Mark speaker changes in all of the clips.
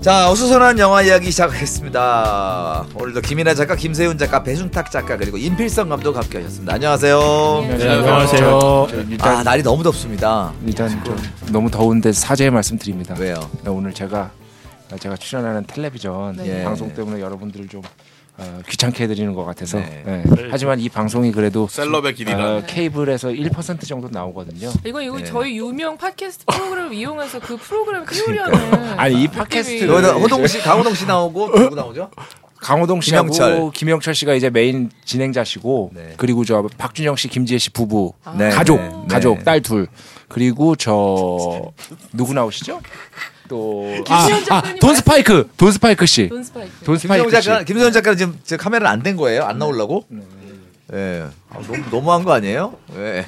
Speaker 1: 자 어수선한 영화 이야기 시작하겠습니다. 오늘도 김이나 작가, 김세훈 작가, 배순탁 작가 그리고 임필성 감독 함께하셨습니다. 안녕하세요.
Speaker 2: 네, 안녕하세요.
Speaker 3: 일단
Speaker 1: 아 날이 너무 덥습니다.
Speaker 3: 일단 좀 너무 더운데 사죄의 말씀드립니다.
Speaker 1: 왜요?
Speaker 3: 네, 오늘 제가 제가 출연하는 텔레비전 예,
Speaker 1: 네.
Speaker 3: 방송 때문에 여러분들을 좀 어, 귀찮게 해드리는 것 같아서.
Speaker 1: 네.
Speaker 3: 네. 하지만 이 방송이 그래도
Speaker 2: 셀럽의
Speaker 1: 아,
Speaker 2: 길이라.
Speaker 3: 어, 케이블에서 1% 정도 나오거든요.
Speaker 4: 이거 이거
Speaker 1: 네.
Speaker 4: 저희 유명 팟캐스트 프로그램을 이용해서 그 프로그램 띄우려는
Speaker 3: 아니 이
Speaker 4: 느낌이-
Speaker 1: 여기다
Speaker 3: 팟캐스트
Speaker 1: 호동 씨, 강호동 씨 나오고 누구 나오죠?
Speaker 3: 어? 강호동 씨하고
Speaker 1: 김영철.
Speaker 3: 김영철. 씨가 이제 메인 진행자시고
Speaker 1: 네.
Speaker 3: 그리고 저 박준영 씨, 김지혜 씨 부부
Speaker 1: 네,
Speaker 3: 가족
Speaker 1: 네, 네.
Speaker 3: 가족 딸 둘 그리고 저 누구 나오시죠? 또
Speaker 4: 김지현 작가님
Speaker 3: 돈 스파이크 돈 스파이크 씨.
Speaker 4: 돈 스파이크.
Speaker 3: 돈
Speaker 1: 김세훈
Speaker 3: 스파이크 씨. 네.
Speaker 1: 작가, 김세훈 작가는 지금 제 카메라 안 된 거예요? 안 나오려고? 예. 아, 너무 너무한 거 아니에요? 예.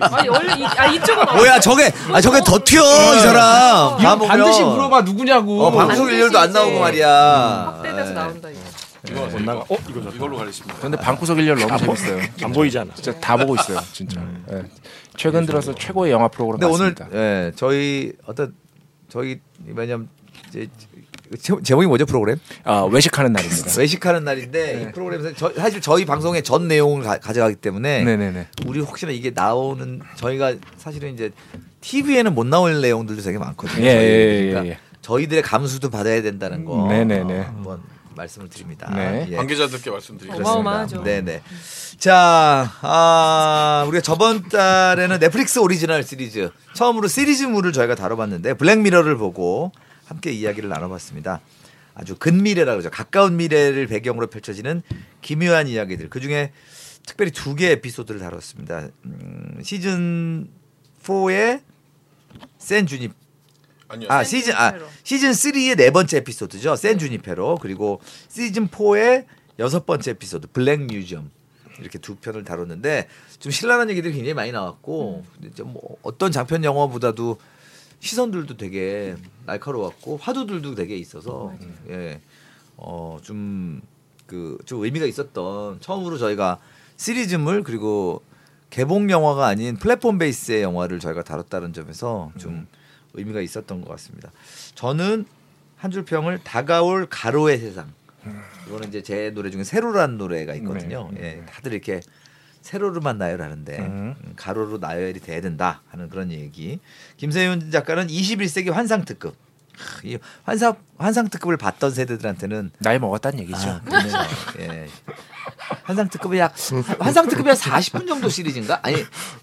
Speaker 4: 아니 원래 이, 아 이쪽은
Speaker 1: 뭐야 저게 아 저게 더 튀어 이 사람. 다 보면.
Speaker 3: 아, 반드시 뭐 물어봐 누구냐고.
Speaker 1: 어, 방송 일렬도 안 나오고
Speaker 3: 음.
Speaker 1: 말이야.
Speaker 4: 확대돼서 나온다 이거.
Speaker 2: 이거 네. 이거. 어? 이거 이걸로 가겠습니다.
Speaker 3: 근데 방구석 일렬 너무 재밌어요.
Speaker 5: 안 보이잖아.
Speaker 3: 진짜 다 보고 있어요, 진짜. 예. 최근 들어서 최고의 영화 프로그램
Speaker 1: 근데 오늘
Speaker 3: 같습니다.
Speaker 1: 예 저희 어떤 저희 왜냐면 이제 제, 제목이 뭐죠 프로그램
Speaker 3: 아, 외식하는 날입니다.
Speaker 1: 외식하는 날인데
Speaker 3: 네.
Speaker 1: 이 프로그램에서 저, 사실 저희 방송의 전 내용을 가, 져가기 때문에
Speaker 3: 네네네.
Speaker 1: 우리 혹시나 이게 나오는 저희가 사실은 이제 TV에는 못 나올 내용들도 되게 많거든요.
Speaker 3: 예,
Speaker 1: 저희,
Speaker 3: 예, 예,
Speaker 1: 그러니까
Speaker 3: 예.
Speaker 1: 저희들의 감수도 받아야 된다는 거
Speaker 3: 네네네.
Speaker 1: 어, 한번 말씀을 드립니다.
Speaker 3: 네.
Speaker 1: 예.
Speaker 2: 관계자들께 말씀드리겠습니다.
Speaker 1: 그렇습니다.
Speaker 4: 어마어마하죠.
Speaker 1: 네네. 자, 아, 우리가 저번 달에는 넷플릭스 오리지널 시리즈 처음으로 시리즈물을 저희가 다뤄봤는데 블랙미러를 보고 함께 이야기를 나눠봤습니다. 아주 근미래라 그러죠. 가까운 미래를 배경으로 펼쳐지는 기묘한 이야기들. 그 중에 특별히 두 개의 에피소드를 다뤘습니다. 음, 시즌 4의 센 주니
Speaker 2: 아니요.
Speaker 1: 아
Speaker 4: 샌
Speaker 1: 시즌 아
Speaker 4: 주니페로.
Speaker 1: 시즌 3의 네 번째 에피소드죠. 센 주니페로 그리고 시즌 4의 여섯 번째 에피소드 블랙 뮤지엄 이렇게 두 편을 다뤘는데 좀 신랄한 얘기들이 굉장히 많이 나왔고
Speaker 4: 음.
Speaker 1: 근데 좀뭐 어떤 장편 영화보다도 시선들도 되게 날카로웠고 화두들도 되게 있어서 예. 예어좀그좀 의미가 있었던 처음으로 저희가 시리즈물 그리고 개봉 영화가 아닌 플랫폼 베이스의 영화를 저희가 다뤘다는 점에서 좀 의미가 있었던 것 같습니다. 저는 한 줄 평을 다가올 가로의 세상. 이거는 이제 제 노래 중에 세로라는 노래가 있거든요. 예, 다들 이렇게 세로로만 나열하는데 음, 가로로 나열이 돼야 된다 하는 그런 얘기. 김세윤 작가는 21세기 환상 특급. 크, 이 환상 환상 특급을 봤던 세대들한테는
Speaker 3: 나이 먹었다는 얘기죠.
Speaker 1: 아, 그러네요. 예. 환상 특급이 약 환상 특급이 한 40분 정도 시리즈인가? 아니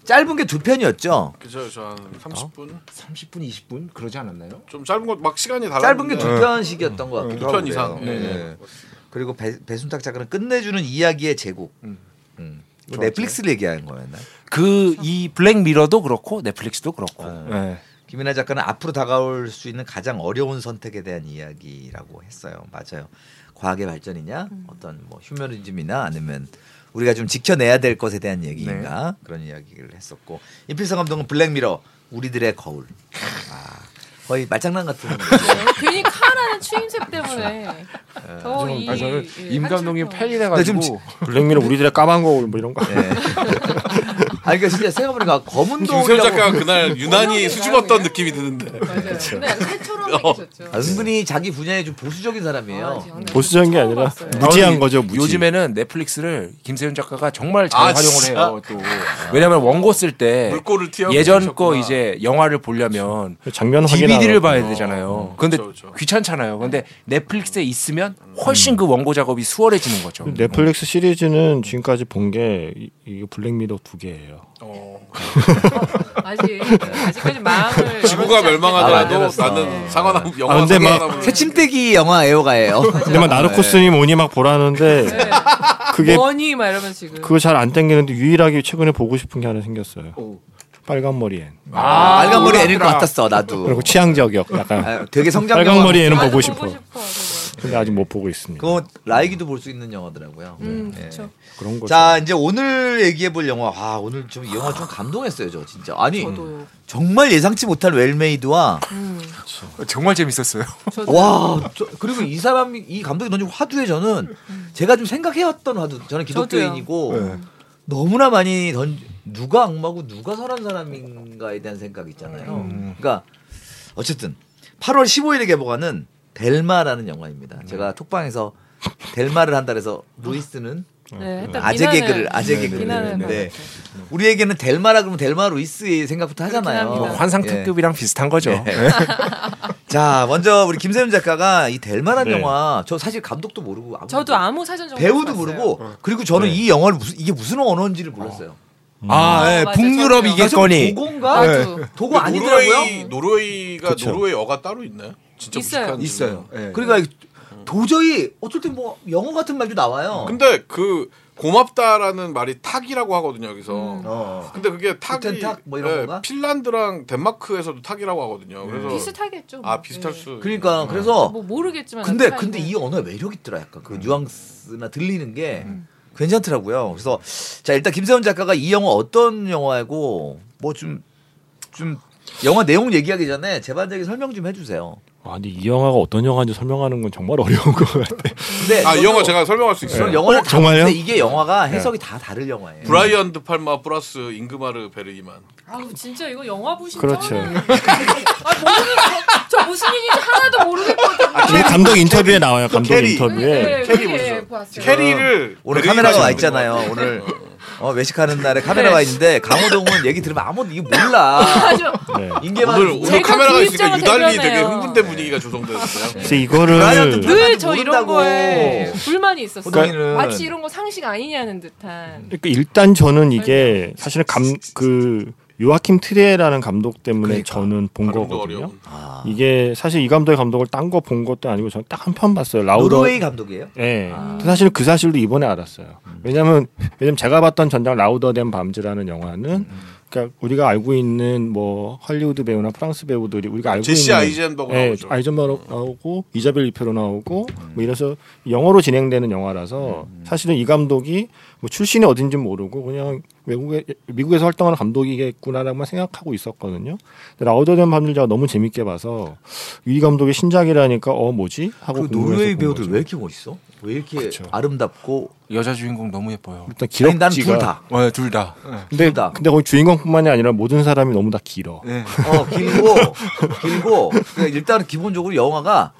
Speaker 1: 짧은 게 두 편이었죠.
Speaker 2: 그죠 저한
Speaker 1: 어?
Speaker 2: 30분
Speaker 3: 30분, 20분 그러지 않았나요?
Speaker 2: 좀 짧은 것 막 시간이 예. 달라.
Speaker 1: 짧은 게 두 편씩이었던 것 같기도
Speaker 2: 음. 두편
Speaker 1: 하고요.
Speaker 2: 이상.
Speaker 1: 예.
Speaker 2: 네.
Speaker 1: 그리고 배, 배순탁 작가는 끝내주는 이야기의 제국. 음. 이거 넷플릭스를 얘기하는 거였나?
Speaker 3: 그 이 블랙 미러도 그렇고 넷플릭스도 그렇고. 예.
Speaker 1: 김이나 작가는 앞으로 다가올 수 있는 가장 어려운 선택에 대한 이야기라고 했어요. 맞아요. 과학의 발전이냐, 어떤 뭐 휴머니즘이나 아니면 우리가 좀 지켜내야 될 것에 대한 얘기인가
Speaker 2: 네.
Speaker 1: 그런 이야기를 했었고 임필성 감독은 블랙미러 우리들의 거울. 아, 거의 말장난 같은. 거죠.
Speaker 4: 네, 괜히 카라는 추임새 때문에 더이 예,
Speaker 3: 아, 저는 임 감독님
Speaker 1: 근데 지금
Speaker 3: 팬이라가지고
Speaker 1: 지-
Speaker 5: 블랙미러 우리들의 까만 거울 뭐 이런 거.
Speaker 1: 예. 아, 그러니까 진짜 생각해보니까 검은
Speaker 2: 김세현
Speaker 1: 어, 거울이라고
Speaker 2: 작가가 그날 유난히
Speaker 4: 어려운데,
Speaker 2: 수줍었던
Speaker 4: 나중에.
Speaker 2: 느낌이 드는데.
Speaker 4: 맞아요. 근데 약간 새처럼 생기셨죠.
Speaker 1: 아, 은근히 자기 분야에 좀 보수적인 사람이에요.
Speaker 4: 네. 아, 지금
Speaker 5: 보수적인 게 아니라
Speaker 4: 처음 봤어요.
Speaker 5: 무지한 거죠. 무지.
Speaker 3: 요즘에는 넷플릭스를 김세윤 작가가 정말 잘
Speaker 2: 아,
Speaker 3: 활용을
Speaker 2: 진짜?
Speaker 3: 해요. 또 왜냐면 원고 쓸 때
Speaker 2: 물꼬를 튀어
Speaker 3: 예전 거
Speaker 2: 보셨구나. 그렇죠.
Speaker 3: 이제 영화를 보려면
Speaker 5: 장면 확인.
Speaker 3: DVD를 봐야 되잖아요. 어, 그런데
Speaker 2: 그쵸, 그쵸.
Speaker 3: 귀찮잖아요. 근데 넷플릭스에 있으면 훨씬 그 원고 작업이 수월해지는 거죠.
Speaker 5: 음. 넷플릭스 시리즈는 지금까지 본 게 이거 블랙미러 두 개예요.
Speaker 2: 어.
Speaker 4: 아직 아직까지 마음을
Speaker 2: 지구가
Speaker 1: 아,
Speaker 2: 멸망하더라도
Speaker 1: 맞아.
Speaker 2: 나는 상관없 영화
Speaker 5: 아, 근데
Speaker 2: 상관없는
Speaker 5: 막
Speaker 2: 사람으로.
Speaker 1: 새침대기 영화 애호가예요.
Speaker 4: 아,
Speaker 5: 근데 막 나르코스니 뭐니 막 보라는데
Speaker 4: 네.
Speaker 5: 그게
Speaker 4: 뭐니 막 이러면서 지금
Speaker 5: 그거 잘 안 땡기는데 유일하게 최근에 보고 싶은 게 하나 생겼어요. 빨간 머리 앤.
Speaker 1: 아, 빨간 머리 애릴 것 같았어 나도.
Speaker 5: 그리고 취향 저격 약간
Speaker 1: 아, 되게 성장
Speaker 5: 빨간
Speaker 1: 영화.
Speaker 5: 머리 앤은
Speaker 4: 나도
Speaker 5: 보고 싶어.
Speaker 4: 그거.
Speaker 5: 근데 아직 못 보고 있습니다.
Speaker 1: 그거 라이기도 볼 수 있는 영화더라고요.
Speaker 4: 음,
Speaker 1: 예.
Speaker 4: 그렇죠.
Speaker 5: 그런 거죠.
Speaker 1: 자 이제 오늘 얘기해 볼 영화. 와 오늘 좀 이 영화 좀 감동했어요 저 진짜. 아니
Speaker 4: 저도요.
Speaker 1: 정말 예상치 못한 웰메이드와
Speaker 3: 정말 재밌었어요.
Speaker 1: 와 저- 그리고 이 사람이 이 감독이 던진 화두에 저는 제가 좀 생각해왔던 화두. 저는 기독교인이고
Speaker 3: 네.
Speaker 1: 너무나 많이 던 누가 악마고 누가 선한
Speaker 3: 음.
Speaker 1: 사람인가에 대한 생각 있잖아요. 그러니까 어쨌든 8월 15일에 개봉하는 델마라는
Speaker 3: 음.
Speaker 1: 영화입니다. 제가 톡방에서 델마를 한다 그래서 루이스는
Speaker 4: 네, 일단
Speaker 1: 아재
Speaker 4: 비난을-
Speaker 1: 개그를 아재
Speaker 4: 네,
Speaker 1: 개그를
Speaker 4: 비난을
Speaker 1: 했는데
Speaker 4: 받았죠.
Speaker 1: 우리에게는 델마라 그러면 델마 루이스의 생각부터 하잖아요.
Speaker 4: 그렇긴
Speaker 3: 뭐
Speaker 4: 합니다.
Speaker 3: 환상
Speaker 1: 예.
Speaker 3: 특급이랑 비슷한 거죠.
Speaker 1: 자, 먼저 우리 김세윤 작가가 이 델마라는
Speaker 5: 네.
Speaker 1: 영화 저 사실 감독도 모르고 아무도
Speaker 4: 저도 아무 사전 정보
Speaker 1: 뭐 배우도
Speaker 4: 봤어요.
Speaker 1: 모르고 그리고 저는
Speaker 5: 네.
Speaker 1: 이 영화를 무슨 이게 무슨 언어인지를 몰랐어요.
Speaker 3: 아,
Speaker 4: 아,
Speaker 3: 예.
Speaker 4: 맞아요.
Speaker 3: 북유럽
Speaker 4: 저도요.
Speaker 3: 이게 거니.
Speaker 1: 도고인가?
Speaker 4: 나도.
Speaker 1: 도고
Speaker 2: 노르웨이,
Speaker 1: 아니더라고요.
Speaker 2: 노르웨이가
Speaker 5: 그쵸.
Speaker 2: 노르웨이어가 따로 있나요? 진짜
Speaker 4: 있어요.
Speaker 2: 무식한
Speaker 1: 있어요.
Speaker 2: 예.
Speaker 1: 그러니까 도저히 어쩔 때 뭐 영어 같은 말도 나와요.
Speaker 2: 근데 그 고맙다라는 말이 탁이라고 하거든요 여기서.
Speaker 1: 어.
Speaker 2: 근데 그게 탁이
Speaker 1: 탁, 뭐 이런
Speaker 2: 예,
Speaker 1: 건가? 음.
Speaker 2: 핀란드랑 덴마크에서도 탁이라고 하거든요. 그래서
Speaker 4: 비슷하겠죠. 뭐.
Speaker 2: 아 비슷할
Speaker 4: 네.
Speaker 2: 수.
Speaker 1: 그러니까
Speaker 2: 있-
Speaker 1: 그래서
Speaker 4: 뭐 모르겠지만
Speaker 1: 근데
Speaker 4: 나도
Speaker 1: 근데
Speaker 4: 차이는.
Speaker 1: 이 언어의 매력 있더라 약간 그 뉘앙스나 들리는 게 괜찮더라고요. 그래서 자 일단 김세훈 작가가 이 영화 어떤 영화고 뭐 좀 좀 영화 내용 얘기하기 전에 제반적인 설명 좀 해주세요.
Speaker 5: 아, 근데 이 영화가 어떤 영화인지 설명하는 건 정말 어려운 것 같아.
Speaker 1: 근데
Speaker 2: 아, 이
Speaker 1: 저도
Speaker 2: 영화 제가 설명할 수 있어요.
Speaker 1: 저는 영화를
Speaker 5: 어,
Speaker 1: 다
Speaker 5: 정말요?
Speaker 1: 봤는데 이게 영화가 해석이 다 다를 영화예요.
Speaker 2: 브라이언 드 팔마 플러스 잉그마르 베르이만.
Speaker 4: 아우 진짜 이거 영화 보신
Speaker 5: 그렇죠.
Speaker 4: 저는 아 모르는 저, 저 무슨 얘기인지 하나도 모르겠거든요.
Speaker 5: 이 감독 인터뷰에 나와요. 감독
Speaker 2: 캐리.
Speaker 5: 인터뷰에.
Speaker 2: 캐리
Speaker 4: 네,
Speaker 2: 보셨어요?
Speaker 4: 봤어요.
Speaker 2: 캐리를
Speaker 1: 오늘
Speaker 2: 베르이만
Speaker 1: 카메라가 와
Speaker 2: 하는
Speaker 1: 있잖아요.
Speaker 2: 거예요.
Speaker 1: 오늘
Speaker 2: 어.
Speaker 1: 어, 외식하는 날에 카메라가 와 있는데 강호동은 얘기 들으면 아무도 이게 몰라.
Speaker 4: 아주
Speaker 5: 네.
Speaker 1: 인계만
Speaker 2: 오늘 오늘
Speaker 4: 제가
Speaker 2: 카메라가
Speaker 4: 그
Speaker 2: 있으니까
Speaker 4: 입장을
Speaker 2: 유달리 되게
Speaker 4: 대변해요.
Speaker 2: 흥분된
Speaker 1: 네.
Speaker 2: 분위기가 조성되는데요.
Speaker 5: 근데
Speaker 1: 브라이언트
Speaker 5: 이거를
Speaker 4: 늘 저 이런
Speaker 1: 모른다고.
Speaker 4: 거에 불만이 있었어요.
Speaker 1: 호동이는.
Speaker 4: 마치 이런 거 상식 아니냐는
Speaker 2: 네.
Speaker 4: 듯한.
Speaker 5: 그러니까 일단 저는 이게 사실은 감 그 요아킴 트리에라는 감독 때문에
Speaker 1: 그러니까.
Speaker 5: 저는 본
Speaker 2: 발음도
Speaker 5: 거거든요.
Speaker 2: 어려운.
Speaker 1: 아,
Speaker 5: 이게 사실 이 감독의 감독을 딴 거 본 것도 아니고 저는 딱 한 편 봤어요. 라우더.
Speaker 1: 노르웨이 감독이에요?
Speaker 5: 예. 사실 그 사실도 이번에 알았어요. 왜냐면 왜냐면 제가 봤던 전작 라우더된 밤즈라는 영화는 그러니까 우리가 알고 있는 뭐 할리우드 배우나 프랑스 배우들이 우리가 알고
Speaker 2: 제시
Speaker 5: 있는
Speaker 2: 아이젠버거
Speaker 1: 네,
Speaker 5: 예,
Speaker 2: 나오죠.
Speaker 5: 아이젠버거
Speaker 1: 음.
Speaker 5: 나오고 이자벨 리페로 나오고 뭐 이래서 영어로 진행되는 영화라서
Speaker 1: 음,
Speaker 5: 사실은 이 감독이 뭐 출신이 어딘지 모르고 그냥 외국에 미국에서 활동하는 감독이겠구나라고만 생각하고 있었거든요. 근데 라우더된 밤즈 제가 너무 재밌게 봐서 이 감독의 신작이라니까 어 뭐지 하고
Speaker 1: 그
Speaker 5: 궁금해서
Speaker 1: 노르웨이
Speaker 5: 본
Speaker 1: 배우들
Speaker 5: 거죠.
Speaker 1: 왜 이렇게 멋있어? 왜 이렇게
Speaker 5: 그쵸.
Speaker 1: 아름답고?
Speaker 3: 여자 주인공 너무 예뻐요.
Speaker 5: 일단
Speaker 1: 아니, 난둘
Speaker 5: 기럭지가
Speaker 1: 다.
Speaker 3: 네, 둘 다.
Speaker 5: 근데
Speaker 1: 둘 다.
Speaker 5: 근데 거기 주인공뿐만이 아니라 모든 사람이 너무 다 길어.
Speaker 3: 네.
Speaker 1: 어 길고 길고 그러니까 일단 기본적으로 영화가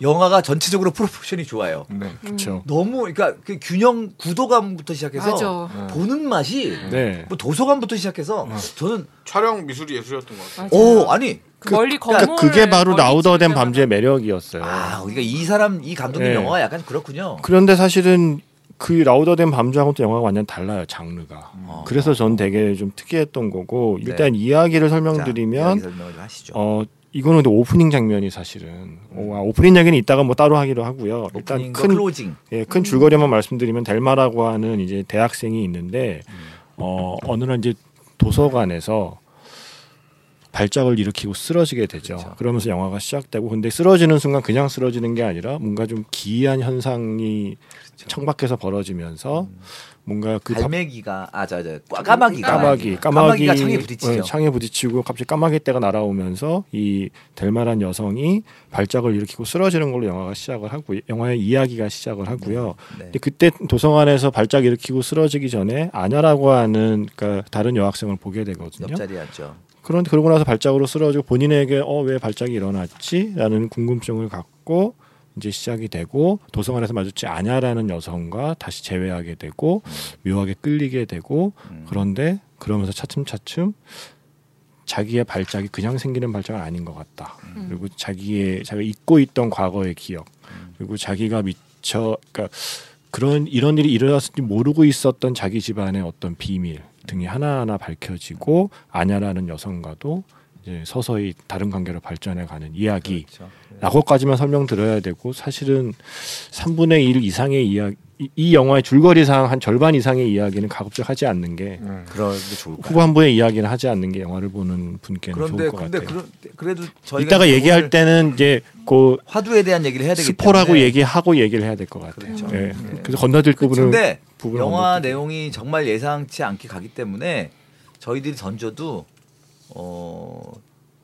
Speaker 1: 영화가 전체적으로 프로포션이 좋아요.
Speaker 3: 네.
Speaker 5: 그렇죠.
Speaker 1: 너무 그러니까 그 균형 구도감부터 시작해서
Speaker 4: 맞아.
Speaker 1: 보는 맛이
Speaker 5: 네. 음.
Speaker 1: 뭐 도서관부터 시작해서 저는
Speaker 2: 촬영 미술이 예술이었던 것 같아요.
Speaker 4: 맞아.
Speaker 1: 오 아니
Speaker 4: 그 멀리 검은.
Speaker 5: 그러니까 그게 바로 라우더된 밤즈의 매력이었어요.
Speaker 1: 아 우리가 이 사람 이 감독님
Speaker 5: 네.
Speaker 1: 영화가 약간 그렇군요.
Speaker 5: 그런데 사실은 그 라우더된 밤즈하고 또 영화가 완전 달라요 장르가.
Speaker 1: 음. 아,
Speaker 5: 그래서 전 되게 좀 특이했던 거고 일단 이야기를
Speaker 1: 네. 자,
Speaker 5: 설명드리면
Speaker 1: 이야기 설명을 좀 하시죠.
Speaker 5: 어 이거는 근데 오프닝 장면이 사실은 어, 아, 오프닝 장면은 이따가 뭐 따로 하기로 하고요. 일단
Speaker 1: 음. 오프닝과
Speaker 5: 큰
Speaker 1: 클로징.
Speaker 5: 예, 큰 줄거리만 말씀드리면 델마라고 하는 이제 대학생이 있는데 어, 어느 날 이제 도서관에서 발작을 일으키고 쓰러지게 되죠. 그러면서 영화가 시작되고 근데 쓰러지는 순간 그냥 쓰러지는 게 아니라 뭔가 좀 기이한 현상이 창밖에서 벌어지면서 뭔가 그 밥-
Speaker 1: 갈매기가 아저저 까마귀가
Speaker 5: 까마귀, 까마귀
Speaker 1: 까마귀가 창에 부딪히죠.
Speaker 5: 네, 창에 부딪히고 갑자기 까마귀 떼가 날아오면서 이 델마란 여성이 발작을 일으키고 쓰러지는 걸로 영화가 시작을 하고 영화의 이야기가 시작을 하고요.
Speaker 1: 네.
Speaker 5: 근데 그때 도서관에서 발작 일으키고 쓰러지기 전에 아냐라고 하는 그러니까 다른 여학생을 보게 되거든요.
Speaker 1: 옆자리에 앉죠.
Speaker 5: 그런 그러고 나서 발작으로 쓰러지고 본인에게 어 왜 발작이 일어났지라는 궁금증을 갖고 이제 시작이 되고 도서관에서 마주치 아냐라는 여성과 다시 재회하게 되고 묘하게 끌리게 되고 그런데 그러면서 차츰차츰 자기의 발작이 그냥 생기는 발작은 아닌 것 같다. 그리고 자기의 자기가 잊고 있던 과거의 기억 그리고 자기가 미처 그러니까 그런 이런 일이 일어났을지 모르고 있었던 자기 집안의 어떤 비밀 등이 하나하나 밝혀지고 아냐라는 여성과도 이제 서서히 다른 관계로 발전해 가는 이야기.
Speaker 1: 그렇죠.
Speaker 5: 라고까지만 설명드려야 되고 사실은 3분의 1 이상의 이야기 이- 이 영화의 줄거리상 한 절반 이상의 이야기는 가급적 하지 않는 게
Speaker 1: 그런 게 좋을까.
Speaker 5: 후반부의 이야기는 하지 않는 게 영화를 보는 분께는
Speaker 1: 그런데
Speaker 5: 좋을 것
Speaker 1: 근데
Speaker 5: 같아요.
Speaker 1: 그런 그래도 저희가
Speaker 5: 이따가
Speaker 1: 이제
Speaker 5: 얘기할
Speaker 1: 오늘
Speaker 5: 때는 이제 그
Speaker 1: 화두에 대한 얘기를 해야 되기
Speaker 5: 스포라고
Speaker 1: 때문에
Speaker 5: 얘기하고 얘기를 해야 될 것 같아요.
Speaker 1: 그렇죠.
Speaker 5: 예. 그래서 건너뛸 부분은
Speaker 1: 근데
Speaker 5: 부분을
Speaker 1: 영화
Speaker 5: 건너뛰고.
Speaker 1: 내용이 정말 예상치 않게 가기 때문에 저희들이 던져도 어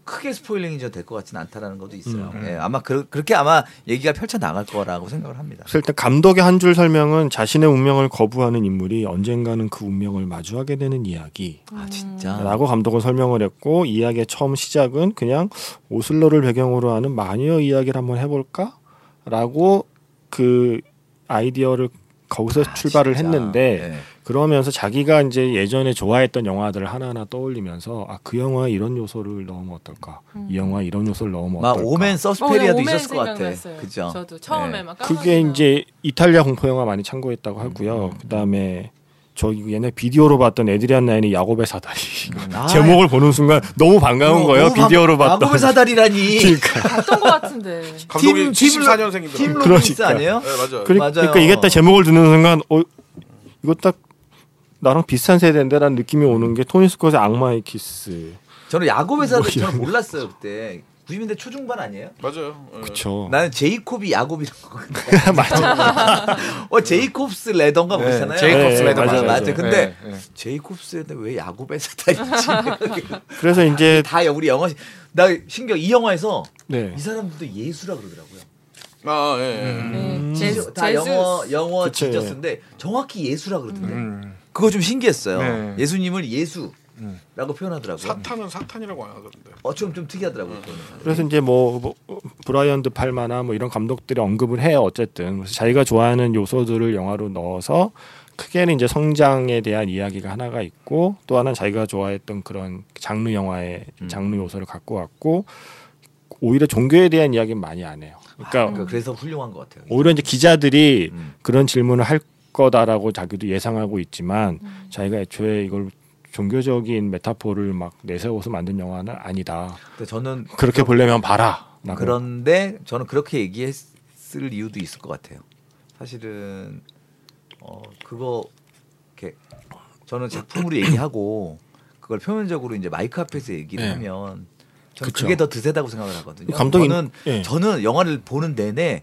Speaker 1: 크게 스포일링이 될것 같지는 않다라는 것도 있어요.
Speaker 5: 음.
Speaker 1: 예, 아마 그, 그렇게 아마 얘기가 펼쳐 나갈 거라고 생각을 합니다.
Speaker 5: 그래서 일단 감독의 한 줄 설명은 자신의 운명을 거부하는 인물이 언젠가는 그 운명을 마주하게 되는 이야기.
Speaker 1: 아 진짜.
Speaker 5: 음. 라고 감독은 설명을 했고 이야기의 처음 시작은 그냥 오슬로를 배경으로 하는 마녀 이야기를 한번 해볼까? 라고 그 아이디어를 거기서
Speaker 1: 아,
Speaker 5: 출발을
Speaker 1: 진짜.
Speaker 5: 했는데
Speaker 1: 예.
Speaker 5: 그러면서 자기가 이제 예전에 좋아했던 영화들을 하나하나 떠올리면서 아 그 영화에 이런 요소를 넣으면 어떨까? 이 영화에 이런 요소를 넣으면
Speaker 1: 음. 막
Speaker 5: 어떨까?
Speaker 1: 오멘 서스페리아도
Speaker 4: 오늘 오멘
Speaker 1: 있었을 것 같아.
Speaker 4: 생각났어요.
Speaker 1: 그죠.
Speaker 4: 저도 처음에
Speaker 1: 예.
Speaker 4: 막
Speaker 5: 그게
Speaker 4: 깜빡이가.
Speaker 5: 이제 이탈리아 공포 영화 많이 참고했다고 하고요. 그다음에 저 옛날 비디오로 봤던 에드리안 나인의 야곱의 사다리
Speaker 1: 아, 어,
Speaker 5: 제목을 보는 순간 너무 반가운 거예요.
Speaker 1: 너무 방-
Speaker 5: 비디오로 봤던 그
Speaker 1: 마법의 사다리라니.
Speaker 4: 봤던 것 같은데.
Speaker 2: 감독이
Speaker 1: 팀- 팀-
Speaker 2: 74년생입니다.
Speaker 1: 팀
Speaker 5: 그러니까.
Speaker 1: 로빈스 아니에요?
Speaker 2: 네, 맞아요.
Speaker 5: 그리,
Speaker 1: 맞아요.
Speaker 5: 그러니까 이게 딱 제목을 듣는 순간 어 이거 딱 나랑 비슷한 세대인데라는 느낌이 오는 게 토니 스콧의 악마의 키스.
Speaker 1: 저는 야곱의 사다리 저는 몰랐어요 그때. 90년대 초중반 아니에요?
Speaker 2: 맞아요. 예.
Speaker 5: 그렇죠.
Speaker 1: 나는 제이콥이 야곱이라고. 맞아. 어 제이콥스 레던가 뭐 있잖아요.
Speaker 5: 제이콥스 네, 레더
Speaker 1: 맞아
Speaker 5: 맞아요.
Speaker 1: 맞아. 근데
Speaker 3: 네, 네.
Speaker 1: 제이콥스인데 왜 야곱의 사다리지?
Speaker 5: 그래서 이제
Speaker 1: 아, 다 우리 영화 나 신기해 이 영화에서
Speaker 5: 네.
Speaker 1: 이 사람들도 예수라 그러더라고요.
Speaker 2: 아, 예. 예.
Speaker 1: 음.
Speaker 4: 네.
Speaker 1: 예수,
Speaker 4: 제주,
Speaker 1: 다 영어 영어
Speaker 5: 그쵸, 음.
Speaker 1: 지저스인데 정확히 예수라 그러던데.
Speaker 3: 음,
Speaker 1: 그거 좀 신기했어요.
Speaker 3: 네.
Speaker 1: 예수님을 예수라고
Speaker 5: 음.
Speaker 1: 표현하더라고요.
Speaker 2: 사탄은 사탄이라고 안 하던데.
Speaker 1: 어좀 좀 특이하더라고요. 그거는.
Speaker 5: 그래서 이제 뭐, 뭐, 브라이언 드 팔마나 뭐 이런 감독들이 언급을 해요. 어쨌든 그래서 자기가 좋아하는 요소들을 영화로 넣어서 크게는 이제 성장에 대한 이야기가 하나가 있고 또 하나는 자기가 좋아했던 그런 장르 영화의 장르 요소를 갖고 왔고 오히려 종교에 대한 이야기는 많이 안 해요. 그러니까
Speaker 1: 그러니까 그래서 훌륭한 것 같아요.
Speaker 5: 오히려 이제 기자들이
Speaker 1: 음.
Speaker 5: 그런 질문을 할 거다라고 자기도 예상하고 있지만 자기가 애초에 이걸 종교적인 메타포를 막 내세워서 만든 영화는 아니다.
Speaker 1: 근데 저는
Speaker 5: 그렇게 보려면 봐라. 라고.
Speaker 1: 그런데 저는 그렇게 얘기했을 이유도 있을 것 같아요. 사실은 어 그거 이렇게 저는 작품으로 얘기하고 그걸 표면적으로 이제 마이크 앞에서 얘기를
Speaker 5: 네.
Speaker 1: 하면 저는
Speaker 5: 그쵸.
Speaker 1: 그게더 드세다고 생각을 하거든요.
Speaker 5: 감독인-
Speaker 1: 저는
Speaker 5: 예.
Speaker 1: 저는 영화를 보는 내내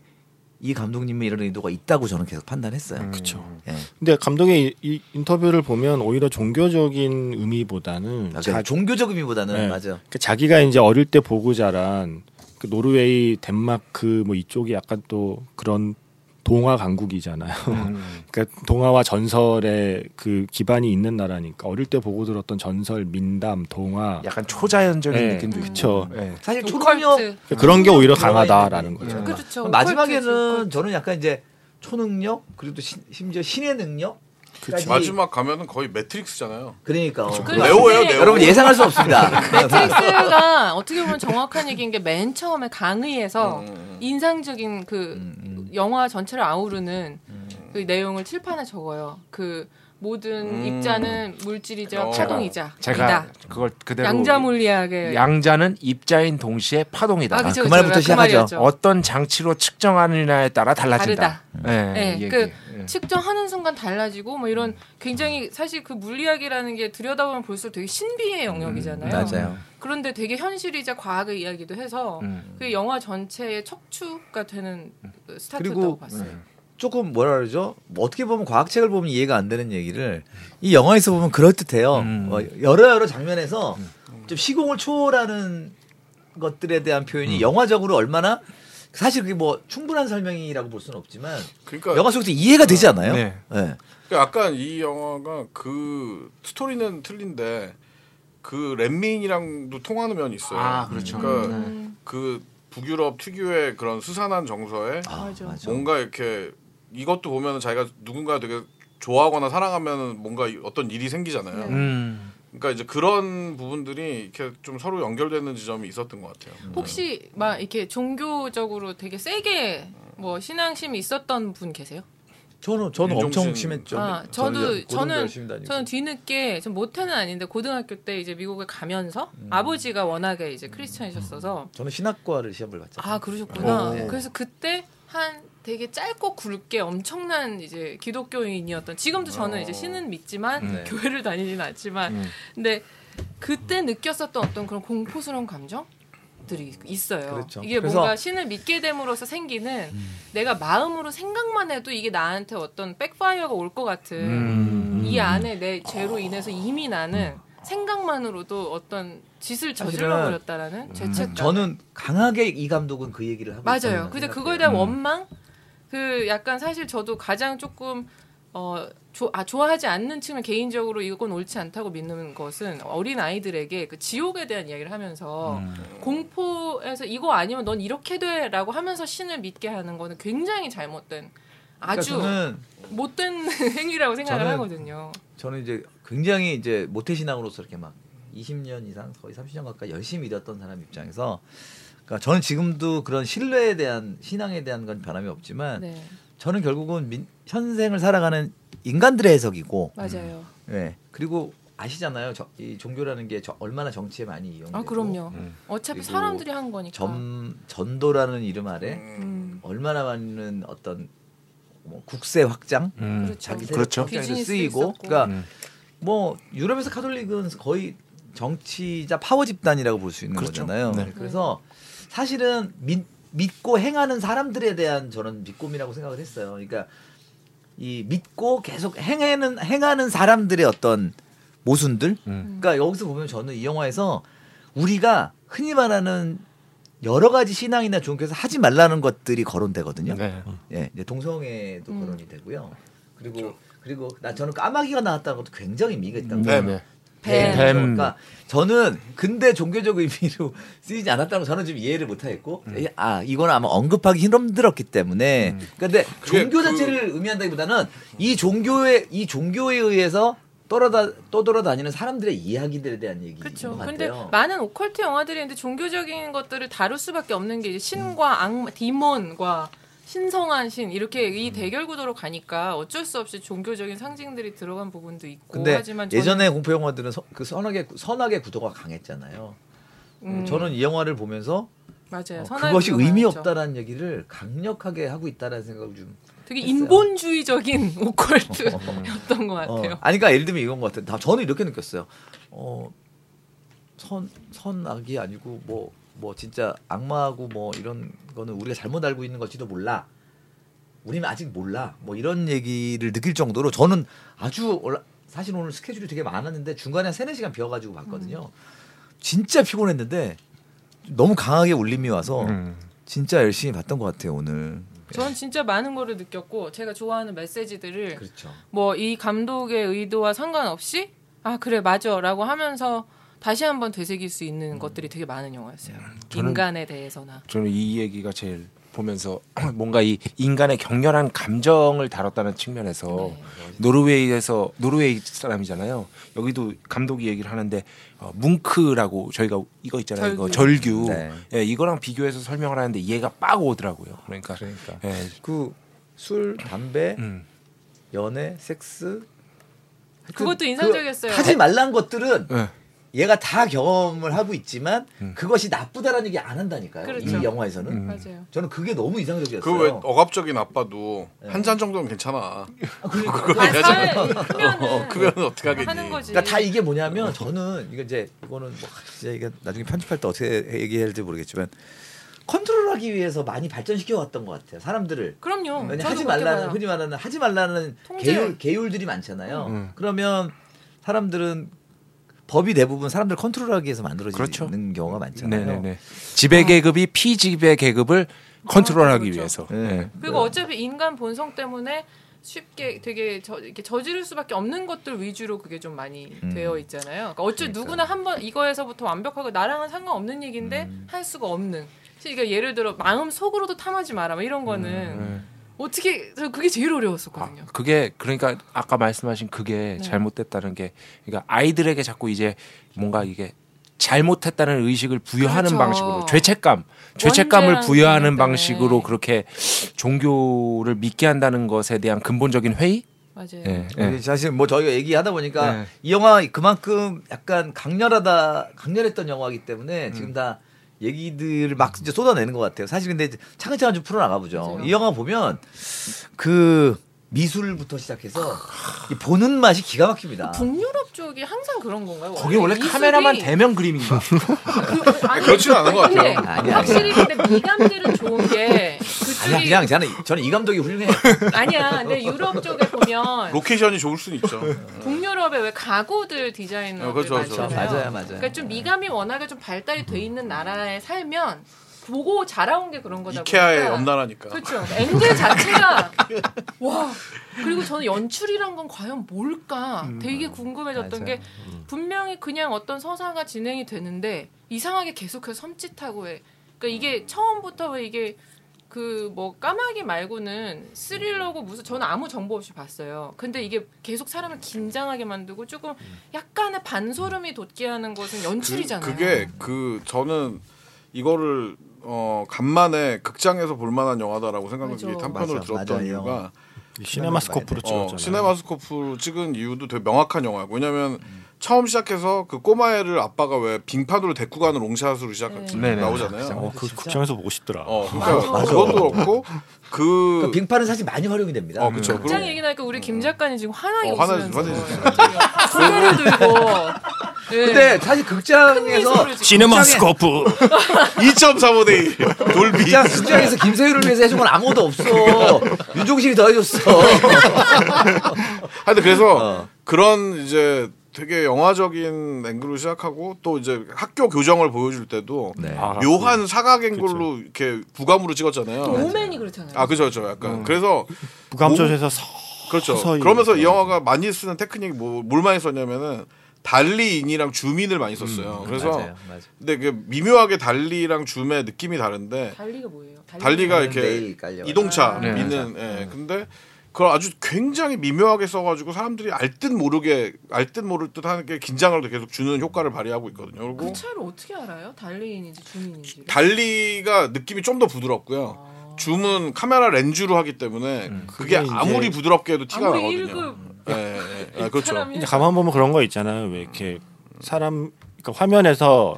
Speaker 1: 이 감독님의 이런 의도가 있다고 저는 계속 판단했어요.
Speaker 5: 그렇죠.
Speaker 1: 예.
Speaker 5: 근데 감독의 이, 이 인터뷰를 보면 오히려 종교적인 의미보다는
Speaker 1: 그러니까
Speaker 5: 자,
Speaker 1: 종교적 의미보다는
Speaker 5: 네.
Speaker 1: 맞아.
Speaker 5: 그 자기가 이제 어릴 때 보고 자란 그 노르웨이, 덴마크 뭐 이쪽이 약간 또 그런 동화 강국이잖아요.
Speaker 3: 음.
Speaker 5: 그러니까 동화와 전설의 그 기반이 있는 나라니까 어릴 때 보고 들었던 전설, 민담, 동화
Speaker 3: 약간 초자연적인
Speaker 5: 예,
Speaker 3: 느낌도 있고.
Speaker 5: 그쵸. 그러니까
Speaker 3: 예.
Speaker 1: 사실 초능력
Speaker 4: 오컬트.
Speaker 5: 그런 게 오히려
Speaker 1: 들어가
Speaker 5: 강하다라는
Speaker 1: 있는
Speaker 5: 거죠.
Speaker 3: 음.
Speaker 4: 그렇죠.
Speaker 1: 마지막에는 저는 약간 이제 초능력 그리고 또 신- 심지어 신의 능력
Speaker 5: 그쵸.
Speaker 2: 마지막 가면은 거의 매트릭스잖아요.
Speaker 1: 그러니까 요
Speaker 4: 그렇죠.
Speaker 2: 레오예요, 레오.
Speaker 1: 여러분 예상할 수
Speaker 4: 네,
Speaker 1: 없습니다. 네.
Speaker 4: 매트릭스가 어떻게 보면 정확한 얘기인 게 맨 처음에 강의에서
Speaker 2: 음, 음,
Speaker 4: 인상적인 그 영화 전체를 아우르는 그 내용을 칠판에 적어요. 그 모든
Speaker 2: 음.
Speaker 4: 입자는 물질이자
Speaker 2: 어.
Speaker 4: 파동이자
Speaker 3: 제가 그걸 그대로
Speaker 4: 양자물리학의
Speaker 3: 양자는 입자인 동시에 파동이다.
Speaker 4: 아, 그죠,
Speaker 1: 그
Speaker 4: 그죠.
Speaker 1: 말부터
Speaker 4: 그
Speaker 1: 시작하죠.
Speaker 4: 말이었죠.
Speaker 3: 어떤 장치로 측정하느냐에 따라 달라진다. 예,
Speaker 4: 네,
Speaker 3: 이 얘기.
Speaker 4: 그
Speaker 3: 예.
Speaker 4: 측정하는 순간 달라지고 뭐 이런 굉장히 사실 그 물리학이라는 게 들여다보면 볼수록 되게 신비의
Speaker 1: 음.
Speaker 4: 영역이잖아요.
Speaker 1: 맞아요.
Speaker 4: 그런데 되게 현실이자 과학의 이야기도 해서
Speaker 3: 음.
Speaker 4: 그 영화 전체의 척추가 되는 그
Speaker 1: 그리고
Speaker 4: 스타트였다고 봤어요.
Speaker 1: 조금 뭐라 그러죠? 뭐 어떻게 보면 과학책을 보면 이해가 안 되는 얘기를 이 영화에서 보면 그럴듯해요.
Speaker 3: 음.
Speaker 1: 어, 여러 여러 장면에서 좀 시공을 초월하는 것들에 대한 표현이 영화적으로 얼마나 사실 그게 뭐 충분한 설명이라고 볼 수는 없지만
Speaker 2: 그러니까
Speaker 1: 영화 속에서 이해가 되지 않아요?
Speaker 3: 네.
Speaker 1: 네.
Speaker 2: 그러니까 약간 이 영화가 그 스토리는 틀린데 그 렛민이랑도 통하는 면이 있어요.
Speaker 3: 아, 그렇죠.
Speaker 2: 러니까
Speaker 4: 음,
Speaker 2: 그 북유럽 특유의 그런 수산한 정서에
Speaker 1: 아,
Speaker 4: 맞아.
Speaker 3: 그렇죠.
Speaker 2: 뭔가 이렇게 이것도 보면 은 자기가 누군가 되게 좋아하거나 사랑하면 뭔가 이- 어떤 일이 생기잖아요.
Speaker 3: 음.
Speaker 2: 그러니까 이제 그런 부분들이 이렇게 좀 서로 연결되는 지점이 있었던 것 같아요.
Speaker 3: 음.
Speaker 4: 혹시 막 이렇게 종교적으로 되게 세게 뭐 신앙심이 있었던 분 계세요?
Speaker 1: 저는 저는
Speaker 2: 윤종신-
Speaker 1: 엄청 심했죠.
Speaker 4: 아, 저도 저는 저는 뒤늦게 전 모태는 아닌데 고등학교 때 이제 미국에 가면서 아버지가 워낙에 이제 크리스천이셨어서
Speaker 1: 저는 신학과를 시험을 봤죠.
Speaker 4: 아 그러셨구나.
Speaker 1: 네.
Speaker 4: 그래서 그때 한 되게 짧고 굵게 엄청난 이제 기독교인이었던 지금도 저는 이제 신은 믿지만
Speaker 1: 어. 네. 음.
Speaker 4: 교회를 다니진 않지만 근데 그때 느꼈었던 어떤 그런 공포스러운 감정? 들이 있어요.
Speaker 1: 그렇죠.
Speaker 4: 이게
Speaker 1: 그래서- 음.
Speaker 4: 뭔가 신을 믿게 됨으로써 생기는 내가 마음으로 생각만 해도 이게 나한테 어떤 백파이어가 올 것 같은
Speaker 3: 네.
Speaker 1: 음.
Speaker 3: 음.
Speaker 4: 이 안에 내 죄로 인해서 이미 나는 생각만으로도 어떤 짓을
Speaker 1: 사실은
Speaker 4: 저질러 버렸다라는 죄책감.
Speaker 1: 음. 저는 강하게 이 감독은 그 얘기를 하고
Speaker 4: 맞아요.
Speaker 1: 있다는
Speaker 4: 근데
Speaker 1: 생각해요. 음.
Speaker 4: 그거에 대한 원망, 그 약간 사실 저도 가장 조금 어, 조, 아, 좋아하지 않는 측면 개인적으로 이건 옳지 않다고 믿는 것은 어린 아이들에게 그 지옥에 대한 이야기를 하면서
Speaker 1: 음.
Speaker 4: 공포에서 이거 아니면 넌 이렇게 돼라고 하면서 신을 믿게 하는 거는 굉장히 잘못된
Speaker 1: 그러니까
Speaker 4: 아주
Speaker 1: 저는
Speaker 4: 못된 행위라고 생각을
Speaker 1: 저는
Speaker 4: 하거든요.
Speaker 1: 저는 이제 굉장히 이제 모태 신앙으로서 이렇게 막 20년 이상 거의 30년 가까이 열심히 일했던 사람 입장에서 그러니까 저는 지금도 그런 신뢰에 대한 신앙에 대한 건 변함이 없지만
Speaker 4: 네,
Speaker 1: 저는 결국은 민- 현생을 살아가는 인간들의 해석이고
Speaker 4: 맞아요.
Speaker 1: 예. 그리고 아시잖아요. 저- 이 종교라는 게 저- 얼마나 정치에 많이 이용되고
Speaker 4: 아 그럼요. 어차피
Speaker 1: 음. 그리고
Speaker 4: 사람들이 한 거니까.
Speaker 1: 점 전도라는 이름 아래
Speaker 4: 음,
Speaker 1: 얼마나 많은 어떤 뭐 국세 확장
Speaker 3: 음.
Speaker 1: 자기 세력
Speaker 3: 그렇죠.
Speaker 1: 확장에도
Speaker 4: 비즈니스도
Speaker 1: 쓰이고
Speaker 4: 있었고.
Speaker 1: 그러니까
Speaker 3: 음.
Speaker 1: 뭐 유럽에서 카톨릭은 거의 정치자 파워 집단이라고 볼 수 있는
Speaker 3: 그렇죠.
Speaker 1: 거잖아요.
Speaker 3: 네.
Speaker 1: 그래서 사실은 믿, 믿고 행하는 사람들에 대한 저는 믿음이라고 생각을 했어요. 그러니까 이 믿고 계속 행하는 행하는 사람들의 어떤 모순들.
Speaker 3: 음.
Speaker 1: 그러니까 여기서 보면 저는 이 영화에서 우리가 흔히 말하는 여러 가지 신앙이나 종교에서 하지 말라는 것들이 거론되거든요.
Speaker 3: 네.
Speaker 1: 예, 이제 동성애도
Speaker 4: 음.
Speaker 1: 거론이 되고요.
Speaker 2: 그렇죠.
Speaker 1: 그리고 그리고 나 저는 까마귀가 나왔다는 것도 굉장히 미가 있다고.
Speaker 3: 네.
Speaker 1: 요
Speaker 3: 네.
Speaker 4: 음, 뱀.
Speaker 3: 뱀.
Speaker 1: 그러니까 저는 근데 종교적 의미로 쓰이지 않았다는 거 저는 좀 이해를 못하겠고
Speaker 4: 음.
Speaker 1: 예, 아 이건 아마 언급하기 힘들었기 때문에 그러니까 근데
Speaker 2: 그게
Speaker 1: 종교
Speaker 2: 그-
Speaker 1: 자체를 의미한다기보다는 이 종교에 이 종교에 의해서 떠돌아 떠돌아다니는 사람들의 이야기들에 대한 얘기인
Speaker 4: 그렇죠.
Speaker 1: 것
Speaker 4: 근데
Speaker 1: 같아요.
Speaker 4: 많은 오컬트 영화들이 있는데 종교적인 것들을 다룰 수밖에 없는 게 이제 신과
Speaker 1: 음.
Speaker 4: 악마, 디몬과 신성한 신 이렇게 이 대결 구도로 가니까 어쩔 수 없이 종교적인 상징들이 들어간 부분도 있고
Speaker 1: 근데
Speaker 4: 하지만 저는-
Speaker 1: 예전에 공포 영화들은 서- 그 선악의 선악의 구도가 강했잖아요.
Speaker 4: 음,
Speaker 1: 저는 이 영화를 보면서
Speaker 4: 맞아요.
Speaker 1: 어,
Speaker 4: 선한
Speaker 1: 그것이
Speaker 4: 구도가
Speaker 1: 의미
Speaker 4: 많았죠.
Speaker 1: 없다라는 얘기를 강력하게 하고 있다라는 생각을 좀.
Speaker 4: 되게
Speaker 1: 했어요.
Speaker 4: 인본주의적인 오컬트였던 것
Speaker 1: 어.
Speaker 4: 같아요.
Speaker 1: 아니 그러니까 예를 들면 이건 것 같아요. 나- 저는 이렇게 느꼈어요. 어, 선 선악이 아니고 뭐 뭐 진짜 악마하고 뭐 이런 거는 우리가 잘못 알고 있는 것지도 몰라. 우리는 아직 몰라. 뭐 이런 얘기를 느낄 정도로 저는 아주 올라- 사실 오늘 스케줄이 되게 많았는데 중간에 한 세네 시간 비워가지고 봤거든요. 진짜 피곤했는데 너무 강하게 울림이 와서
Speaker 3: 음.
Speaker 1: 진짜 열심히 봤던 것 같아요 오늘.
Speaker 4: 전 진짜 많은 거를 느꼈고 제가 좋아하는 메시지들을
Speaker 1: 그렇죠.
Speaker 4: 뭐 이 감독의 의도와 상관없이 아 그래 맞아라고 하면서 다시 한번 되새길 수
Speaker 1: 음.
Speaker 4: 있는 것들이 되게 많은 영화였어요.
Speaker 3: 저는-
Speaker 4: 인간에 대해서나
Speaker 3: 저는 이 얘기가 제일 보면서 뭔가 이 인간의 격렬한 감정을 다뤘다는 측면에서
Speaker 4: 네.
Speaker 3: 노르웨이에서 노르웨이 사람이잖아요. 여기도 감독이 얘기를 하는데 어, 뭉크라고 저희가 이거 있잖아요. 이거 절규.
Speaker 1: 네.
Speaker 3: 예, 이거랑 비교해서 설명을 하는데 이해가 빡 오더라고요. 그러니까,
Speaker 1: 그러니까.
Speaker 3: 예,
Speaker 1: 그술 담배
Speaker 3: 음,
Speaker 1: 연애 섹스
Speaker 4: 그것도
Speaker 1: 하여튼
Speaker 4: 인상적이었어요.
Speaker 1: 그거 하지 말란 것들은
Speaker 3: 예.
Speaker 1: 얘가 다 경험을 하고 있지만 그것이 나쁘다라는 얘기 안 한다니까요
Speaker 4: 그렇죠.
Speaker 1: 이 영화에서는
Speaker 4: 맞아요.
Speaker 1: 저는 네. 그게 너무 인상적이었어요
Speaker 2: 그 왜 억압적인 아빠도 한 잔 정도는 괜찮아.
Speaker 1: 아, 그러니까.
Speaker 4: 아, 사회 크면은
Speaker 2: 그러면 어떻게 하겠니?
Speaker 4: 하는 거지.
Speaker 1: 그러니까 다 이게 뭐냐면 저는 이거 이제 이거는 뭐 진짜 이게 나중에 편집할 때 어떻게 얘기해야 될지 모르겠지만 컨트롤하기 위해서 많이 발전시켜 왔던 것 같아요 사람들을
Speaker 4: 그럼요.
Speaker 1: 왜냐
Speaker 4: 저도
Speaker 1: 하지
Speaker 4: 그렇게
Speaker 1: 말라는
Speaker 4: 봐요.
Speaker 1: 흔히 말하는 하지 말라는
Speaker 4: 통제.
Speaker 1: 계율 계율들이 많잖아요.
Speaker 3: 음.
Speaker 1: 그러면 사람들은 법이 대부분 사람들 컨트롤하기 위해서 만들어지는
Speaker 3: 그렇죠.
Speaker 1: 경우가 많잖아요.
Speaker 3: 네네네. 지배 계급이 피지배 계급을 컨트롤하기
Speaker 4: 그렇죠.
Speaker 3: 위해서.
Speaker 1: 예.
Speaker 3: 예.
Speaker 4: 그리고 어차피 인간 본성 때문에 쉽게 되게 저, 이렇게 저지를 수밖에 없는 것들 위주로 그게 좀 많이
Speaker 1: 음.
Speaker 4: 되어 있잖아요. 그러니까 어째
Speaker 1: 그러니까요.
Speaker 4: 누구나 한 번 이거에서부터 완벽하고 나랑은 상관없는 얘기인데 할 수가 없는. 그러니까 예를 들어 마음 속으로도 탐하지 마라 막 이런 거는 어떻게 저 그게 제일 어려웠었거든요. 네.
Speaker 3: 그게 그러니까 아까 말씀하신 그게 잘못됐다는 게 그러니까 아이들에게 자꾸 이제 뭔가 이게 잘못했다는 의식을 부여하는
Speaker 4: 그렇죠.
Speaker 3: 방식으로 죄책감 죄책감을
Speaker 4: 원죄라는 네.
Speaker 3: 부여하는
Speaker 4: 때문에.
Speaker 3: 방식으로 그렇게 종교를 믿게 한다는 것에 대한 근본적인 회의
Speaker 4: 맞아요.
Speaker 3: 예,
Speaker 1: 근데
Speaker 3: 예.
Speaker 1: 사실 뭐 저희가 얘기하다 보니까
Speaker 3: 네.
Speaker 1: 이 영화 그만큼 약간 강렬하다 강렬했던 영화이기 때문에
Speaker 3: 음.
Speaker 1: 지금 다 얘기들을 막 이제 쏟아내는 것 같아요. 사실 근데 이제 차근차근 좀 풀어나가 보죠.
Speaker 4: 맞아요.
Speaker 1: 이 영화 보면
Speaker 4: 아.
Speaker 1: 그 미술부터 시작해서 이 보는 맛이 기가 막힙니다.
Speaker 4: 어, 북유럽 한국 쪽이 항상 그런 건가요?
Speaker 3: 거기 원래 카메라만
Speaker 4: 미술이-
Speaker 3: 대면 그림인가?
Speaker 4: 그, 아니,
Speaker 2: 그렇지는 않은 것 같아요.
Speaker 4: 근데
Speaker 1: 아니야,
Speaker 4: 확실히 근데 미감들은 좋은 게
Speaker 1: 아니야
Speaker 4: 그쪽이
Speaker 1: 그냥 저는 이- 저는 이 감독이 훌륭해.
Speaker 4: 아니야. 근데 유럽 쪽에 보면
Speaker 2: 로케이션이 좋을 수는 있죠.
Speaker 4: 북유럽에 왜 가구들 디자이너들
Speaker 2: 어, 그렇죠, 그렇죠.
Speaker 4: 많잖아요.
Speaker 1: 맞아요, 네. 맞아요.
Speaker 4: 그러니까 좀 미감이 워낙에 좀 발달이 돼 있는 나라에 살면 보고 자라온 게 그런 거다
Speaker 2: 이케아의
Speaker 4: 보니까.
Speaker 2: 옆나라니까.
Speaker 4: 그렇죠. 엔젤 자체가 와 그리고 저는 연출이란 건 과연 뭘까
Speaker 2: 음.
Speaker 4: 되게 궁금해졌던
Speaker 1: 맞아요. 음.
Speaker 4: 게 분명히 그냥 어떤 서사가 진행이 되는데 이상하게 계속해서 섬찟하고 해. 그러니까 이게 처음부터 왜 이게 그 뭐 까마귀 말고는
Speaker 1: 음.
Speaker 4: 스릴러고 무슨 저는 아무 정보 없이 봤어요. 근데 이게 계속 사람을 긴장하게 만들고 조금
Speaker 1: 음.
Speaker 4: 약간의 반소름이 돋게 하는 것은 연출이잖아요.
Speaker 2: 그, 게그 저는 이거를 어 간만에 극장에서 볼 만한 영화다라고 생각을
Speaker 4: 맞아.
Speaker 2: 한편으로
Speaker 1: 맞아,
Speaker 2: 들었던
Speaker 1: 맞아요.
Speaker 2: 이유가
Speaker 5: 예. 시네마스코프로
Speaker 2: 어,
Speaker 5: 찍었잖아요.
Speaker 2: 시네마스코프로 찍은 이유도 되게 명확한 영화고 왜냐면 처음 시작해서 그 꼬마애를 아빠가 왜 빙판으로 데리고 가는 롱샷으로 시작
Speaker 3: 네, 네.
Speaker 2: 나오잖아요.
Speaker 5: 어, 그 극장에서 보고 싶더라.
Speaker 2: 어, 그러니까
Speaker 4: 맞아.
Speaker 2: 그것도 그렇고 그
Speaker 1: 그러니까 빙판은 사실 많이 활용이 됩니다. 음.
Speaker 2: 어, 그쵸. 그리고-
Speaker 4: 극장 얘기 나니까 우리 김 작가님 지금 화나게
Speaker 2: 어, 화나-
Speaker 4: 웃으면서
Speaker 2: 화내셨어요.
Speaker 4: 고개를 들고. 예.
Speaker 1: 근데 사실 극장에서
Speaker 4: 큰미소를 지금.
Speaker 5: 시네마스코프
Speaker 2: 2.35대 1 돌비.
Speaker 1: 극장, 극장에서 김세희를 위해서 해준 건 아무것도 없어. 윤종신이 더 해줬어.
Speaker 2: 하여튼 그래서
Speaker 1: 어.
Speaker 2: 그런 이제 되게 영화적인 앵글로 시작하고 또 이제 학교 교정을 보여줄 때도
Speaker 1: 네.
Speaker 3: 아,
Speaker 2: 묘한 사각 앵글로 이렇게 부감으로
Speaker 4: 또
Speaker 2: 찍었잖아요.
Speaker 4: 오맨이 그렇잖아요.
Speaker 2: 아 그죠 그죠 약간 그래서
Speaker 5: 음. 부감조에서 서
Speaker 2: 그렇죠.
Speaker 5: 서서히.
Speaker 2: 그러면서 이 영화가 많이 쓰는 테크닉이 뭐, 뭘 많이 썼냐면은 달리인이랑 줌인을 많이
Speaker 5: 음,
Speaker 2: 썼어요. 그래서
Speaker 1: 맞아요, 맞아요.
Speaker 2: 근데 그 미묘하게 달리랑 줌의 느낌이 다른데
Speaker 4: 달리가 뭐예요?
Speaker 2: 달리가
Speaker 1: 달리는
Speaker 2: 이렇게
Speaker 1: 매일 깔려가지고.
Speaker 2: 이동차
Speaker 4: 아.
Speaker 3: 네.
Speaker 2: 미는 예. 근데 그걸 아주 굉장히 미묘하게 써가지고 사람들이 알 듯 모르게 알 듯 모를 듯 하는 게 긴장을 계속 주는 효과를 발휘하고 있거든요. 그리고
Speaker 4: 그 차를 어떻게 알아요? 달리인인지 주민인지.
Speaker 2: 달리가 느낌이 좀 더 부드럽고요.
Speaker 4: 아.
Speaker 2: 줌은 카메라 렌즈로 하기 때문에 그게
Speaker 5: 그게 이제
Speaker 2: 아무리 부드럽게 해도 티가
Speaker 4: 아무리
Speaker 2: 나거든요.
Speaker 4: 1급
Speaker 2: 예, 예, 예. 아, 그렇죠.
Speaker 4: 사람이
Speaker 5: 이제 가만 보면 그런 거 있잖아요. 왜 이렇게 사람 그러니까 화면에서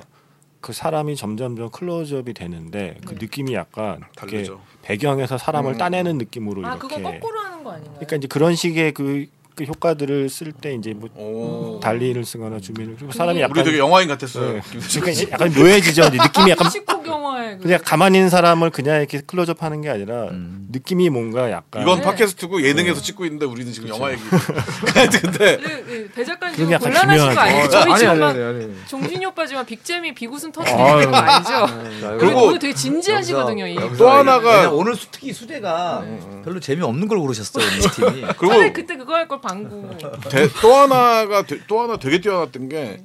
Speaker 5: 그 사람이 점점점 클로즈업이 되는데 그
Speaker 4: 네.
Speaker 5: 느낌이 약간 이렇게
Speaker 2: 다르죠. 음.
Speaker 5: 배경에서 사람을 따내는 느낌으로
Speaker 4: 아
Speaker 5: 이렇게
Speaker 4: 그거 거꾸로 하는 거 아닌가요?
Speaker 5: 그러니까 이제 그런 식의 그, 그 효과들을 쓸 때 이제 뭐
Speaker 2: 오.
Speaker 5: 달리를 쓰거나 주민을 그리고 사람이
Speaker 4: 우리
Speaker 5: 약간
Speaker 2: 어. 우리 되게 영화인 같았어요.
Speaker 5: 네. 그러니까 이제 약간 묘해지죠. 이제 느낌이 약간
Speaker 4: 식구 경화에 그
Speaker 5: 그냥 가만히 있는 사람을 그냥 이렇게 클로즈업하는 게 아니라 느낌이 뭔가
Speaker 2: 음.
Speaker 5: 약간
Speaker 2: 이건
Speaker 4: 네.
Speaker 2: 팟캐스트고 예능에서 찍고 있는데 우리는 지금 영화 얘기. 근데
Speaker 4: 네, 대작가님
Speaker 5: 그게
Speaker 4: 지금
Speaker 5: 약간
Speaker 4: 곤란하신
Speaker 5: 기묘하게.
Speaker 4: 거 아니에요?
Speaker 3: 어,
Speaker 4: 저희
Speaker 3: 아니,
Speaker 4: 지금
Speaker 3: 아니,
Speaker 4: 막
Speaker 3: 아니, 아니.
Speaker 4: 종신이 오빠 지금 막 빅잼이 비구슴 터트리는 거 아니죠? 그리고
Speaker 2: 그리고
Speaker 4: 오늘 되게 진지하시거든요. 이
Speaker 1: 네. 여기서-
Speaker 2: 또 하나가-
Speaker 1: 왜냐면 오늘 수- 특히 수대가 별로 재미없는 걸 고르셨어요 우리 팀이.
Speaker 2: 그리고
Speaker 4: 그때 그거 할 걸 방구.
Speaker 2: 대- 또 하나가 되- 또 하나 되게 뛰어났던 게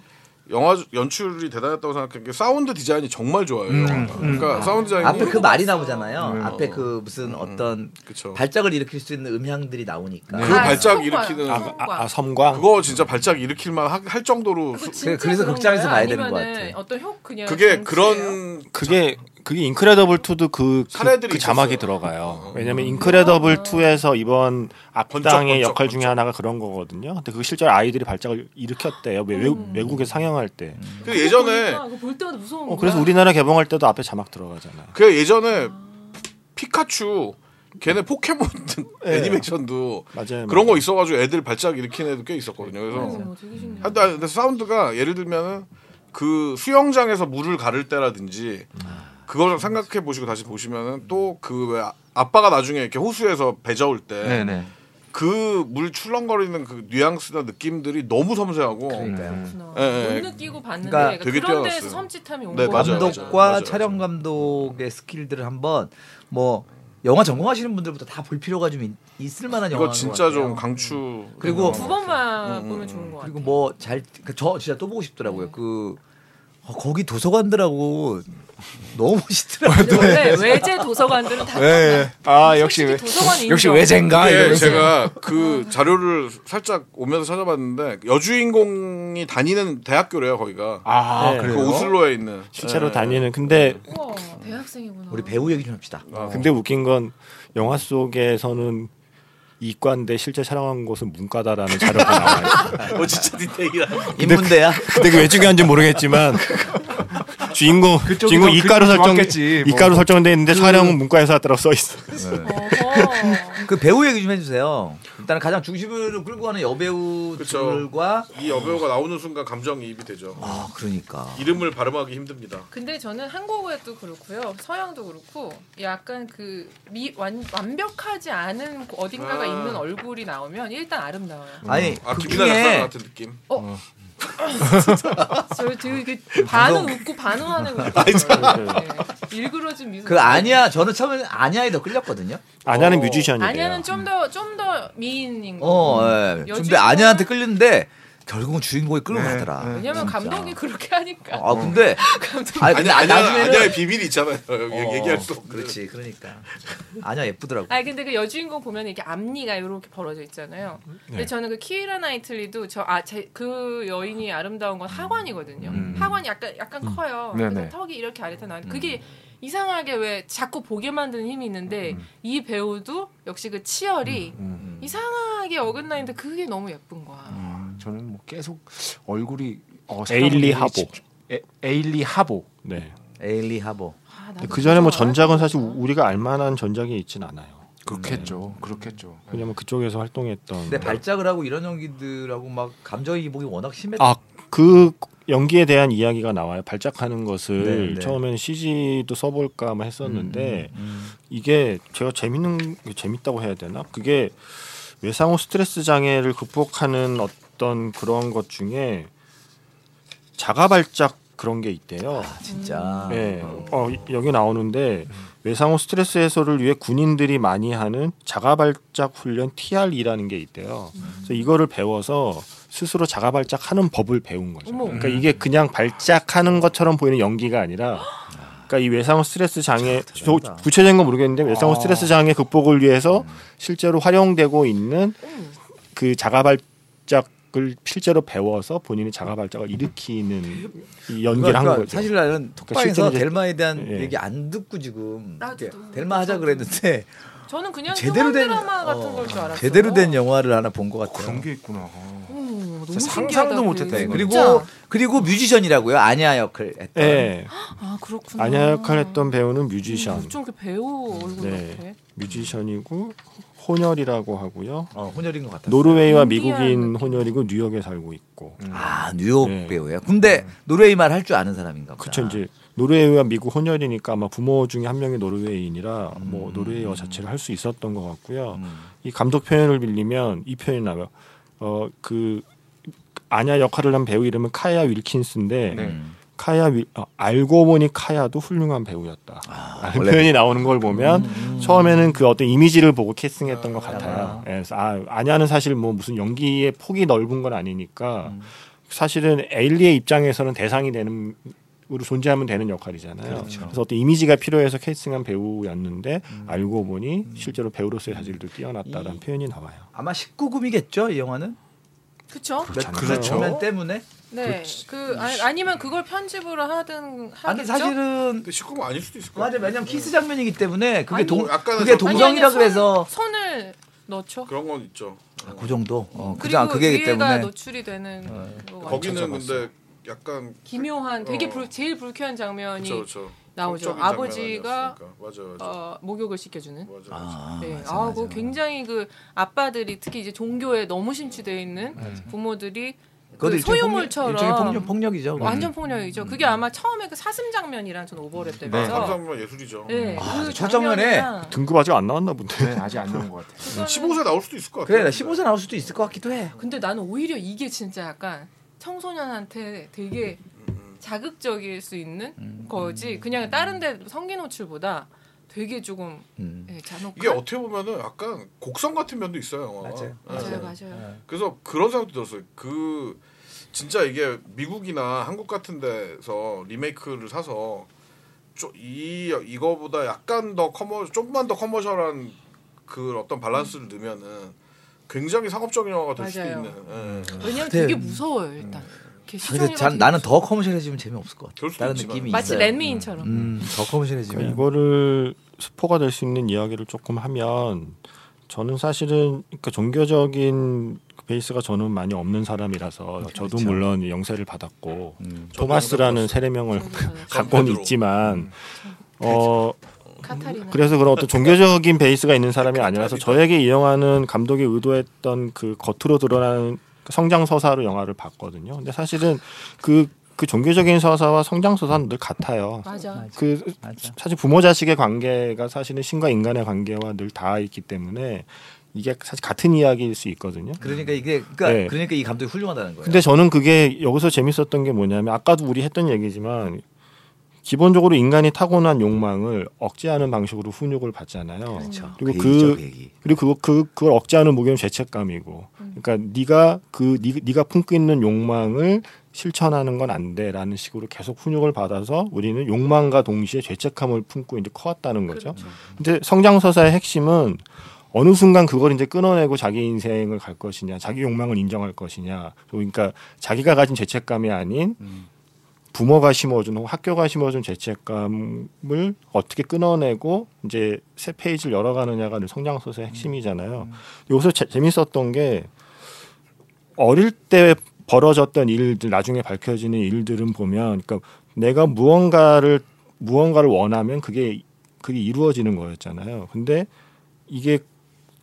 Speaker 2: 영화 주- 연출이 대단했다고 생각한 게 사운드 디자인이 정말 좋아요. 영화가. 그러니까 사운드 디자인이
Speaker 1: 앞에 그 말이 나오잖아요. 앞에 그 무슨 어떤
Speaker 2: 그쵸.
Speaker 1: 발작을 일으킬 수 있는 음향들이 나오니까.
Speaker 2: 그
Speaker 4: 아,
Speaker 2: 발작
Speaker 4: 성광.
Speaker 2: 일으키는-
Speaker 5: 아, 아,
Speaker 4: 성광.
Speaker 5: 아, 섬광
Speaker 2: 그거 진짜 발작 일으킬 만할 정도로
Speaker 4: 그거
Speaker 2: 수-
Speaker 4: 진짜
Speaker 1: 그래서
Speaker 4: 그런
Speaker 1: 극장에서
Speaker 4: 거예요?
Speaker 1: 봐야 되는 것
Speaker 4: 아니면은
Speaker 1: 같아.
Speaker 4: 어떤 효 그냥
Speaker 2: 그게
Speaker 4: 장치예요?
Speaker 2: 그런
Speaker 5: 그게 그게 인크레더블 2도 그, 그,
Speaker 2: 사례들이
Speaker 5: 그 자막이
Speaker 2: 있었어요.
Speaker 5: 들어가요. 왜냐면 인크레더블 2에서 이번 악당의
Speaker 2: 번쩍,
Speaker 5: 역할
Speaker 2: 번쩍,
Speaker 5: 중에 하나가 그런 거거든요. 근데 그 실제로 아이들이 발작을 일으켰대요. 외, 외국에 상영할 때.
Speaker 2: 그
Speaker 4: 그거
Speaker 2: 예전에
Speaker 4: 보니까 그거 볼 때마다 무서운
Speaker 5: 어,
Speaker 4: 거야.
Speaker 5: 그래서 우리나라 개봉할 때도 앞에 자막 들어가잖아.
Speaker 2: 그 예전에 피카츄 걔네 포켓몬
Speaker 5: 예.
Speaker 2: 애니메이션도
Speaker 5: 맞아요.
Speaker 2: 그런
Speaker 5: 맞아요.
Speaker 2: 거 있어가지고 애들 발작 일으키는 애도 꽤 있었거든요. 그래서
Speaker 4: 어, 되게 신기해.
Speaker 2: 한데 근데 사운드가 예를 들면은 그 수영장에서 물을 가를 때라든지 그걸 생각해 보시고 다시 보시면은 또 그 왜 아빠가 나중에 이렇게 호수에서 배저울
Speaker 3: 네, 네.
Speaker 2: 때 그 물 출렁거리는 그 뉘앙스나 느낌들이 너무 섬세하고
Speaker 1: 그러니까요.
Speaker 4: 그렇구나.
Speaker 2: 예, 예.
Speaker 4: 못 느끼고 아, 봤는데
Speaker 1: 그러니까
Speaker 4: 그러니까
Speaker 2: 되게
Speaker 4: 그런
Speaker 2: 뛰어났어요.
Speaker 4: 데에서 섬찟함이 온
Speaker 2: 네,
Speaker 4: 거예요.
Speaker 2: 맞아요,
Speaker 1: 감독과
Speaker 2: 맞아요, 맞아요.
Speaker 1: 촬영 감독의 스킬들을 한번 뭐 영화 전공하시는 분들부터 다 볼 필요가 좀 있, 을 만한 영화.
Speaker 2: 이거 진짜 좀 강추
Speaker 1: 그리고
Speaker 4: 두
Speaker 2: 음,
Speaker 4: 번만 보면 좋은 것 같아요.
Speaker 1: 그리고 뭐 잘 저 진짜 또 보고 싶더라고요. 그 어, 거기 도서관들하고 너무 멋있더라고요.
Speaker 2: 네.
Speaker 4: 원래 외제 도서관들은 다
Speaker 3: 아
Speaker 4: 역시
Speaker 3: 역시
Speaker 4: 솔직히 외- 도서관 인정.
Speaker 3: 역시
Speaker 4: 역시
Speaker 1: 아,
Speaker 3: 외젠가
Speaker 2: 예,
Speaker 3: 이러면서
Speaker 2: 제가 그 자료를 살짝 오면서 찾아봤는데 여주인공이 다니는 대학교래요 거기가
Speaker 3: 아
Speaker 5: 네.
Speaker 2: 그
Speaker 3: 그래요?
Speaker 2: 오슬로에 있는
Speaker 5: 실제로
Speaker 2: 예.
Speaker 5: 다니는. 근데
Speaker 4: 우와 대학생이구나.
Speaker 1: 우리 배우 얘기 좀 합시다.
Speaker 2: 아,
Speaker 5: 근데 웃긴 건 영화 속에서는 이과인데 실제 촬영한 곳은 문과다라는 자료가 나와요.
Speaker 2: 어 진짜 디테일이라
Speaker 1: 인문대야.
Speaker 5: 근데 그게 왜 중요한지 모르겠지만 주인공
Speaker 1: 그쪽이
Speaker 5: 주인공
Speaker 1: 더 그림이
Speaker 5: 이가로 설정
Speaker 1: 좋았겠지, 뭐.
Speaker 5: 이가로 설정돼 있는데 촬영은 문과에서 했다고 써 있어.
Speaker 4: 어허.
Speaker 1: 그 배우 얘기 좀 해주세요. 일단은 가장 중심으로 끌고 가는 여배우들과
Speaker 2: 이 여배우가 나오는 순간 감정이입이 되죠.
Speaker 1: 아 그러니까
Speaker 2: 이름을 발음하기 힘듭니다.
Speaker 4: 근데 저는 한국어도 그렇고요, 서양도 그렇고 약간 그 미, 완, 완벽하지 않은 그 어딘가가
Speaker 2: 아.
Speaker 4: 있는 얼굴이 나오면 일단 아름다워요.
Speaker 1: 아니
Speaker 2: 아
Speaker 1: 그
Speaker 2: 김이나 작사
Speaker 1: 중에 어,
Speaker 2: 같은 느낌.
Speaker 4: 저 되게 그 반은 웃고 반은 화내고 있어요. 네. 일그러진 미소.
Speaker 1: 그 아니야 저는 처음에 아니야에 더 끌렸거든요.
Speaker 5: 아냐는
Speaker 1: 어.
Speaker 5: 뮤지션이래요.
Speaker 4: 아니야는 좀 더 좀 더 미인인 거.
Speaker 1: 어, 예.
Speaker 4: 음. 여주인공은-
Speaker 1: 근데 아니야한테 끌렸는데 결국은 주인공이 끌고 가더라.
Speaker 4: 왜냐면
Speaker 1: 진짜.
Speaker 4: 감독이 그렇게 하니까.
Speaker 1: 아 근데
Speaker 4: 감독.
Speaker 1: 아니
Speaker 2: 아니
Speaker 1: 근데
Speaker 2: 아니
Speaker 1: 나중에는
Speaker 2: 아니야의 비밀이 있잖아요. 여기 얘기할 수 없는.
Speaker 1: 그렇지 그러니까 아니야 예쁘더라고.
Speaker 4: 아니 근데 그 여주인공 보면 이렇게 앞니가 이렇게 벌어져 있잖아요. 근데 저는 그 키라 나이틀리도 저아그 여인이 아름다운 건 하관이거든요.
Speaker 3: 음.
Speaker 4: 하관이 약간 약간 커요.
Speaker 3: 네네.
Speaker 4: 그래서 턱이 이렇게 아래에 나와. 그게 이상하게 왜 자꾸 보게 만드는 힘이 있는데 이 배우도 역시 그 치열이
Speaker 3: 음.
Speaker 4: 이상하게 어긋나 있는데 그게 너무 예쁜 거야.
Speaker 3: 저는 뭐 계속 얼굴이 어,
Speaker 5: 에일리
Speaker 3: 사람들이
Speaker 5: 하보.
Speaker 3: 집- 에, 에일리 하보.
Speaker 5: 네.
Speaker 1: 에일리 하보.
Speaker 4: 아, 나도
Speaker 5: 근데 그 전에 뭐
Speaker 4: 그거 알아야
Speaker 5: 전작은 사실
Speaker 4: 되나?
Speaker 5: 우리가 알만한 전작이 있진 않아요.
Speaker 3: 네. 그렇겠죠. 그렇겠죠.
Speaker 5: 왜냐면 그쪽에서 활동했던.
Speaker 1: 근데 발작을 하고 이런 연기들하고 막 감정이입이 워낙 심했.
Speaker 5: 아그 연기에 대한 이야기가 나와요. 발작하는 것을
Speaker 1: 네, 음, 네.
Speaker 5: 처음에는 CG도 써볼까 막 했었는데 이게 제가 재밌는 재밌다고 해야 되나? 그게 외상후 스트레스 장애를 극복하는 어떤 그런 것 중에 자가 발작 그런 게 있대요.
Speaker 1: 아, 진짜.
Speaker 5: 예,
Speaker 1: 어.
Speaker 5: 어, 이- 여기 나오는데 외상후 스트레스 해소를 위해 군인들이 많이 하는 자가발작 훈련 TR이라는 게 있대요. 그래서 이거를 배워서 스스로 자가발작하는 법을 배운 거죠.
Speaker 4: 어머.
Speaker 5: 그러니까 이게 그냥 발작하는 것처럼 보이는 연기가 아니라, 그러니까 이 외상후 스트레스 장애 저-
Speaker 1: 대단하다. 음.
Speaker 5: 구체적인 건 모르겠는데 외상후
Speaker 3: 아.
Speaker 5: 스트레스 장애 극복을 위해서 실제로 활용되고 있는
Speaker 4: 음.
Speaker 5: 그 자가발작을 실제로 배워서 본인이 자가발작을 일으키는 이 연기를 한 거죠.
Speaker 1: 그러니까 사실 나는 톡방에서
Speaker 5: 실제로 이제-
Speaker 1: 델마에 대한
Speaker 5: 예.
Speaker 1: 얘기 안 듣고 지금
Speaker 4: 나도
Speaker 1: 이렇게
Speaker 4: 너무
Speaker 1: 델마 하자
Speaker 4: 무서워.
Speaker 1: 그랬는데
Speaker 4: 저는 그냥
Speaker 1: 제대로
Speaker 4: 제대로
Speaker 1: 된
Speaker 4: 드라마 같은
Speaker 1: 어,
Speaker 4: 걸 줄 알았어요.
Speaker 1: 제대로 된 영화를 하나 본 것 같아요.
Speaker 3: 그런 게 있구나.
Speaker 4: 오, 너무
Speaker 3: 상상도
Speaker 4: 신기하다,
Speaker 3: 못했다,
Speaker 4: 그게.
Speaker 1: 네,
Speaker 3: 이거.
Speaker 1: 그리고
Speaker 4: 진짜?
Speaker 1: 그리고 뮤지션이라고요. 아니야 역을 했던.
Speaker 5: 예.
Speaker 4: 아 그렇구나.
Speaker 5: 아냐 역할 했던 배우는
Speaker 4: 음,
Speaker 5: 뮤지션,
Speaker 4: 어쩜 이렇게 배우 얼굴
Speaker 5: 네.
Speaker 4: 같아.
Speaker 5: 뮤지션이고 혼혈이라고 하고요.
Speaker 1: 어, 혼혈인 것 같아요.
Speaker 5: 노르웨이와
Speaker 4: 인디안
Speaker 5: 미국인
Speaker 4: 느낌.
Speaker 5: 혼혈이고 뉴욕에 살고 있고.
Speaker 1: 아 뉴욕
Speaker 5: 음. 네.
Speaker 1: 배우예요. 근데 노르웨이 말 할 줄 아는 사람인가 보다.
Speaker 5: 그쵸 이제 노르웨이와 미국 혼혈이니까 아마 부모 중에 한 명이 노르웨이인이라 뭐 노르웨이어 자체를 할 수 있었던 것 같고요.
Speaker 1: 음.
Speaker 5: 이 감독 표현을 빌리면 이 표현이 나와요. 어그 아냐 역할을 한 배우 이름은 카야 윌킨스인데
Speaker 3: 네.
Speaker 1: 음.
Speaker 5: 카야 윌 어, 알고 보니 카야도 훌륭한 배우였다. 라는
Speaker 1: 원래-
Speaker 5: 표현이 나오는 걸 보면 아, 처음에는 그 어떤 이미지를 보고 캐스팅했던 것 같아요. 예, 그래서 아, 아냐는 사실 뭐 무슨 연기의 폭이 넓은 건 아니니까 사실은 에일리의 입장에서는 대상이 되는 으로 존재하면 되는 역할이잖아요. 그래
Speaker 1: 그렇죠.
Speaker 5: 서 어떤 이미지가 필요해서 캐스팅한 배우였는데 알고 보니 실제로 배우로서의 자질도 뛰어났다라는
Speaker 1: 음. 이-
Speaker 5: 표현이 나와요.
Speaker 1: 아마 19금이겠죠 이 영화는.
Speaker 4: 그쵸?
Speaker 1: 몇
Speaker 5: 그렇죠.
Speaker 1: 장면 때문에.
Speaker 4: 네. 그 아, 니면 그걸 편집으로 하든 하겠죠.
Speaker 1: 아니 사실은
Speaker 2: 근데 19면 아닐 수도 있을 것
Speaker 1: 맞아
Speaker 2: 같아요.
Speaker 5: 음.
Speaker 1: 왜냐면 키스 장면이기 때문에 그게
Speaker 2: 아니,
Speaker 1: 동
Speaker 2: 뭐 약간은
Speaker 1: 그게
Speaker 2: 좀-
Speaker 4: 아니,
Speaker 1: 동성이라
Speaker 4: 아니, 손-
Speaker 1: 그래서
Speaker 4: 손을 넣죠.
Speaker 2: 그런 건 있죠.
Speaker 1: 아, 그 정도. 어,
Speaker 4: 그리고
Speaker 1: 그냥 그게기
Speaker 4: 위에가
Speaker 1: 때문에 어.
Speaker 4: 노출이 되는 거 같아요.
Speaker 2: 거기는 근데 약간
Speaker 4: 기묘한 되게
Speaker 2: 어.
Speaker 4: 불, 제일 불쾌한 장면이
Speaker 2: 그렇죠, 그렇죠.
Speaker 4: 나오죠.
Speaker 2: 법적인 장면은
Speaker 4: 아버지가-
Speaker 2: 아니었으니까. 맞아요, 맞아요.
Speaker 4: 어, 목욕을 시켜주는.
Speaker 2: 맞아요.
Speaker 1: 아,
Speaker 4: 네,
Speaker 1: 맞아,
Speaker 4: 아,
Speaker 1: 맞아.
Speaker 4: 그 굉장히 그 아빠들이 특히 이제 종교에 너무 심취되어 있는
Speaker 2: 네.
Speaker 4: 부모들이
Speaker 1: 그것도
Speaker 4: 그
Speaker 1: 일종의 폭력- 일종의 폭력,
Speaker 4: 소유물처럼
Speaker 1: 폭력이죠.
Speaker 2: 음.
Speaker 1: 그건.
Speaker 4: 완전 폭력이죠. 그게 아마 처음에 그 사슴 장면이랑 전 오버랩되면서
Speaker 2: 감상문 네. 예술이죠. 음.
Speaker 4: 네,
Speaker 1: 네. 아,
Speaker 4: 그
Speaker 1: 첫 장면에
Speaker 4: 장면이랑
Speaker 5: 등급 아직 안 나왔나 본데.
Speaker 3: 네, 아직 안 나온 것 같아요.
Speaker 4: 그거는-
Speaker 2: 15세 나올 수도 있을 것 같아요.
Speaker 1: 그래 나 15세 나올 수도 있을 것 같기도 해.
Speaker 4: 근데 나는 오히려 이게 진짜 약간 청소년한테 되게 자극적일 수 있는
Speaker 1: 음.
Speaker 4: 거지. 그냥 다른 데 성기 노출보다 되게 조금
Speaker 1: 음.
Speaker 4: 예, 잔혹한.
Speaker 2: 이게 어떻게 보면은 약간 곡성 같은 면도 있어요. 영화가.
Speaker 1: 맞아요.
Speaker 2: 네.
Speaker 4: 맞아요, 맞아요.
Speaker 2: 그래서 그런 생각도 들었어요. 그 진짜 이게 미국이나 한국 같은 데서 리메이크를 사서 쪼- 이 이거보다 약간 더 커머 조금만 더 커머셜한 그 어떤 밸런스를 넣으면은 굉장히 상업적인 영화가 될 수도
Speaker 4: 맞아요.
Speaker 2: 있는. 예.
Speaker 4: 왜냐면
Speaker 1: 근데- 음. 아,
Speaker 4: 되게 무서워요, 일단.
Speaker 1: 근데
Speaker 4: 이렇게 시종일관
Speaker 1: 자,
Speaker 4: 되게
Speaker 1: 나는 더 커머셜해지면 재미없을 것
Speaker 2: 그럴
Speaker 1: 같아.
Speaker 2: 수도
Speaker 1: 다른
Speaker 2: 있지만.
Speaker 1: 느낌이
Speaker 4: 마치
Speaker 1: 있어요.
Speaker 4: 렌미인처럼.
Speaker 1: 음, 더
Speaker 5: 그러니까
Speaker 1: 커머셜해지면
Speaker 5: 이거를 스포가 될 수 있는 이야기를 조금 하면 저는 사실은 그러니까 종교적인 베이스가 저는 많이 없는 사람이라서 저도
Speaker 1: 그렇죠.
Speaker 5: 물론 영세를 받았고
Speaker 1: 음.
Speaker 5: 토마스라는 세례명을 갖고는
Speaker 2: 페드로.
Speaker 5: 있지만 어
Speaker 4: 카타리나.
Speaker 5: 그래서 그런 어떤 종교적인 베이스가 있는 사람이 아니라서 저에게 이영화는 감독이 의도했던 그 겉으로 드러나는 성장 서사로 영화를 봤거든요. 근데 사실은 그 그 종교적인 서사와 성장 서사는 늘 같아요.
Speaker 4: 맞아.
Speaker 5: 그
Speaker 1: 맞아.
Speaker 5: 사실 부모 자식의 관계가 사실은 신과 인간의 관계와 늘 닿아 있기 때문에 이게 사실 같은 이야기일 수 있거든요.
Speaker 1: 그러니까 이게 그러니까,
Speaker 5: 네.
Speaker 1: 그러니까 이 감독이 훌륭하다는 거예요.
Speaker 5: 근데 저는 그게 여기서 재밌었던 게 뭐냐면 아까도 우리 했던 얘기지만 기본적으로 인간이 타고난 욕망을 억제하는 방식으로 훈육을 받잖아요.
Speaker 1: 그렇죠.
Speaker 5: 그리고
Speaker 1: 그 얘기죠,
Speaker 5: 그-
Speaker 1: 그 얘기.
Speaker 5: 그리고 그거 그 그걸 억제하는 목표는 죄책감이고. 그러니까 네가 그 네, 네가 품고 있는 욕망을 실천하는 건 안 돼라는 식으로 계속 훈육을 받아서 우리는 욕망과 동시에 죄책감을 품고 이제 커왔다는 거죠. 근데 성장 서사의 핵심은 어느 순간 그걸 이제 끊어내고 자기 인생을 갈 것이냐, 자기 욕망을 인정할 것이냐. 그러니까 자기가 가진 죄책감이 아닌 부모가 심어준 혹은 학교가 심어준 죄책감을 어떻게 끊어내고 이제 새 페이지를 열어가느냐가 늘 성장 소서의 핵심이잖아요. 여기서 재, 재밌었던 게 어릴 때 벌어졌던 일들 나중에 밝혀지는 일들은 보면 그러니까 내가 무언가를 무언가를 원하면 그게 그게 이루어지는 거였잖아요. 근데 이게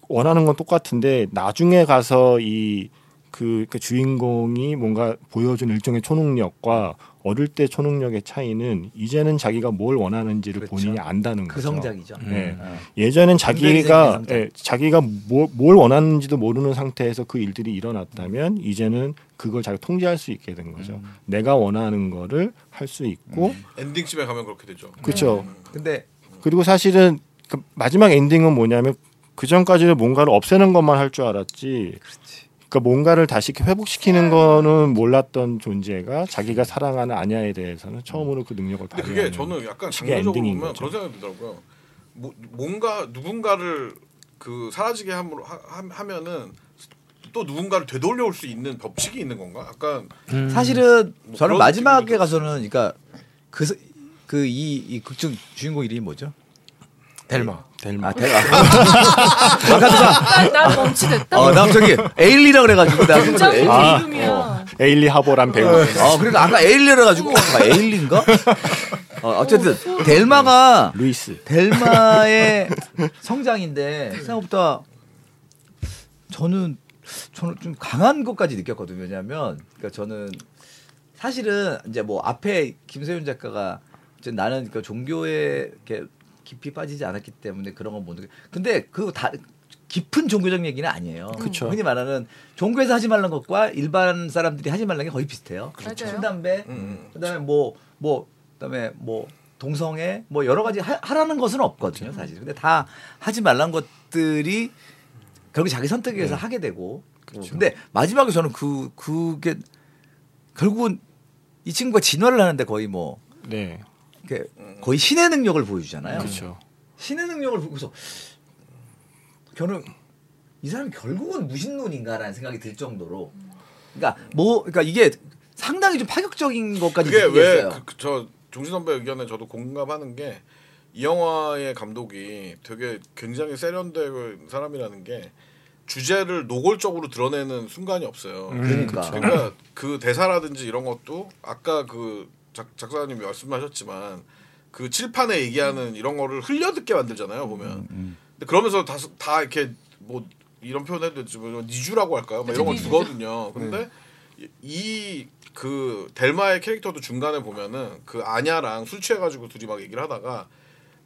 Speaker 5: 원하는 건 똑같은데 나중에 가서 이 그, 그 주인공이 뭔가 보여준 일종의 초능력과 어릴 때 초능력의 차이는 이제는 자기가 뭘 원하는지를
Speaker 1: 그렇죠.
Speaker 5: 본인이 안다는
Speaker 1: 그
Speaker 5: 거죠.
Speaker 1: 성장이죠.
Speaker 5: 네.
Speaker 1: 어.
Speaker 5: 예전엔
Speaker 1: 군대를
Speaker 5: 자기가
Speaker 1: 생긴 상태.
Speaker 5: 예, 자기가 뭐- 뭘 원하는지도 모르는 상태에서 그 일들이
Speaker 1: 음.
Speaker 5: 일어났다면 이제는 그걸 자기가 통제할 수 있게 된 거죠. 내가 원하는 거를 할 수 있고
Speaker 1: 음.
Speaker 2: 예. 엔딩쯤에 가면 그렇게 되죠.
Speaker 1: 네.
Speaker 5: 그렇죠.
Speaker 1: 근데
Speaker 5: 그리고 사실은 그 마지막 엔딩은 뭐냐면 그 전까지는 뭔가를 없애는 것만 할 줄 알았지.
Speaker 1: 그렇지.
Speaker 5: 그러니까 뭔가를 다시 이렇게 회복시키는 거는 몰랐던 존재가 자기가 사랑하는 아냐에 대해서는 처음으로 그 능력을
Speaker 2: 근데 그게
Speaker 5: 발휘하는.
Speaker 2: 저는 약간
Speaker 5: 그게
Speaker 2: 장기적으로
Speaker 5: 엔딩인
Speaker 2: 보면
Speaker 5: 거죠.
Speaker 2: 그런 생각이 들더라고요. 뭐, 뭔가 누군가를 그 사라지게 함으로 하, 함- 하면은 또 누군가를 되돌려올 수 있는 법칙이 있는 건가? 약간
Speaker 1: 사실은
Speaker 2: 뭐
Speaker 1: 저는 음.
Speaker 2: 그런
Speaker 1: 마지막에
Speaker 2: 느낌도
Speaker 1: 가서는 그러니까 그그이 이 극중 주인공 이름이 뭐죠?
Speaker 3: 델마.
Speaker 5: 델마.
Speaker 1: 아 대박. 아까
Speaker 4: 아, 나 멈칫했다.
Speaker 1: 어나 갑자기 에일리라 그래가지고 나
Speaker 4: 진짜
Speaker 1: 에일리.
Speaker 5: 아,
Speaker 4: 이름이야.
Speaker 5: 에일리 하보란 배우.
Speaker 2: 네.
Speaker 1: 어 그러니까 아까 에일리라 가지고 아, 에일리인가? 어, 어쨌든 델마가
Speaker 5: 루이스.
Speaker 1: 델마의 성장인데 생각보다 저는 저는 좀 강한 것까지 느꼈거든요. 왜냐하면 그러니까 저는 사실은 이제 뭐 앞에 김세윤 작가가 이제 나는 그러니까 종교에 이렇게 깊이 빠지지 않았기 때문에 그런 건 모르겠. 근데 그 다 깊은 종교적 얘기는 아니에요.
Speaker 5: 그쵸.
Speaker 1: 흔히 말하는 종교에서 하지 말란 것과 일반 사람들이 하지 말란 게 거의 비슷해요.
Speaker 4: 그렇죠.
Speaker 1: 술, 담배,
Speaker 2: 음.
Speaker 1: 그다음에 뭐 뭐 그다음에 뭐 동성애 뭐 여러 가지 하, 라는 것은
Speaker 5: 음.
Speaker 1: 없거든요 사실 근데 다 하지 말란 것들이 결국 자기 선택에
Speaker 5: 네.
Speaker 1: 의해서 하게 되고
Speaker 5: 그렇죠.
Speaker 1: 근데 마지막에 저는 그 그게 결국은 이 친구가 진화를 하는데 거의 뭐
Speaker 5: 네.
Speaker 1: 이렇게 거의 신의 능력을 보여주잖아요
Speaker 5: 그렇죠.
Speaker 1: 신의 능력을 보고서 저는 이 사람이 결국은 무신론인가라는 생각이 들 정도로 그러니까 뭐 그러니까 이게 상당히 좀 파격적인 것까지
Speaker 2: 그게
Speaker 1: 느끼겠어요.
Speaker 2: 왜저 종신 선배 의견에 저도 공감하는 게 이 영화의 감독이 되게 굉장히 세련된 사람이라는 게 주제를 노골적으로 드러내는 순간이 없어요.
Speaker 1: 그러니까.
Speaker 2: 그러니까 그 대사라든지 이런 것도 아까 그 작, 작사님이 말씀하셨지만 그 칠판에 얘기하는 이런 거를 흘려듣게 만들잖아요
Speaker 1: 음,
Speaker 2: 보면. 근데 그러면서 다, 다 이렇게 뭐 이런 표현해도 되지 뭐 니주라고 할까요? 막 이런 거
Speaker 4: 니주죠.
Speaker 2: 주거든요. 근데 이 그 델마의 캐릭터도 중간에 보면은 그 아냐랑 술 취해가지고 둘이 막 얘기를 하다가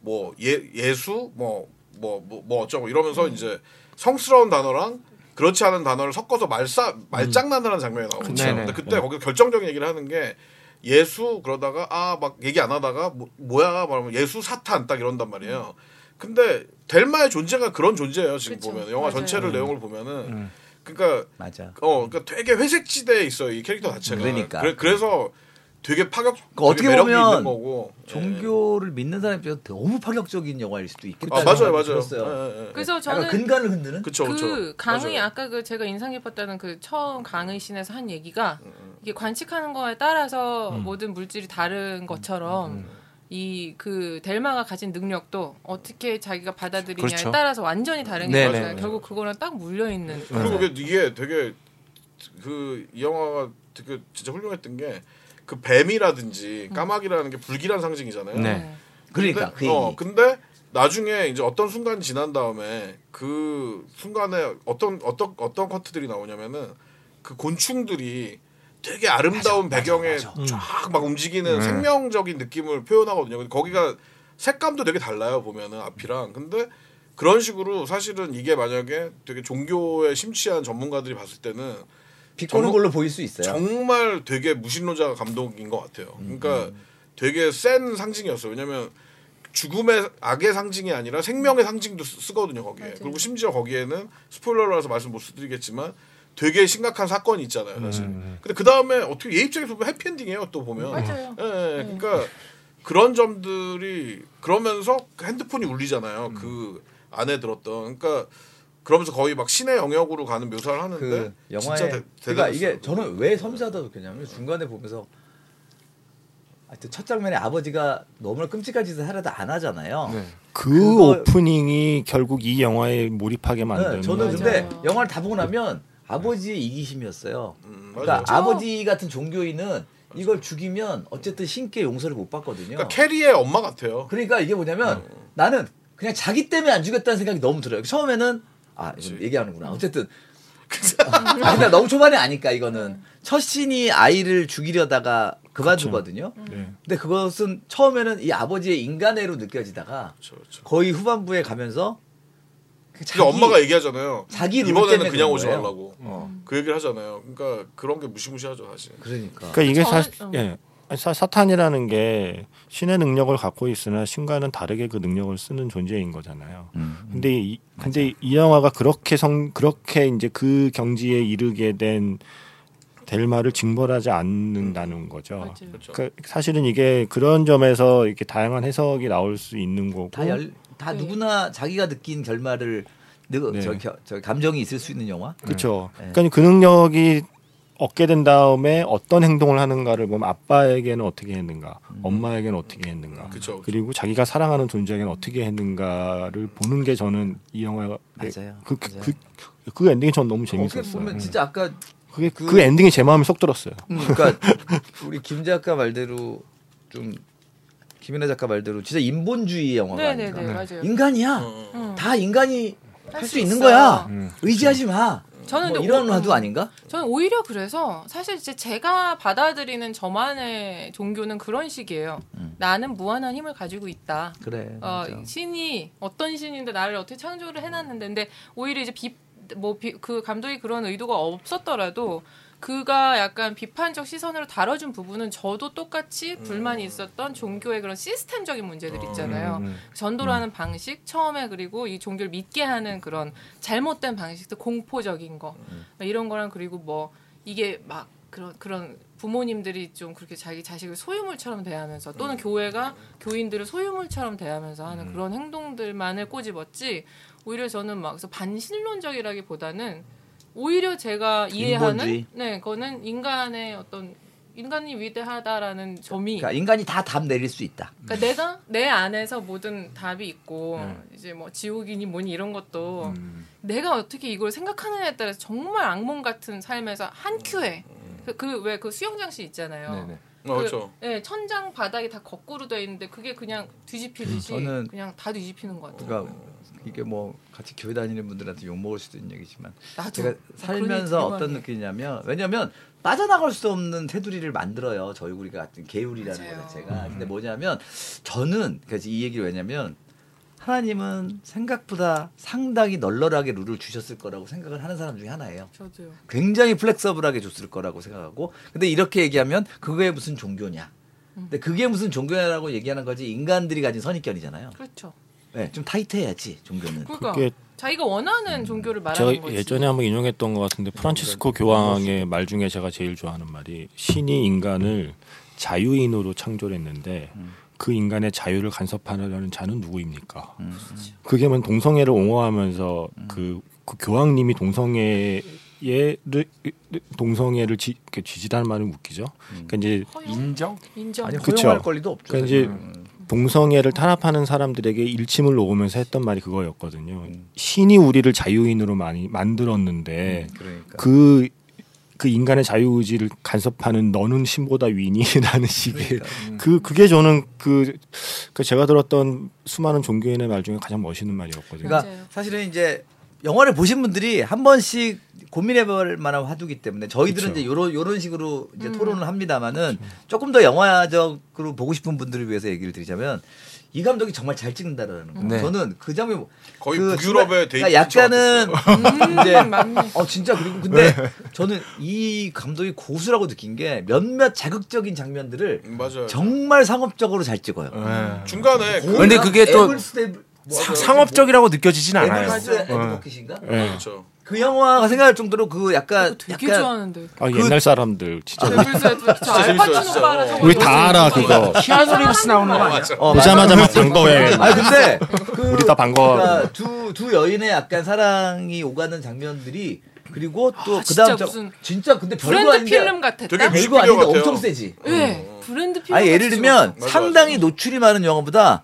Speaker 2: 뭐 예, 예수 뭐 뭐 뭐 어쩌고 이러면서 이제 성스러운 단어랑 그렇지 않은 단어를 섞어서 말싸 말장난을 하는 장면이 나오거든요.
Speaker 3: 그쵸.
Speaker 2: 근데 그때 거기서 결정적인 얘기를 하는 게 예수 그러다가 아 막 얘기 안 하다가 뭐, 뭐야 말하면 예수 사탄 딱 이런단 말이에요. 근데 델마의 존재가 그런 존재예요 지금
Speaker 4: 그쵸.
Speaker 2: 보면 영화
Speaker 1: 음.
Speaker 4: 맞아요.
Speaker 2: 전체를 내용을 보면은 그러니까
Speaker 1: 맞아.
Speaker 2: 어 그러니까 되게 회색 지대에 있어 이 캐릭터 자체가
Speaker 1: 그러니까.
Speaker 2: 그래, 서 되게 파격
Speaker 1: 그러니까 어떻게
Speaker 2: 되게 매력이
Speaker 1: 보면
Speaker 2: 있는 거고
Speaker 1: 예. 종교를 믿는 사람 입장에서 너무 파격적인 영화일 수도 있겠다.
Speaker 2: 아 맞아요 맞아요 예, 예, 예.
Speaker 4: 그래서
Speaker 1: 약간
Speaker 4: 저는
Speaker 1: 근간을 흔드는.
Speaker 2: 그쵸
Speaker 4: 그
Speaker 2: 그쵸
Speaker 4: 강의
Speaker 2: 맞아요.
Speaker 4: 아까그 제가 인상 깊었다는 그 처음 강의 씬에서 한 얘기가 이게 관측하는 거에 따라서 모든 물질이 다른 것처럼 이 그 델마가 가진 능력도 어떻게 자기가 받아들이냐에
Speaker 3: 그렇죠.
Speaker 4: 따라서 완전히 다른
Speaker 3: 네네.
Speaker 2: 네.
Speaker 4: 거잖아요. 결국 그거랑 딱 물려 있는.
Speaker 2: 그리고 이게, 이게 되게 그 이 영화가 되게 진짜 훌륭했던 게 그
Speaker 4: 음.
Speaker 2: 뱀이라든지 까마귀라는 게 불길한 상징이잖아요.
Speaker 3: 네.
Speaker 1: 그러니까
Speaker 2: 근데,
Speaker 1: 그 얘기.
Speaker 2: 어, 근데 나중에 이제 어떤 순간 지난 다음에 그 순간에 어떤 어떤 어떤 커트들이 나오냐면은 그 곤충들이 되게 아름다운 배경에
Speaker 1: 음.
Speaker 2: 쫙 막 움직이는 생명적인 느낌을 표현하거든요. 근데 거기가 색감도 되게 달라요 보면은 앞이랑 근데 그런 식으로 사실은 이게 만약에 되게 종교에 심취한 전문가들이 봤을 때는
Speaker 1: 비꼬는
Speaker 2: 정-
Speaker 1: 걸로 보일 수 있어요.
Speaker 2: 정말 되게 무신론자 감독인 것 같아요.
Speaker 1: 음,
Speaker 2: 그러니까 되게 센 상징이었어요. 왜냐하면 죽음의 악의 상징이 아니라 생명의 상징도 쓰- 쓰거든요 거기에.
Speaker 4: 맞아요.
Speaker 2: 그리고 심지어 거기에는 스포일러라서 말씀 못 드리겠지만 되게 심각한 사건이 있잖아요
Speaker 1: 네,
Speaker 2: 사실. 근데 그 다음에 어떻게 얘 입장에서 보면 해피엔딩이에요 또 보면.
Speaker 4: 맞아요. 네.
Speaker 2: 예, 예, 그러니까 그런 점들이 그러면서 그 핸드폰이 울리잖아요
Speaker 1: 음.
Speaker 2: 그 안에 들었던. 그러니까 그러면서 거의 막 신의 영역으로 가는 묘사를 하는데
Speaker 1: 그
Speaker 2: 진짜
Speaker 1: 영화에
Speaker 2: 대,
Speaker 1: 그러니까
Speaker 2: 대단했어요.
Speaker 1: 이게 저는 왜 섬세하다 좋겠냐면 중간에 보면서 하여튼 첫 장면에 아버지가 너무나 끔찍한 짓을 하려다 안 하잖아요.
Speaker 3: 네.
Speaker 5: 그
Speaker 1: 그거-
Speaker 5: 오프닝이 결국 이 영화에 몰입하게 만드는
Speaker 1: 네, 저는 근데
Speaker 4: 맞아요.
Speaker 1: 영화를 다 보고 나면 아버지의 이기심이었어요.
Speaker 2: 음,
Speaker 1: 그러니까
Speaker 2: 맞아요.
Speaker 1: 아버지 같은 종교인은 이걸 죽이면 어쨌든 신께 용서를 못 받거든요.
Speaker 2: 그러니까 캐리의 엄마 같아요.
Speaker 1: 그러니까 이게 뭐냐면
Speaker 2: 음.
Speaker 1: 나는 그냥 자기 때문에 안 죽였다는 생각이 너무 들어요. 처음에는 아 이거 얘기하는구나. 어쨌든 아, 근데 너무 초반에 아니까 이거는 첫 신이 아이를 죽이려다가 그만두거든요.
Speaker 5: 네.
Speaker 1: 근데 그것은 처음에는 이 아버지의 인간애로 느껴지다가
Speaker 2: 그렇죠, 그렇죠.
Speaker 1: 거의 후반부에 가면서 그
Speaker 2: 근데 그러니까 엄마가 얘기하잖아요.
Speaker 1: 자기 룰
Speaker 2: 이번에는
Speaker 1: 때문에
Speaker 2: 그냥
Speaker 1: 그런
Speaker 2: 오지
Speaker 1: 거예요. 어,
Speaker 2: 말라고. 그 얘기를 하잖아요. 그러니까 그런 게 무시무시하죠 사실.
Speaker 1: 그러니까
Speaker 5: 그러니까 이게 사,
Speaker 4: 저는- 어.
Speaker 5: 예. 아니, 사, 사탄이라는 게 신의 능력을 갖고 있으나 신과는 다르게 그 능력을 쓰는 존재인 거잖아요.
Speaker 1: 음.
Speaker 5: 근데 이, 근데 이 영화가 그렇게 성 그렇게 이제 그 경지에 이르게 된 델마를 징벌하지 않는다는 거죠.
Speaker 4: 맞아요.
Speaker 2: 그렇죠.
Speaker 5: 그러니까 사실은 이게 그런 점에서 이렇게 다양한 해석이 나올 수 있는 거고
Speaker 1: 다, 열, 다
Speaker 4: 네.
Speaker 1: 누구나 자기가 느낀 결말을 느,
Speaker 5: 네.
Speaker 1: 저, 겨- 저 감정이 있을 수 있는 영화.
Speaker 5: 그렇죠.
Speaker 1: 네.
Speaker 5: 그러니까 그 능력이 얻게 된 다음에 어떤 행동을 하는가를 보면 아빠에게는 어떻게 했는가,
Speaker 1: 음.
Speaker 5: 엄마에게는 어떻게 했는가,
Speaker 2: 그쵸.
Speaker 5: 리고 자기가 사랑하는 존재에게는 어떻게 했는가를 보는 게 저는 이 영화의
Speaker 2: 네.
Speaker 1: 맞아요.
Speaker 5: 그, 그,
Speaker 1: 맞아요.
Speaker 5: 그, 그 엔딩이 전 너무
Speaker 1: 어떻게
Speaker 5: 재밌었어요. 음.
Speaker 1: 보면 진짜 아까
Speaker 5: 그게 그,
Speaker 1: 그-
Speaker 5: 엔딩이 제 마음에 쏙 들었어요.
Speaker 1: 음, 그러니까 우리 김 작가 말대로 좀 김연아 작가 말대로 진짜 인본주의 영화가
Speaker 4: 네네네,
Speaker 1: 아닌가.
Speaker 4: 맞아요.
Speaker 1: 인간이야.
Speaker 2: 어.
Speaker 4: 음.
Speaker 1: 다 인간이 할
Speaker 4: 할
Speaker 1: 수
Speaker 4: 수
Speaker 1: 있는
Speaker 4: 있어.
Speaker 1: 거야.
Speaker 3: 음.
Speaker 1: 의지하지 마.
Speaker 4: 저는
Speaker 1: 뭐
Speaker 4: 근데 어, 음.
Speaker 1: 이런
Speaker 4: 오-
Speaker 1: 화두 아닌가?
Speaker 4: 저는 오히려 그래서 사실 이제 제가 받아들이는 저만의 종교는 그런 식이에요. 나는 무한한 힘을 가지고 있다.
Speaker 1: 그래.
Speaker 4: 어,
Speaker 1: 음. 맞아.
Speaker 4: 신이 어떤 신인데 나를 어떻게 창조를 해놨는데 근데 오히려 이제 비뭐그 감독이 그런 의도가 없었더라도 그가 약간 비판적 시선으로 다뤄준 부분은 저도 똑같이
Speaker 1: 음.
Speaker 4: 불만이 있었던 종교의 그런 시스템적인
Speaker 1: 어.
Speaker 4: 문제들
Speaker 3: 음,
Speaker 4: 있잖아요. 전도를 하는 방식 처음에 그리고 이 종교를 믿게 하는 그런 잘못된 방식들 공포적인 거
Speaker 1: 음.
Speaker 4: 막 이런 거랑 그리고 뭐 이게 막 그런 그런 부모님들이 좀 그렇게 자기 자식을 소유물처럼 대하면서
Speaker 1: 음.
Speaker 4: 또는 교회가 교인들을 소유물처럼 대하면서 하는 그런 행동들만을 꼬집었지 오히려 저는 막 그래서 반신론적이라기보다는 오히려 제가
Speaker 1: 인본주의?
Speaker 4: 이해하는 네 거는 인간의 어떤 인간이 위대하다라는 점이
Speaker 1: 그러니까 인간이 다 답 내릴 수 있다.
Speaker 4: 그러니까 내가 내 안에서 모든 답이 있고
Speaker 1: 네.
Speaker 4: 이제 뭐 지옥이니 뭐니 이런 것도
Speaker 1: 음.
Speaker 4: 내가 어떻게 이걸 생각하느냐에 따라서 정말 악몽 같은 삶에서 한
Speaker 1: 음.
Speaker 4: 큐에 그 왜 그 수영장 씨 있잖아요.
Speaker 3: 네네.
Speaker 2: 어, 그렇죠.
Speaker 4: 그, 예, 천장 바닥이 다 거꾸로 돼 있는데 그게 그냥 뒤집히듯이
Speaker 1: 음, 저는-
Speaker 4: 그냥 다 뒤집히는 것 같아요.
Speaker 1: 그러니까 이게 뭐 같이 교회 다니는 분들한테 욕 먹을 수도 있는 얘기지만
Speaker 4: 나도 뭐 그러니까
Speaker 1: 제가
Speaker 4: 아, 그런
Speaker 1: 살면서
Speaker 4: 얘기
Speaker 1: 어떤
Speaker 4: 많이
Speaker 1: 느낌이냐면 왜냐면 빠져나갈 수 없는 테두리를 만들어요 저희 우리가 같은 계율이라는
Speaker 4: 맞아요.
Speaker 1: 거 자체가
Speaker 5: 음.
Speaker 1: 근데 뭐냐면 저는 그래서 이 얘기를 왜냐면 하나님은 생각보다 상당히 널널하게 룰을 주셨을 거라고 생각을 하는 사람 중에 하나예요
Speaker 4: 저도요.
Speaker 1: 굉장히 플렉서블하게 줬을 거라고 생각하고 근데 이렇게 얘기하면 그게 무슨 종교냐 근데 그게 무슨 종교냐라고 얘기하는 거지 인간들이 가진 선입견이잖아요
Speaker 4: 그렇죠.
Speaker 1: 네, 좀 타이트해야지 종교는
Speaker 4: 그러니까
Speaker 5: 그게-
Speaker 4: 자기가 원하는 종교를 말하는
Speaker 5: 제가
Speaker 4: 거지. 네,
Speaker 5: 예전에 한번 인용했던 것 같은데 프란치스코 교황의 말 중에 제가 제일 좋아하는 말이 신이 인간을 자유인으로 창조했는데
Speaker 4: 음.
Speaker 5: 그 인간의 자유를 간섭하려는 자는 누구입니까?
Speaker 4: 음, 그렇죠.
Speaker 5: 그게 뭐 동성애를 옹호하면서 그, 그 교황님이 동성애를 동성애를 지, 그 지지단 말은 웃기죠.
Speaker 4: 음.
Speaker 5: 그러니까 이제
Speaker 4: 허용?
Speaker 3: 인정?
Speaker 4: 인정.
Speaker 1: 아니
Speaker 5: 그쵸.
Speaker 1: 허용할 권리도 없죠
Speaker 4: 음.
Speaker 5: 그러니까 이제
Speaker 1: 사실은.
Speaker 5: 동성애를 탄압하는 사람들에게 일침을 놓으면서 했던 말이
Speaker 4: 음.
Speaker 5: 그거였거든요. 신이 우리를 자유인으로 많이 만들었는데
Speaker 1: 그러니까
Speaker 5: 그 그 인간의 자유의지를 간섭하는 너는 신보다 위니라는 식의
Speaker 1: 그러니까, 음.
Speaker 5: 그 그게 저는 그, 그 제가 들었던 수많은 종교인의 말 중에 가장 멋있는 말이었거든요.
Speaker 1: 그러니까
Speaker 4: 맞아요.
Speaker 1: 사실은 이제 영화를 보신 분들이 한 번씩 고민해볼 만한 화두기 때문에 저희들은
Speaker 5: 그쵸.
Speaker 1: 이제 요런 요런 식으로 이제
Speaker 4: 음.
Speaker 1: 토론을 합니다만은 조금 더 영화적으로 보고 싶은 분들을 위해서 얘기를 드리자면 이 감독이 정말 잘 찍는다라는 거.
Speaker 3: 네.
Speaker 1: 저는 그 장면
Speaker 2: 거의
Speaker 1: 그 정말-
Speaker 2: 북유럽의
Speaker 1: 그러니까
Speaker 2: 데이트
Speaker 1: 약간은 이제
Speaker 4: 음, 맞네.
Speaker 1: 어 진짜 그리고 근데
Speaker 3: 네.
Speaker 1: 저는 이 감독이 고수라고 느낀 게 몇몇 자극적인 장면들을
Speaker 2: 음, 맞아요.
Speaker 1: 정말 상업적으로 잘 찍어요.
Speaker 2: 중간에 그
Speaker 3: 네. 근데 그게 또
Speaker 1: 에블스테이블- 뭐,
Speaker 3: 사-
Speaker 1: 뭐,
Speaker 3: 상업적인라고 느껴지진 않아요.
Speaker 1: 그
Speaker 3: 네. 어.
Speaker 1: 에블스 에드버킷인가?
Speaker 5: 예.
Speaker 2: 그렇죠.
Speaker 1: 그 영화가 생각할 정도로 그 약간
Speaker 4: 어, 되게
Speaker 1: 약간
Speaker 4: 좋아하는데.
Speaker 5: 아,
Speaker 1: 그
Speaker 5: 옛날 사람들 진짜
Speaker 4: 저
Speaker 2: 재밌어요,
Speaker 4: 알파치노
Speaker 2: 진짜.
Speaker 4: 오빠 알아. 저거
Speaker 5: 우리
Speaker 4: 요즘
Speaker 5: 다 알아 그거
Speaker 3: 키아누 리브스 나오는 거 아니야?
Speaker 1: 어,
Speaker 5: 보자마자 막 반가워해.
Speaker 1: 아 근데 그
Speaker 5: 우리 다 반가워.
Speaker 1: 그러니까 두, 두 여인의 약간 사랑이 오가는 장면들이 그리고 또
Speaker 4: 아,
Speaker 1: 그다음
Speaker 4: 진짜
Speaker 1: 장-
Speaker 4: 무슨
Speaker 1: 진짜 근데 별거
Speaker 4: 브랜드
Speaker 1: 아닌데 네,
Speaker 4: 필름 같았다.
Speaker 2: 되게 어. 미-
Speaker 1: 별거 아닌데
Speaker 2: 같아요.
Speaker 1: 엄청 세지.
Speaker 4: 예. 브랜드 필름.
Speaker 1: 아 예를
Speaker 4: 같이
Speaker 1: 들면
Speaker 2: 맞아, 맞아.
Speaker 1: 상당히 노출이 많은 영화보다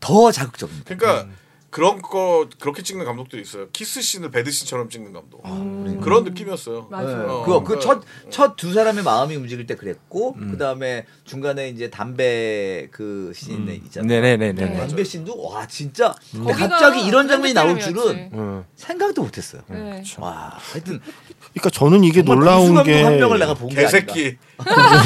Speaker 1: 더 자극적입니다.
Speaker 2: 그러니까 그런 거 그렇게 찍는 감독들이 있어요. 키스 씬을 배드 씬처럼 찍는 감독. 아,
Speaker 4: 음.
Speaker 2: 그런 느낌이었어요.
Speaker 4: 맞아요.
Speaker 2: 어,
Speaker 1: 아. 그 그
Speaker 2: 그러니까
Speaker 1: 첫 첫 두 사람의 마음이 움직일 때 그랬고 그 다음에 중간에 이제 담배 그씬 에 있잖아요.
Speaker 3: 네네네네.
Speaker 1: 담배 씬도 와 진짜 근데
Speaker 4: 거기가
Speaker 1: 갑자기 이런 장면이 나올
Speaker 4: 브랜드
Speaker 1: 줄은
Speaker 4: 필름이었지.
Speaker 3: 어.
Speaker 1: 생각도 못했어요.
Speaker 2: 음,
Speaker 4: 네.
Speaker 1: 와 하여튼
Speaker 5: 그러니까 저는 이게 놀라운
Speaker 1: 정말
Speaker 5: 게
Speaker 1: 한 명을 내가 본게 아닌가.
Speaker 2: 개새끼.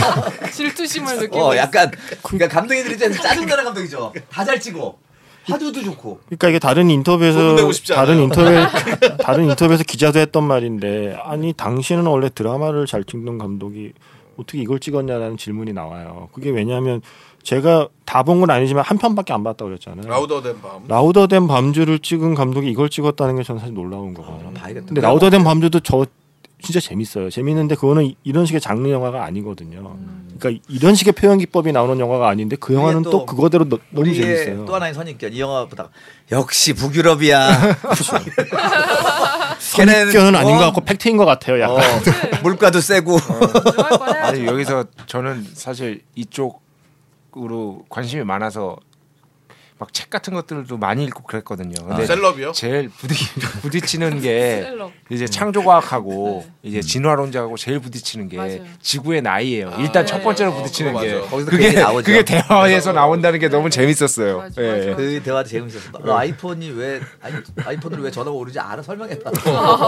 Speaker 4: 질투심을 느끼고.
Speaker 1: 어 약간 그러니까 감독님들 입장에서 짜증나는 감독이죠. 다 잘 찍어. 화두도 좋고.
Speaker 5: 그러니까 이게 다른 인터뷰에서
Speaker 2: 소문내고 뭐 싶지
Speaker 5: 다른
Speaker 2: 않아요.
Speaker 5: 인터뷰 다른 인터뷰에서 기자도 했던 말인데 아니 당신은 원래 드라마를 잘 찍는 감독이 어떻게 이걸 찍었냐라는 질문이 나와요. 그게 왜냐하면 제가 다 본 건 아니지만 한 편밖에 안 봤다고
Speaker 1: 네.
Speaker 5: 그랬잖아요.
Speaker 2: 라우더 댄 밤.
Speaker 5: 라우더된 밤주를 찍은 감독이 이걸 찍었다는 게 저는 사실 놀라운 거거든요.
Speaker 1: 아, 봐야겠다.
Speaker 5: 근데 라우더된 밤주도 저 진짜 재밌어요. 재밌는데 그거는 이- 이런 식의 장르 영화가 아니거든요. 그러니까 이런 식의 표현 기법이 나오는 영화가 아닌데 그 영화는
Speaker 1: 음. 또
Speaker 5: 또, 그거대로 너, 무
Speaker 1: 우리의
Speaker 5: 재밌어요.
Speaker 1: 또 하나의 선입견 이 영화 보다가 역시 북유럽이야. 걔네는
Speaker 5: 선입견은 아닌
Speaker 1: 어,
Speaker 5: 것 같고 팩트인 것 같아요. 약간.
Speaker 1: 어,
Speaker 4: 네.
Speaker 1: 물가도 세고.
Speaker 4: 들어갈 거야.
Speaker 3: 아니 여기서 저는 사실 이쪽으로 관심이 많아서 막 책 같은 것들도 많이 읽고 그랬거든요. 근데
Speaker 2: 아, 셀럽이요?
Speaker 3: 제일 부디, 부딪히는 게
Speaker 4: 셀럽.
Speaker 3: 이제 창조과학하고
Speaker 4: 네.
Speaker 3: 이제 진화론자하고 제일 부딪히는 게
Speaker 4: 맞아요.
Speaker 3: 지구의 나이예요. 일단
Speaker 4: 네.
Speaker 3: 첫 번째로
Speaker 2: 어,
Speaker 3: 부딪히는
Speaker 2: 그거
Speaker 3: 게
Speaker 2: 맞아요.
Speaker 1: 거기서 그
Speaker 3: 그게
Speaker 1: 얘기 나오죠.
Speaker 3: 그게 대화에서 나온다는 게 너무 재밌었어요.
Speaker 4: 맞아,
Speaker 3: 예.
Speaker 4: 맞아.
Speaker 1: 그 대화도 재밌었어. 너 아이폰이 왜 아이, 아이폰을 왜 전화가 오르지 알아 설명해봐.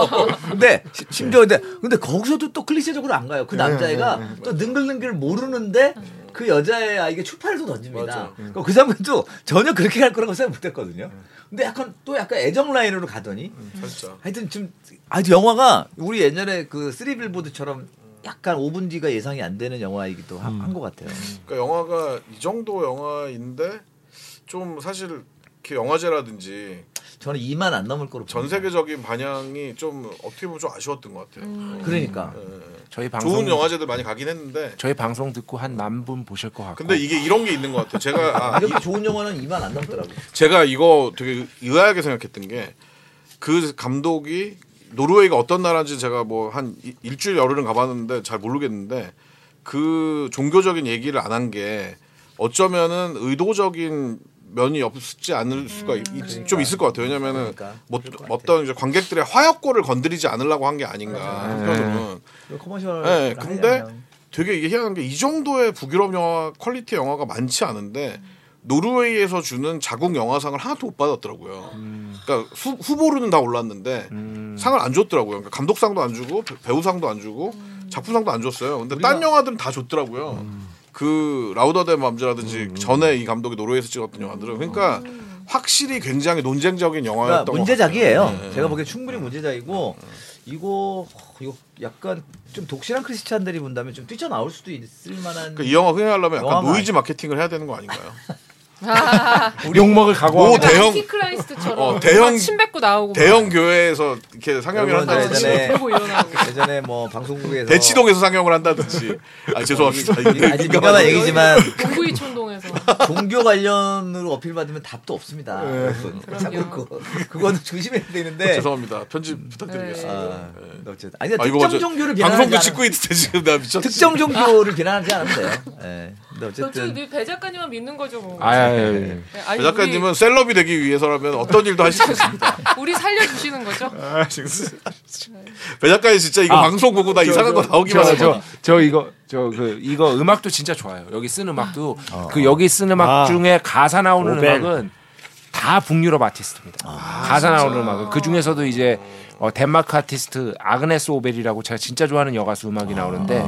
Speaker 1: 근데 시- 심지어 근데 근데 거기서도 또 클리셰적으로 안 가요. 그 남자애가 또 능글능글 모르는데 그 여자애 아이게 네. 추파를 또 던집니다.
Speaker 2: 맞아.
Speaker 1: 그그 장면도 전혀 그렇게 갈 거라고 생각 못했거든요. 근데 약간 또 약간 애정 라인으로 가더니
Speaker 2: 진짜.
Speaker 1: 하여튼 지금 아주 영화가 우리 옛날에 그 쓰리 빌보드처럼 약간 5분 뒤가 예상이 안 되는 영화이기도 한 것 같아요.
Speaker 2: 그러니까 영화가 이 정도 영화인데 좀 사실 이렇게 영화제라든지
Speaker 1: 저는 2만 안 넘을 거로
Speaker 2: 전
Speaker 1: 봅니다.
Speaker 2: 세계적인 반향이 좀 어떻게 보면 좀 아쉬웠던 것 같아요. 어.
Speaker 1: 그러니까
Speaker 3: 저희
Speaker 2: 좋은
Speaker 3: 방송
Speaker 2: 영화제들 많이 가긴 했는데
Speaker 3: 저희 방송 듣고 한 만 분 보실 것 같고.
Speaker 2: 근데 이게 이런 게 있는 것 같아요. 제가 아,
Speaker 1: 어. 이렇게 좋은 영화는 2만 안 넘더라고.
Speaker 2: 제가 이거 되게 의아하게 생각했던 게 그 감독이 노르웨이가 어떤 나라인지 제가 뭐 한 일주일 열흘은 가봤는데 잘 모르겠는데 그 종교적인 얘기를 안 한 게 어쩌면은 의도적인 면이 없지 않을 수가 있- 좀 있을 것 같아요. 왜냐면은
Speaker 1: 그러니까.
Speaker 2: 뭐, 어떤 이제 관객들의 화약고를 건드리지 않으려고 한 게 아닌가 한편으로는
Speaker 1: 이거 커머셜.
Speaker 2: 예, 근데 되게 이게 희한한 게 이 정도의 북유럽 영화 퀄리티 영화가 많지 않은데 노르웨이에서 주는 자국 영화상을 하나도 못 받았더라고요.
Speaker 1: 음.
Speaker 2: 그러니까 수- 후보로는 다 올랐는데 상을 안 줬더라고요. 그러니까 감독상도 안 주고 배- 배우상도 안 주고 작품상도 안 줬어요. 근데 딴 영화들은 다 줬더라고요.
Speaker 1: 음.
Speaker 2: 그 라우더덴 맘즈라든지 전에 이 감독이 노르웨이에서 찍었던 영화들은 그러니까 확실히 굉장히 논쟁적인
Speaker 1: 그러니까
Speaker 2: 영화였던 것
Speaker 1: 문제작이에요.
Speaker 2: 같아요. 아, 네.
Speaker 1: 제가 보기엔 충분히 문제작이고 이거 어, 이거 약간 좀 독실한 크리스찬들이 본다면 좀 뛰쳐나올 수도 있을 만한.
Speaker 2: 그러니까 이 영화 흥행하려면 약간
Speaker 1: 영화만
Speaker 2: 노이즈 마케팅을 해야 되는 거 아닌가요?
Speaker 3: 욕먹을 각오하고
Speaker 2: 오, 대- 대형-
Speaker 4: 키크라이스트처럼
Speaker 2: 어, 대형-
Speaker 4: 침 뱉고 나오고
Speaker 2: 대형 교회에서 이렇게 상영을
Speaker 1: 여러분,
Speaker 2: 한다든지
Speaker 1: 예전에
Speaker 4: 들고 일어나고.
Speaker 1: 예전에 뭐 방송국에서
Speaker 2: 대치동에서 상영을 한다든지 아 죄송합니다
Speaker 1: 아직 민감한 얘기지만
Speaker 4: 동구이 촌동에서
Speaker 1: 종교 관련으로 어필 받으면 답도 없습니다. 그래서 자꾸 그거 그거는 조심해야 되는데.
Speaker 2: 네. 어, 죄송합니다 편집
Speaker 4: 네.
Speaker 2: 부탁드리겠습니다
Speaker 1: 아,
Speaker 2: 예.
Speaker 1: 어쨌든 아니
Speaker 2: 아, 이거
Speaker 1: 특정
Speaker 2: 저-
Speaker 1: 종교를 비난하지
Speaker 2: 방송도
Speaker 1: 않아.
Speaker 2: 찍고 있는데 지금 나 미쳤지
Speaker 1: 특정 종교를 비난하지 않으면 돼요. 예. 근데
Speaker 4: 저쪽
Speaker 1: 어쨌든
Speaker 4: 배 작가님만 믿는 거죠 뭐.
Speaker 3: 아, 예, 예.
Speaker 4: 네, 아니,
Speaker 2: 배 작가님은 셀럽이 되기 위해서라면 어떤 일도 하실 수 있습니다.
Speaker 4: 우리, 우리 살려주시는 거죠?
Speaker 2: 아, 지금 배 작가님 진짜 이거
Speaker 3: 아,
Speaker 2: 방송 보고 나 이상한 거 나오기만
Speaker 3: 저,
Speaker 2: 하죠.
Speaker 3: 저, 저 이거 저 그 이거 음악도 진짜 좋아요. 여기 쓴 음악도 그 여기 쓴 음악
Speaker 5: 아.
Speaker 3: 중에 가사 나오는
Speaker 5: 오벨.
Speaker 3: 음악은 다 북유럽 아티스트입니다. 가사 나오는 음악은 그 중에서도 이제 어, 덴마크 아티스트 아그네스 오벨이라고 제가 진짜 좋아하는 여가수 음악이 나오는데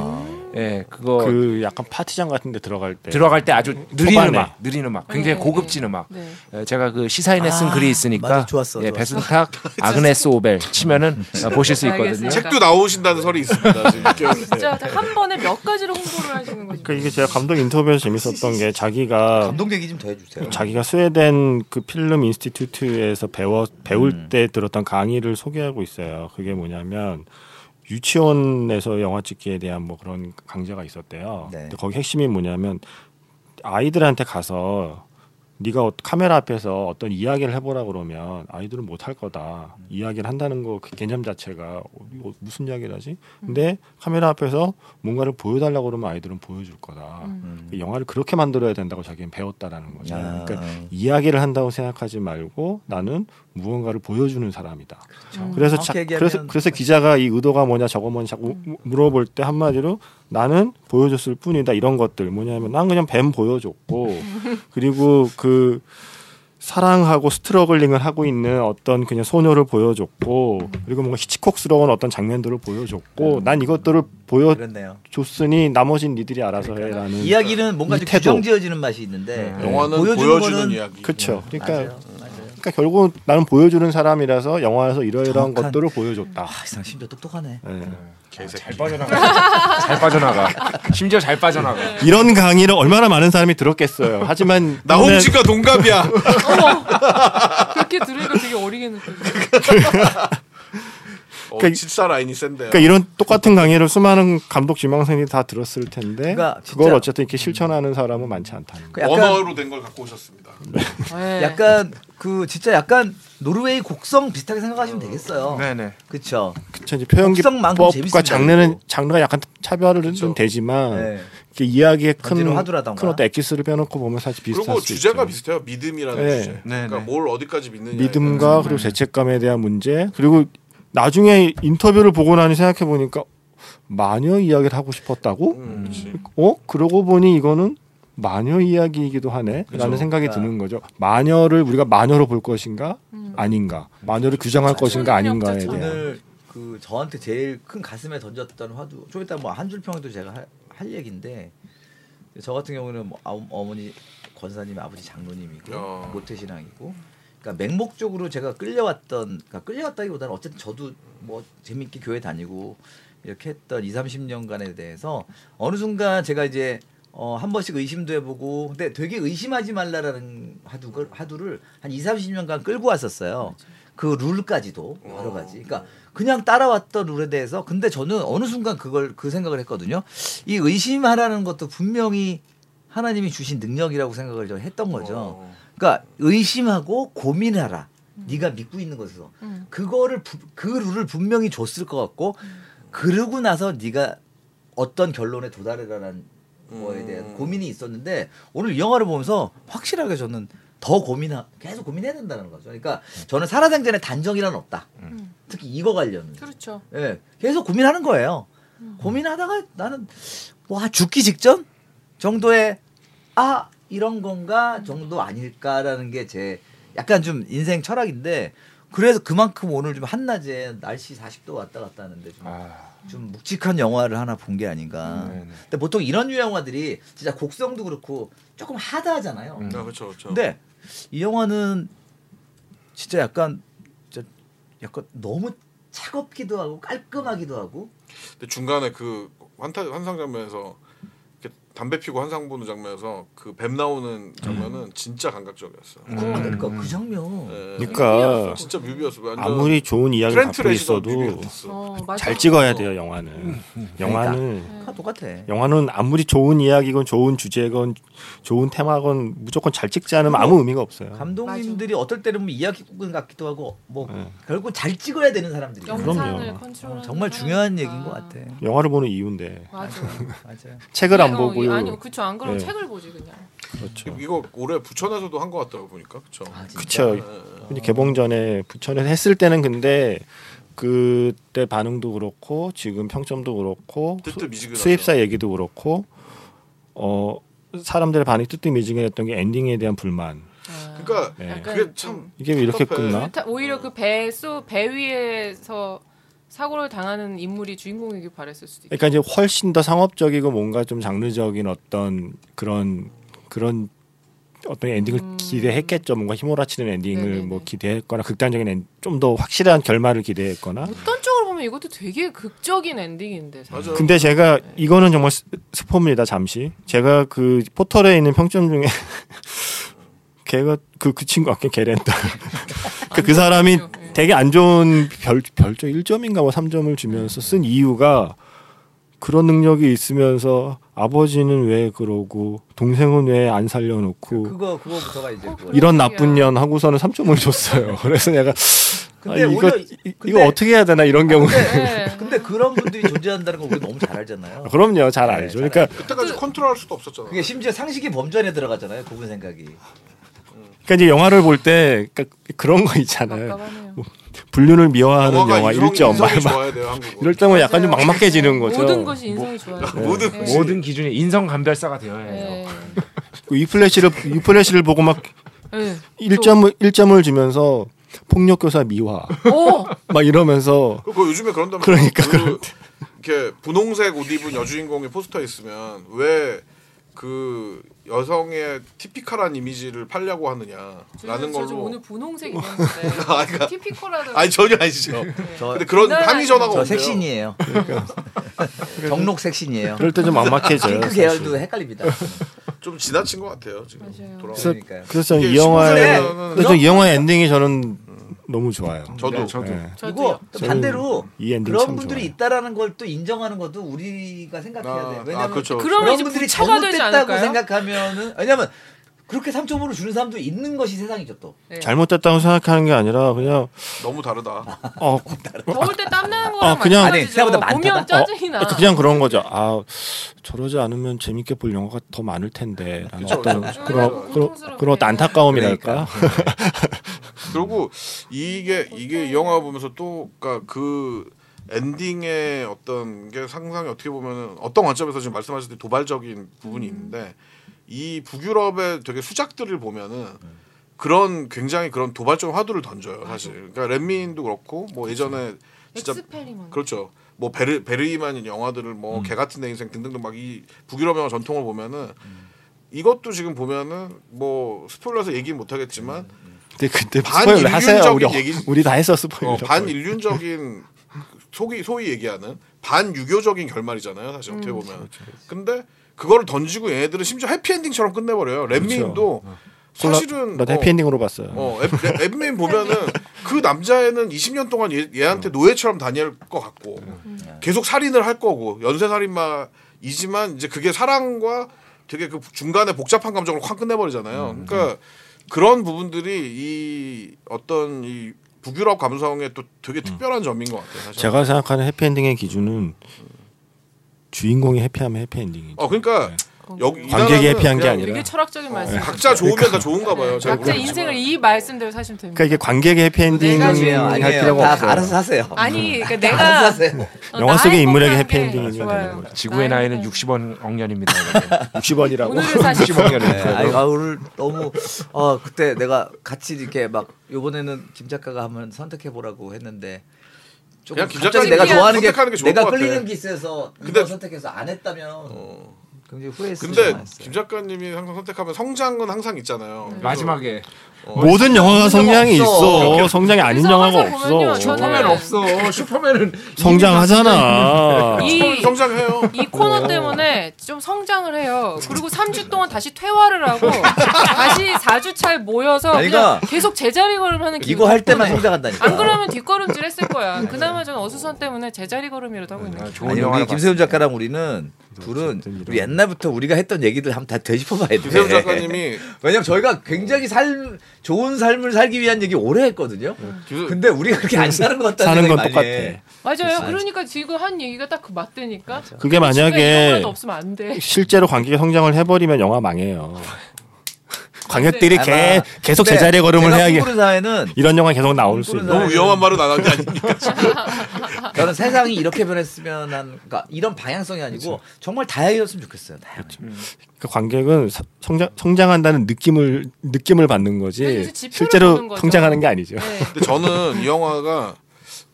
Speaker 3: 예 그거
Speaker 5: 그 약간 파티장 같은 데 들어갈 때
Speaker 3: 들어갈 때 아주 느린
Speaker 5: 초반에.
Speaker 3: 음악, 느린 음악, 굉장히
Speaker 4: 네,
Speaker 3: 고급진
Speaker 4: 네.
Speaker 3: 음악.
Speaker 4: 네.
Speaker 3: 예, 제가 그 시사인에 쓴
Speaker 1: 아,
Speaker 3: 글이 있으니까
Speaker 1: 맞아, 좋았어,
Speaker 3: 예,
Speaker 1: 좋았어.
Speaker 3: 배순탁 아그네스 오벨 치면은 어, 보실 수 있거든요.
Speaker 4: 알겠습니다.
Speaker 2: 책도 나오신다는 설이 있습니다. 지금 육개월
Speaker 4: 진짜 한 번에 몇 가지를 홍보를 하시는 거죠?
Speaker 5: 그 이게 제가 감독 인터뷰에서 재밌었던 게 자기가
Speaker 1: 감독 얘기 좀 더 해주세요.
Speaker 5: 자기가 스웨덴 그 필름 인스티튜트에서 배워 배울 때 들었던 강의를 소개하고 있어요. 그게 뭐냐면 유치원에서 영화 찍기에 대한 뭐 그런 강좌가 있었대요.
Speaker 1: 네.
Speaker 5: 근데 거기 핵심이 뭐냐면 아이들한테 가서 네가 어- 카메라 앞에서 어떤 이야기를 해보라 그러면 아이들은 못 할 거다. 이야기를 한다는 거 그 개념 자체가 어, 이거 무슨 이야기를 하지? 근데 카메라 앞에서 뭔가를 보여달라고 그러면 아이들은 보여줄 거다. 그 영화를 그렇게 만들어야 된다고 자기는 배웠다라는 거죠.
Speaker 1: 아.
Speaker 5: 그러니까 이야기를 한다고 생각하지 말고 나는 무언가를 보여주는 사람이다. 그래서 자,
Speaker 1: 정확히 그렇죠. 얘기하면- 음.
Speaker 5: 그래서 그래서 기자가 이 의도가 뭐냐 저거 뭐냐 자꾸 우- 물어볼 때 한마디로 나는 보여줬을 뿐이다 이런 것들 뭐냐면 난 그냥 뱀 보여줬고 그리고 그 사랑하고 스트러글링을 하고 있는 어떤 그냥 소녀를
Speaker 1: 음.
Speaker 5: 보여줬고 그리고 뭔가 히치콕스러운 어떤 장면들을 보여줬고 난 이것들을 그러니까
Speaker 1: 그렇네요.
Speaker 5: 보여줬으니 나머진 니들이 알아서 해라는
Speaker 1: 이야기는 뭔가
Speaker 5: 이
Speaker 1: 좀
Speaker 5: 태도.
Speaker 1: 규정지어지는 맛이 있는데 예,
Speaker 2: 영화는
Speaker 1: 네. 보여주는
Speaker 2: 보여주는,
Speaker 1: 거는-
Speaker 2: 이야기.
Speaker 5: 그렇죠. 그러니까
Speaker 1: 맞아요. 맞아요.
Speaker 5: 그러니까 결국 나는 보여주는 사람이라서 영화에서 이러이러한
Speaker 1: 정확한-
Speaker 5: 것들을 보여줬다.
Speaker 1: 아, 이상 심지어 똑똑하네.
Speaker 5: 예.
Speaker 3: 잘 빠져나가. 잘 빠져나가. 심지어 잘 빠져나가.
Speaker 5: 이런 강의를 얼마나 많은 사람이 들었겠어요. 하지만
Speaker 3: 네.
Speaker 2: 나
Speaker 5: 오늘
Speaker 2: 홍지가 동갑이야.
Speaker 4: 그렇게 들으니까 되게 어리게 느껴져.
Speaker 2: 어,
Speaker 5: 그러니까-
Speaker 2: 진짜 라인이 센데요.
Speaker 5: 그러니까 이런 똑같은 강의를 수많은 감독 지망생이 다 들었을 텐데
Speaker 1: 그러니까
Speaker 5: 그걸
Speaker 1: 진짜-
Speaker 5: 어쨌든 이렇게 실천하는 사람은 많지 않다는 거.
Speaker 1: 그 약간
Speaker 2: 원어로 된 걸 갖고 오셨습니다.
Speaker 4: 네.
Speaker 1: 약간 그 진짜 약간 노르웨이 곡성 비슷하게 생각하시면 되겠어요.
Speaker 3: 네네.
Speaker 1: 그렇죠.
Speaker 5: 그쵸, 이제 표현
Speaker 1: 독성만큼
Speaker 5: 기법과
Speaker 1: 재밌습니다,
Speaker 5: 장르는
Speaker 1: 이거.
Speaker 5: 장르가 약간 차별은 좀 되지만
Speaker 1: 네.
Speaker 5: 이렇게 이야기의 큰,
Speaker 1: 번지는
Speaker 5: 큰
Speaker 1: 화두라던가.
Speaker 5: 어떤 액기스를 빼놓고 보면 사실 비슷할
Speaker 2: 그리고
Speaker 5: 수
Speaker 2: 주제가
Speaker 5: 있죠.
Speaker 2: 비슷해요. 믿음이라는
Speaker 5: 네.
Speaker 2: 주제. 그러니까
Speaker 3: 네.
Speaker 2: 뭘 어디까지 믿느냐.
Speaker 5: 믿음과 그리고 죄책감에 대한 문제 그리고 나중에 인터뷰를 보고 나니 생각해 보니까 마녀 이야기를 하고 싶었다고
Speaker 2: 음, 그치.
Speaker 5: 어 그러고 보니 이거는 마녀 이야기이기도 하네라는 생각이 드는 거죠. 마녀를 우리가 마녀로 볼 것인가
Speaker 2: 음.
Speaker 5: 아닌가, 마녀를 규정할
Speaker 2: 그렇죠.
Speaker 5: 것인가 아닌가에
Speaker 4: 네.
Speaker 5: 대한.
Speaker 1: 오늘 그 저한테 제일 큰 가슴에 던졌던 화두 좀 이따 뭐 한 줄 평도 제가 할, 할 얘기인데 저 같은 경우는 뭐 아우- 어머니 권사님 아버지 장로님이고 뭐
Speaker 2: 어.
Speaker 1: 모태신앙이고 그러니까 맹목적으로 제가 끌려왔던 그러니까 끌려왔다기보다는 어쨌든 저도 뭐 재밌게 교회 다니고 이렇게 했던 2, 30년간에 대해서 어느 순간 제가 이제 어, 한 번씩 의심도 해보고 근데 되게 의심하지 말라라는 화두를, 화두를 한 2, 30년간 끌고 왔었어요. 그 룰까지도 여러 가지. 그러니까 그냥 따라왔던 룰에 대해서 근데 저는 어느 순간 그걸 그 생각을 했거든요. 이 의심하라는 것도 분명히 하나님이 주신 능력이라고 생각을 저 했던 거죠.
Speaker 2: 어.
Speaker 1: 그러니까 의심하고 고민하라. 네가 믿고 있는 것에서
Speaker 4: 음.
Speaker 1: 그거를 부- 그 룰을 분명히 줬을 것 같고 그러고 나서 네가 어떤 결론에 도달해라는 거에 대한 고민이 있었는데 오늘 이 영화를 보면서 확실하게 저는 더 고민하 계속 고민해야 된다는 거죠. 그러니까 저는 살아생전에 단정이란 없다.
Speaker 4: 음.
Speaker 1: 특히 이거 관련은
Speaker 4: 그렇죠.
Speaker 1: 예, 계속 고민하는 거예요. 고민하다가 나는 와 죽기 직전 정도의 아 이런 건가 정도 아닐까라는 게 제 약간 좀 인생 철학인데 그래서 그만큼 오늘 좀 한낮에 날씨 40도 왔다 갔다 하는데 좀,
Speaker 3: 아,
Speaker 1: 좀 묵직한 영화를 하나 본 게 아닌가.
Speaker 3: 네네.
Speaker 1: 근데 보통 이런 유의 영화들이 진짜 곡성도 그렇고 조금 하다하잖아요.
Speaker 3: 음.
Speaker 2: 아, 그렇죠, 그렇죠.
Speaker 1: 근데 이 영화는 진짜 약간 진짜 약간 너무 차갑기도 하고 깔끔하기도 하고
Speaker 2: 근데 중간에 그 환타, 환상 장면에서 이렇게 담배 피고 환상 보는 장면에서 그 뱀 나오는 장면은 진짜 감각적이었어요.
Speaker 1: 그러니까 그 장면
Speaker 2: 예.
Speaker 5: 음. 그러니까
Speaker 2: 진짜 뮤비였어. 완전
Speaker 5: 아무리 좋은 이야기를
Speaker 2: 트렌트
Speaker 5: 갖고
Speaker 2: 레지던
Speaker 5: 있어도
Speaker 2: 뮤비였어. 음. 그러니까.
Speaker 4: 어, 맞아.
Speaker 5: 잘 찍어야 돼요 영화는. 영화는
Speaker 1: 다 똑같아.
Speaker 5: 영화는 아무리 좋은 이야기건 좋은 주제건 좋은 테마건 무조건 잘 찍지 않으면 아무 의미가 없어요.
Speaker 1: 감독님들이 어떨 때는 뭐 이야기꾼 같기도 하고 뭐
Speaker 5: 네.
Speaker 1: 결국 잘 찍어야 되는 사람들이
Speaker 4: 영상을
Speaker 5: 그럼요.
Speaker 4: 컨트롤
Speaker 1: 정말 중요한 아, 얘기인 것 같아.
Speaker 5: 영화를 보는 이유인데
Speaker 4: 맞아.
Speaker 1: 맞아요.
Speaker 5: 책을 안
Speaker 4: 어,
Speaker 5: 보고 우유.
Speaker 4: 아니요, 그쵸. 안 그러면
Speaker 5: 네.
Speaker 4: 책을 보지 그냥.
Speaker 5: 그렇죠.
Speaker 2: 이거 올해 부천에서도 한 것 같더라고 보니까 그쵸.
Speaker 1: 아,
Speaker 4: 그렇죠.
Speaker 2: 예,
Speaker 5: 그쵸. 근데 개봉 전에 부천에서 했을 때는 근데 그때 반응도 그렇고 지금 평점도 그렇고 수-
Speaker 2: 뜨뜻미지근하죠.
Speaker 5: 수입사 얘기도 그렇고 어 사람들의 반응이 뜨뜻미지근했던 게 엔딩에 대한 불만.
Speaker 4: 아,
Speaker 2: 그러니까
Speaker 5: 네.
Speaker 4: 약간
Speaker 2: 그게
Speaker 4: 좀
Speaker 2: 참
Speaker 5: 이게 왜 이렇게
Speaker 2: 답답해.
Speaker 5: 끝나?
Speaker 4: 불타- 오히려 그 배소 배 위에서 사고를 당하는 인물이 주인공이길 바랬을 수도 있고.
Speaker 5: 그러니까 이제 훨씬 더 상업적이고 뭔가 좀 장르적인 어떤 그런 그런 어떤 엔딩을 기대했겠죠. 뭔가 휘몰아치는 엔딩을
Speaker 4: 음. 네네네.
Speaker 5: 뭐 기대했거나 극단적인 좀 더 확실한 결말을 기대했거나.
Speaker 4: 어떤 쪽으로 보면 이것도 되게 극적인 엔딩인데. 사실.
Speaker 2: 맞아.
Speaker 5: 근데 제가 이거는 정말 스- 스포입니다. 잠시 제가 그 포털에 있는 평점 중에 걔가 그 그 친구 아까 걔랜다. 그, 그 사람이
Speaker 4: 좋죠. 예.
Speaker 5: 되게 안 좋은 별 별점 1점인가 뭐 3점을 주면서 쓴 이유가 그런 능력이 있으면서 아버지는 왜 그러고 동생은 왜 안 살려놓고
Speaker 1: 그거 그거부터가 이제 뭐.
Speaker 4: 어,
Speaker 1: 그거.
Speaker 4: 그래.
Speaker 5: 이런 나쁜 년 하고서는 3점을 줬어요. 그래서 내가 아,
Speaker 1: 근데
Speaker 5: 이거
Speaker 1: 오히려
Speaker 5: 이- 이거
Speaker 1: 근데-
Speaker 5: 어떻게 해야 되나 이런 경우.
Speaker 4: 네.
Speaker 1: 근데 그런 분들이 존재한다는 걸 우리 너무 잘 알잖아요.
Speaker 5: 그럼요, 잘
Speaker 1: 네,
Speaker 5: 알죠.
Speaker 1: 잘
Speaker 5: 그러니까
Speaker 2: 그때까지 컨트롤할 수도 없었잖아.
Speaker 1: 그게 심지어 상식이 범죄안에 들어가잖아요. 그분 생각이.
Speaker 5: 그러니까 이제 영화를 볼 때 그러니까 그런 거 있잖아요.
Speaker 4: 답답하네요.
Speaker 5: 불륜을 미워하는 영화
Speaker 2: 인성-
Speaker 5: 일점 막
Speaker 2: 인성이 좋아야 돼요 한국은.
Speaker 5: 이럴 때면 약간 좀
Speaker 4: 맞아요.
Speaker 5: 막막해지는 거죠.
Speaker 4: 모든 것이 인성이 좋아요.
Speaker 2: 모든
Speaker 4: 네.
Speaker 2: 것이.
Speaker 3: 모든 기준에 인성 간별사가 되어야 해요.
Speaker 4: 네.
Speaker 5: 그 이 플래시를 이 플래시를 보고 막
Speaker 4: 네.
Speaker 5: 일점을일점을 주면서 폭력 교사 미화
Speaker 4: 오,
Speaker 5: 막 이러면서
Speaker 2: 그거 요즘에 그런다면
Speaker 5: 그러니까
Speaker 2: 그, 이렇게 분홍색 옷 입은 여주인공이 포스터에 있으면 왜 그 여성의 티피컬한 이미지를 팔려고 하느냐라는
Speaker 4: 저좀
Speaker 2: 걸로 아, 그러니까.
Speaker 4: 오늘 분홍색 입었는데 티피코라도
Speaker 2: 아니 전혀 아니죠.
Speaker 1: 저,
Speaker 2: 근데 그런
Speaker 4: 옛날
Speaker 2: 함의전화가
Speaker 1: 저
Speaker 2: 없네요.
Speaker 1: 색신이에요. 정록 색신이에요.
Speaker 5: 그러니까. 그럴 때 좀 막막해져요.
Speaker 1: 핑크
Speaker 5: 그렇죠, 사실.
Speaker 1: 계열도 헷갈립니다.
Speaker 2: 좀 지나친 것 같아요 지금.
Speaker 4: 맞아요.
Speaker 2: 돌아와.
Speaker 5: 그래서
Speaker 1: 그러니까요.
Speaker 5: 그래서 저는 이
Speaker 2: 이게
Speaker 5: 영화의
Speaker 1: 신선해.
Speaker 5: 근데 저는 이 영화의 엔딩이 저는 너무 좋아요.
Speaker 2: 저도
Speaker 3: 네, 저도
Speaker 5: 예.
Speaker 1: 그리고
Speaker 4: 저도요.
Speaker 1: 또 반대로
Speaker 5: 이 엔딩 참
Speaker 1: 그런 분들이
Speaker 5: 좋아요.
Speaker 1: 있다라는 걸 또 인정하는 것도 우리가 생각해야
Speaker 2: 아,
Speaker 1: 돼.
Speaker 2: 아,
Speaker 1: 왜냐면
Speaker 2: 그렇죠.
Speaker 4: 그럼- 그러면
Speaker 1: 그런
Speaker 4: 이제
Speaker 1: 분들이
Speaker 4: 부차가 되지
Speaker 1: 잘못됐다고
Speaker 4: 않을까요?
Speaker 1: 생각하면은 왜냐면 그렇게 3.5를 주는 사람도 있는 것이 세상이죠 또.
Speaker 4: 네.
Speaker 5: 잘못됐다고 생각하는 게 아니라 그냥
Speaker 2: 너무 다르다.
Speaker 5: 어
Speaker 4: 먹을 때 땀 나는 거랑
Speaker 5: 아, 그냥- 어,
Speaker 1: 아니,
Speaker 4: 마찬가지죠.
Speaker 1: 생각보다 많다.
Speaker 4: 보면 짜증이 나.
Speaker 5: 그러니까 그냥 그런 거죠. 아 저러지 않으면 재밌게 볼 영화가 더 많을 텐데. 라는
Speaker 2: 그렇죠, 그쵸,
Speaker 5: 어떤
Speaker 2: 그쵸.
Speaker 5: 그런 그런 그런 어떤
Speaker 4: 아, 고통스럽게.
Speaker 2: 그러니까.
Speaker 5: 안타까움이랄까.
Speaker 2: 그리고 이게 이게 이 영화 보면서 또 그러니까 그 엔딩의 어떤 게 상상이 어떻게 보면은 어떤 관점에서 지금 말씀하실 때 도발적인 부분이 있는데 이 북유럽의 되게 수작들을 보면은 그런 굉장히 그런 도발적인 화두를 던져요 사실. 그러니까 렛미인도 그렇고 뭐 예전에 진짜
Speaker 4: 엑스펠리먼.
Speaker 2: 그렇죠. 뭐 베르 베르이만인 영화들을 뭐 개 같은 내 인생 등등등 막 이 북유럽 영화 전통을 보면은 이것도 지금 보면은 뭐 스포일러서 얘기는 못 하겠지만
Speaker 5: 근데 그때
Speaker 2: 반
Speaker 5: 스포일러 하세요. 우리
Speaker 2: 인륜적인 얘기-
Speaker 5: 우리 다 했어 스포일러.
Speaker 2: 어, 반인륜적인 소위 소위 얘기하는 반유교적인 결말이잖아요 사실 어떻게 보면
Speaker 5: 그렇죠,
Speaker 2: 근데 그거를 던지고 얘네들은 심지어 해피엔딩처럼 끝내버려요 렛미인도 사실은
Speaker 5: 그렇죠. 어. 나
Speaker 2: 어,
Speaker 5: 해피엔딩으로 봤어요.
Speaker 2: 어, 앱- 앱- 앱맨 보면은 그 남자애는 20년 동안 얘,
Speaker 5: 음.
Speaker 2: 얘한테 노예처럼 다닐 것 같고 계속 살인을 할 거고 연쇄 살인마이지만 이제 그게 사랑과 되게 그 중간에 복잡한 감정으로 확 끝내버리잖아요.
Speaker 5: 음.
Speaker 2: 그러니까 그런 부분들이 이 어떤 이 북유럽 감성의 또 되게 특별한 점인 것 같아요. 사실.
Speaker 5: 음. 제가 생각하는 해피엔딩의 기준은 주인공이 해피하면 해피엔딩이죠.
Speaker 2: 어 그러니까 여기 이
Speaker 5: 네. 관객이
Speaker 2: 나라는
Speaker 5: 해피한 게 그러니까. 네.
Speaker 2: 그냥
Speaker 5: 아니라.
Speaker 4: 되게
Speaker 1: 어,
Speaker 4: 철학적인 말씀.
Speaker 2: 각자 좋으면 다 좋은가 봐요. 제가
Speaker 4: 각자
Speaker 2: 모르겠지만.
Speaker 4: 인생을 이 말씀대로 사시면 됩니다.
Speaker 5: 그러니까 이게 관객이 해피엔딩
Speaker 4: 내가
Speaker 5: 할
Speaker 1: 아니에요, 아니에요.
Speaker 5: 필요가 뭐.
Speaker 1: 다
Speaker 5: 없어요.
Speaker 1: 알아서 하세요.
Speaker 4: 아니, 그러니까
Speaker 1: 알아서
Speaker 4: 내가
Speaker 1: 하세요.
Speaker 4: 어,
Speaker 5: 음. 영화 속의
Speaker 4: 나의
Speaker 5: 인물에게
Speaker 4: 행복한 게
Speaker 5: 해피엔딩이면
Speaker 4: 좋아요.
Speaker 5: 되는 거죠.
Speaker 3: 지구의
Speaker 4: 나의
Speaker 3: 나이는
Speaker 4: 행복.
Speaker 3: 60원 억년입니다.
Speaker 4: 오늘을
Speaker 5: 60원이라고.
Speaker 4: 사실
Speaker 3: 60억년입니다.
Speaker 1: 네, 아이, 아, 오늘 너무 아 그때 내가 같이 이렇게 막 요번에는 김 작가가 한번 선택해 보라고 했는데 조금
Speaker 2: 그냥 김
Speaker 1: 갑자기
Speaker 2: 작가님
Speaker 1: 내가 좋아하는 게,
Speaker 2: 선택하는 게 좋을
Speaker 1: 내가
Speaker 2: 것 같아.
Speaker 1: 끌리는 게 있어서 근데
Speaker 2: 근데- 어.
Speaker 1: 이거 선택해서 안 했다면 굉장히 후회했을 것
Speaker 5: 음.
Speaker 2: 근데
Speaker 1: 같았어요.
Speaker 2: 김 작가님이 항상 선택하면 성장은 항상 있잖아요.
Speaker 5: 네.
Speaker 2: 그래서
Speaker 3: 마지막에
Speaker 5: 모든 영화가 성량이
Speaker 1: 없어.
Speaker 5: 있어. 성량이 아닌
Speaker 4: 그래서
Speaker 5: 영화가
Speaker 4: 항상 보면요,
Speaker 5: 없어.
Speaker 4: 저는
Speaker 3: 슈퍼맨 없어. 슈퍼맨은
Speaker 5: 성장하잖아.
Speaker 4: 이,
Speaker 2: 성장해요.
Speaker 4: 이 코너 때문에 좀 성장을 해요. 그리고 3주 동안 다시 퇴화를 하고 다시 4주 차에 모여서
Speaker 1: 아이가
Speaker 4: 그냥 계속 제자리 걸음하는 기분.
Speaker 1: 이거 할 때만 성장한다니까.
Speaker 4: 안 그러면 뒷걸음질 했을 거야. 그나마 저는 어수선 때문에 제자리 걸음이라도 하고 있는 거야.
Speaker 3: 좋은
Speaker 1: 아니 우리
Speaker 3: 영화를
Speaker 1: 김세훈 작가랑 우리는 둘은 우리 옛날부터 우리가 했던 얘기들 한번 다 되짚어봐야 돼.
Speaker 2: 김세훈 작가님이
Speaker 1: 왜냐면 저희가 굉장히 삶 좋은 삶을 살기 위한 얘기 오래 했거든요.
Speaker 2: 계속-
Speaker 1: 근데 우리가 그렇게 안 사는 것 같다는
Speaker 5: 네. 사는
Speaker 1: 생각이
Speaker 5: 건
Speaker 1: 많이
Speaker 5: 똑같아.
Speaker 1: 해.
Speaker 4: 맞아요. 그러니까 지금 한 얘기가 딱 그 맞대니까.
Speaker 5: 그게
Speaker 4: 이런
Speaker 5: 만약에
Speaker 4: 도 없으면 안 돼.
Speaker 5: 실제로 관객이 성장을 해버리면 영화 망해요.
Speaker 4: 네.
Speaker 5: 관객들이
Speaker 1: 아마-
Speaker 5: 계, 계속
Speaker 1: 근데
Speaker 5: 제자리 걸음을
Speaker 1: 제가
Speaker 5: 해야겠.
Speaker 1: 꿈꾸는 사회는
Speaker 5: 이런 영화 계속 나올 수
Speaker 1: 꿈꾸는
Speaker 5: 있는.
Speaker 2: 너무 뭐 위험한 말은 안 한 게 아니니까.
Speaker 1: 저는 세상이 이렇게 변했으면 한 그러니까 이런 방향성이 아니고 정말 다양해졌으면 좋겠어요. 다양해.
Speaker 5: 그렇죠.
Speaker 2: 그러니까
Speaker 5: 그 관객은 사- 성장 성장한다는 느낌을 느낌을 받는
Speaker 4: 네,
Speaker 5: 거지
Speaker 4: 그래서 지표를 보는
Speaker 5: 실제로
Speaker 4: 거죠.
Speaker 5: 성장하는 게 아니죠.
Speaker 4: 네.
Speaker 2: 근데 저는 이 영화가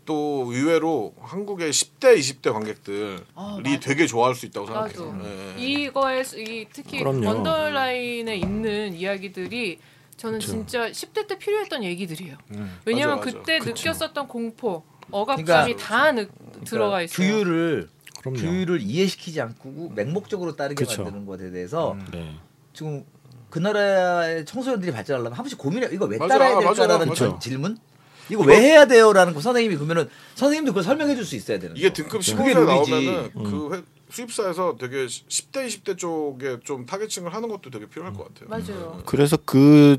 Speaker 2: 또 의외로 한국의 10대, 20대 관객들이
Speaker 4: 아, 맞아.
Speaker 2: 되게 좋아할 수 있다고
Speaker 4: 나도
Speaker 2: 생각해요. 예.
Speaker 4: 이거에 수- 이 특히
Speaker 5: 그럼요.
Speaker 4: 언더라인에 있는 이야기들이 저는 진짜 10대 때 필요했던 얘기들이에요.
Speaker 1: 음,
Speaker 4: 왜냐하면
Speaker 2: 맞아, 맞아.
Speaker 4: 그때 느꼈었던 공포, 억압감이
Speaker 1: 그러니까-
Speaker 4: 다 느- 들어가 있어요.
Speaker 1: 규율을
Speaker 5: 그럼요. 그렇죠.
Speaker 1: 규율을 이해시키지 않고 맹목적으로 따르게
Speaker 5: 그쵸.
Speaker 1: 만드는 것에 대해서
Speaker 5: 네.
Speaker 1: 지금 그 나라의 청소년들이 발전하려면 한 번씩 고민해 이거 왜
Speaker 2: 맞아,
Speaker 1: 따라야
Speaker 2: 맞아,
Speaker 1: 될까라는
Speaker 2: 맞아.
Speaker 5: 그렇죠.
Speaker 1: 전- 질문 이거 왜 해야 돼요라는 거 선생님이 그러면은 선생님도 그걸 설명해 줄 수 있어야 되는
Speaker 2: 이게
Speaker 1: 거.
Speaker 2: 등급
Speaker 1: 네. 그게
Speaker 2: 15세
Speaker 1: 룰이지. 음.
Speaker 2: 나오면은 그 회- 수입사에서 되게 10대, 20대 쪽에 좀 타겟층을 하는 것도 되게 필요할 것 같아요.
Speaker 1: 음.
Speaker 4: 맞아요.
Speaker 5: 그래서 그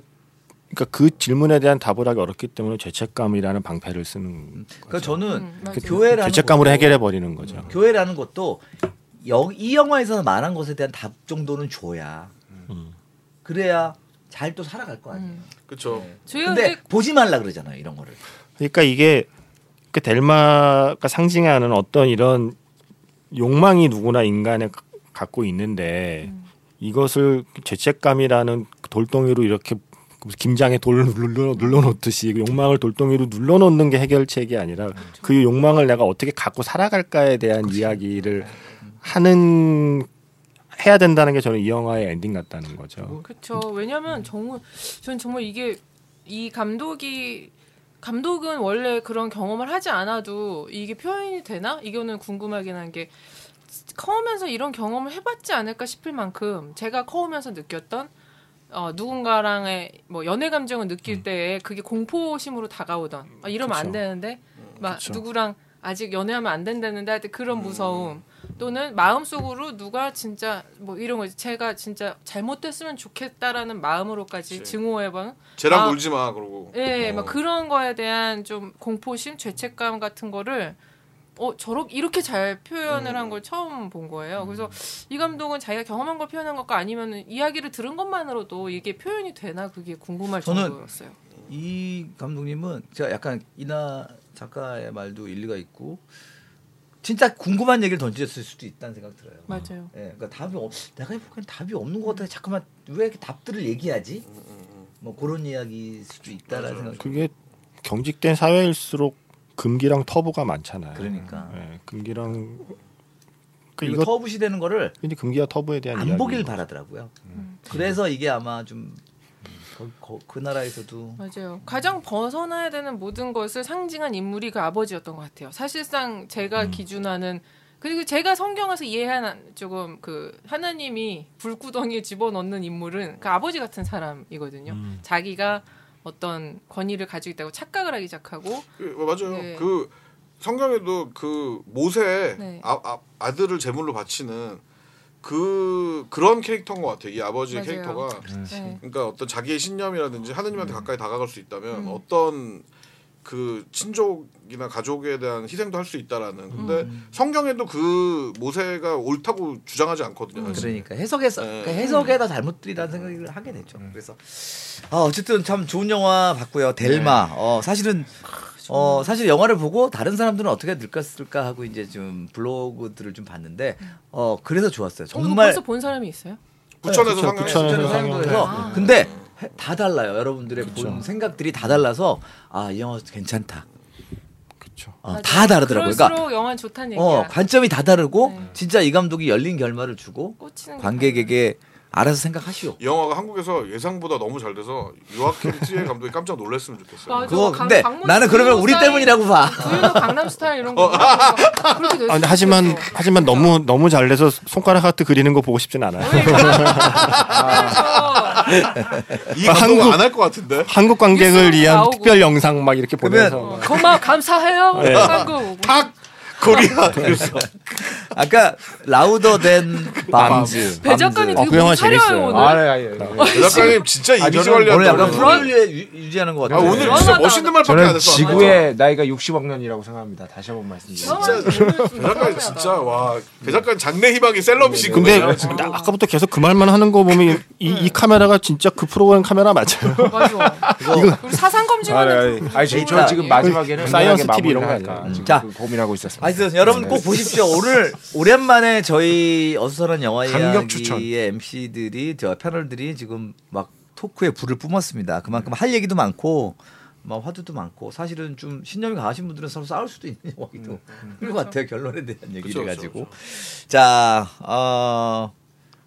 Speaker 5: 그러니까 그 질문에 대한 답을 하기 어렵기 때문에 죄책감이라는 방패를 쓰는
Speaker 1: 그러니까
Speaker 2: 그렇죠.
Speaker 1: 저는
Speaker 4: 음, 맞아요.
Speaker 1: 교회라는
Speaker 5: 죄책감으로
Speaker 1: 것도-
Speaker 5: 해결해 버리는 거죠.
Speaker 1: 교회라는 것도 여- 이 영화에서 말한 것에 대한 답 정도는 줘야
Speaker 5: 음.
Speaker 1: 그래야 잘 또 살아갈 거 아니에요.
Speaker 2: 그렇죠.
Speaker 4: 저희가
Speaker 1: 근데
Speaker 4: 근데
Speaker 1: 보지 말라 그러잖아요 이런 거를.
Speaker 5: 그러니까 이게 그 델마가 상징하는 어떤 이런 욕망이 누구나 인간에 가- 갖고 있는데
Speaker 1: 음.
Speaker 5: 이것을 죄책감이라는 그 돌덩이로 이렇게 김장에 돌을 눌러, 눌러놓듯이 그 욕망을 돌덩이로 눌러놓는 게 해결책이 아니라
Speaker 1: 그렇죠.
Speaker 5: 그 욕망을 내가 어떻게 갖고 살아갈까에 대한
Speaker 1: 네.
Speaker 5: 이야기를 하는 해야 된다는 게 저는 이 영화의 엔딩 같다는
Speaker 1: 뭐
Speaker 5: 거죠. 음.
Speaker 4: 그렇죠. 왜냐하면 정말 저는 정말 이게 이 감독이 감독은 원래 그런 경험을 하지 않아도 이게 표현이 되나? 이거는 궁금하긴 한 게 커오면서 이런 경험을 해봤지 않을까 싶을 만큼 제가 커오면서 느꼈던 어, 누군가랑의 뭐 연애 감정을 느낄 때에 그게 공포심으로 다가오던 아, 이러면 안
Speaker 5: 음. 그쵸.
Speaker 4: 되는데 막
Speaker 5: 그쵸. 음.
Speaker 4: 누구랑 아직 연애하면 안 된다는데 하여튼 그런 무서움 또는 마음속으로 누가 진짜 뭐 이런 거 제가 진짜 잘못됐으면 좋겠다라는 마음으로까지
Speaker 2: 그치.
Speaker 4: 증오해본
Speaker 2: 쟤랑
Speaker 4: 아.
Speaker 2: 놀지 마 그러고.
Speaker 4: 예,
Speaker 2: 어.
Speaker 4: 막 그런 거에 대한 좀 공포심, 죄책감 같은 거를 어 저렇게 이렇게 잘 표현을 한 걸 처음 본 거예요. 그래서 이 감독은 자기가 경험한 걸 표현한 것과 아니면 이야기를 들은 것만으로도 이게 표현이 되나 그게 궁금할
Speaker 1: 저는-
Speaker 4: 정도였어요.
Speaker 1: 이 감독님은 제가 약간 이나 작가의 말도 일리가 있고 진짜 궁금한 얘기를 던지셨을 수도 있다는 생각 들어요.
Speaker 4: 맞아요.
Speaker 1: 예, 그러니까 답이 없, 내가 보기엔 답이 없는 것 같아. 잠깐만 왜 이렇게 답들을 얘기하지? 뭐 그런 이야기일 수도 있다라는 생각.
Speaker 5: 그게 경직된 사회일수록 금기랑 터부가 많잖아요.
Speaker 1: 그러니까.
Speaker 5: 예, 금기랑 그
Speaker 1: 그리고
Speaker 5: 이거
Speaker 1: 터부시 되는 거를
Speaker 5: 근데 금기와 터부에 대한
Speaker 1: 안
Speaker 5: 이야기.
Speaker 1: 보길 바라더라고요.
Speaker 4: 음.
Speaker 1: 그래서 이게 아마 좀 거- 거- 그 나라에서도
Speaker 4: 맞아요. 가장 벗어나야 되는 모든 것을 상징한 인물이 그 아버지였던 것 같아요. 사실상
Speaker 1: 음.
Speaker 4: 제가 기준하는 그리고 제가 성경에서 이해한 조금 그 하나님이 불구덩이에 집어넣는 인물은 그 아버지 같은 사람이거든요.
Speaker 1: 음.
Speaker 4: 자기가 어떤 권위를 가지고 있다고 착각을 하기 시작하고
Speaker 2: 예, 맞아요.
Speaker 4: 네.
Speaker 2: 그 성경에도 그 모세
Speaker 4: 네.
Speaker 2: 아, 아, 아들을 제물로 바치는 그 그런 캐릭터인 것 같아요. 이 아버지
Speaker 4: 맞아요.
Speaker 2: 캐릭터가
Speaker 4: 네.
Speaker 2: 그러니까 어떤 자기의 신념이라든지
Speaker 5: 음.
Speaker 2: 하느님한테 가까이 다가갈 수
Speaker 4: 음.
Speaker 2: 있다면 어떤 그 친족이나 가족에 대한 희생도 할 수 있다라는. 근데
Speaker 5: 음.
Speaker 2: 성경에도 그 모세가 옳다고 주장하지 않거든요.
Speaker 5: 음,
Speaker 2: 사실.
Speaker 1: 그러니까 해석에서
Speaker 2: 네.
Speaker 1: 그러니까 해석에다 잘못들이라는 생각을 하게 되죠. 그래서 아 어쨌든 참 좋은 영화 봤고요. 델마. 어 사실은 어 사실 영화를 보고 다른 사람들은 어떻게 느꼈을까 하고 이제 좀 블로그들을 좀 봤는데 어 그래서 좋았어요.
Speaker 4: 어, 그거
Speaker 1: 정말
Speaker 4: 음. 벌써 본 사람이 있어요?
Speaker 2: 부천에서
Speaker 5: 그쵸,
Speaker 2: 상영했
Speaker 5: 부천에서
Speaker 1: 실제로
Speaker 5: 상영.
Speaker 1: 상영도에서
Speaker 4: 아.
Speaker 1: 근데 해- 다 달라요. 여러분들의 본 생각들이 다 달라서 아 이 영화 괜찮다.
Speaker 5: 그렇죠.
Speaker 1: 어,
Speaker 4: 맞아요.
Speaker 1: 다 다르더라고요.
Speaker 4: 그럴수록
Speaker 1: 그러니까
Speaker 4: 영화는 좋다는 얘기야.
Speaker 1: 어, 관점이 다 다르고
Speaker 4: 네.
Speaker 1: 진짜 이 감독이 열린 결말을 주고
Speaker 4: 꽂히는 게
Speaker 1: 관객에게 알아서 생각하시오.
Speaker 2: 이 영화가 한국에서 예상보다 너무 잘 돼서 유아킴 쯔의 감독이 깜짝 놀랐으면 좋겠어요.
Speaker 4: 맞아.
Speaker 1: 그거
Speaker 4: 강-
Speaker 1: 근데
Speaker 4: 강문
Speaker 1: 나는 그러면 우리
Speaker 4: 스타일.
Speaker 1: 때문이라고 봐.
Speaker 4: 구윤호 강남스타일 이런 거 보면서 그렇게 됐을
Speaker 5: 아, 근데 하지만
Speaker 4: 수도 있어.
Speaker 5: 하지만 너무 너무 잘 돼서 손가락 하트 그리는 거 보고 싶진 않아요.
Speaker 4: 그래서
Speaker 2: 이 감독은
Speaker 5: 아, 한국-
Speaker 2: 안 할 것 같은데.
Speaker 5: 한국 관객을
Speaker 4: 뉴스도
Speaker 5: 위한
Speaker 4: 나오고.
Speaker 5: 특별 영상 막 이렇게
Speaker 1: 그러면-
Speaker 5: 보내서
Speaker 1: 아,
Speaker 4: 고마 감사해요.
Speaker 5: 네.
Speaker 4: 한국
Speaker 2: 탁 코리아 독일서.
Speaker 1: 아까 라우더 된 밤즈.
Speaker 4: 배 작가님
Speaker 5: 아,
Speaker 4: 되게
Speaker 5: 그 영화
Speaker 4: 못 차려요
Speaker 5: 재밌어요.
Speaker 4: 오늘.
Speaker 3: 아, 예, 예.
Speaker 2: 작가님 진짜 이미지
Speaker 1: 아, 원래
Speaker 2: 관리한다.
Speaker 1: 약간
Speaker 2: 오늘.
Speaker 1: 프로를 유- 유지하는 것
Speaker 2: 아
Speaker 1: 같아요.
Speaker 2: 그 오늘 진짜
Speaker 4: 드라마다.
Speaker 2: 멋있는 말밖에 안
Speaker 3: 저는
Speaker 2: 했어. 아,
Speaker 3: 지구의 나이가 60억 년이라고 생각합니다. 다시 한번 말씀드립니다.
Speaker 4: 진짜
Speaker 2: 배 작가님 진짜 와. 배 작가님 장래 희망이 셀럽이시고.
Speaker 5: 근데 나 아까부터 계속 그 말만 하는 거 보면 이, 이 카메라가 진짜 그 프로그램 카메라 맞아요.
Speaker 4: 맞아. 우리 사상 검증하는
Speaker 3: 아니 저, 저 지금 마지막에는
Speaker 5: 그 사이언스
Speaker 3: 간단하게
Speaker 5: TV 이런 거
Speaker 3: 마무리를 할까
Speaker 5: 아니에요?
Speaker 3: 지금
Speaker 1: 자.
Speaker 3: 그 고민하고 있었습니다.
Speaker 1: 아이스 여러분 꼭 보십시오. 오늘 오랜만에 저희 어수선한 영화
Speaker 3: 강력 추천.
Speaker 1: 이야기의 MC들이 저 패널들이 지금 막 토크에 불을 뿜었습니다. 그만큼 할 얘기도 많고 막 화두도 많고 사실은 좀 신념이 강하신 분들은 서로 싸울 수도 있는 영화기도 그런 것 같아요. 결론에 대한 얘기를
Speaker 2: 그쵸,
Speaker 1: 가지고
Speaker 2: 그쵸,
Speaker 1: 자 어,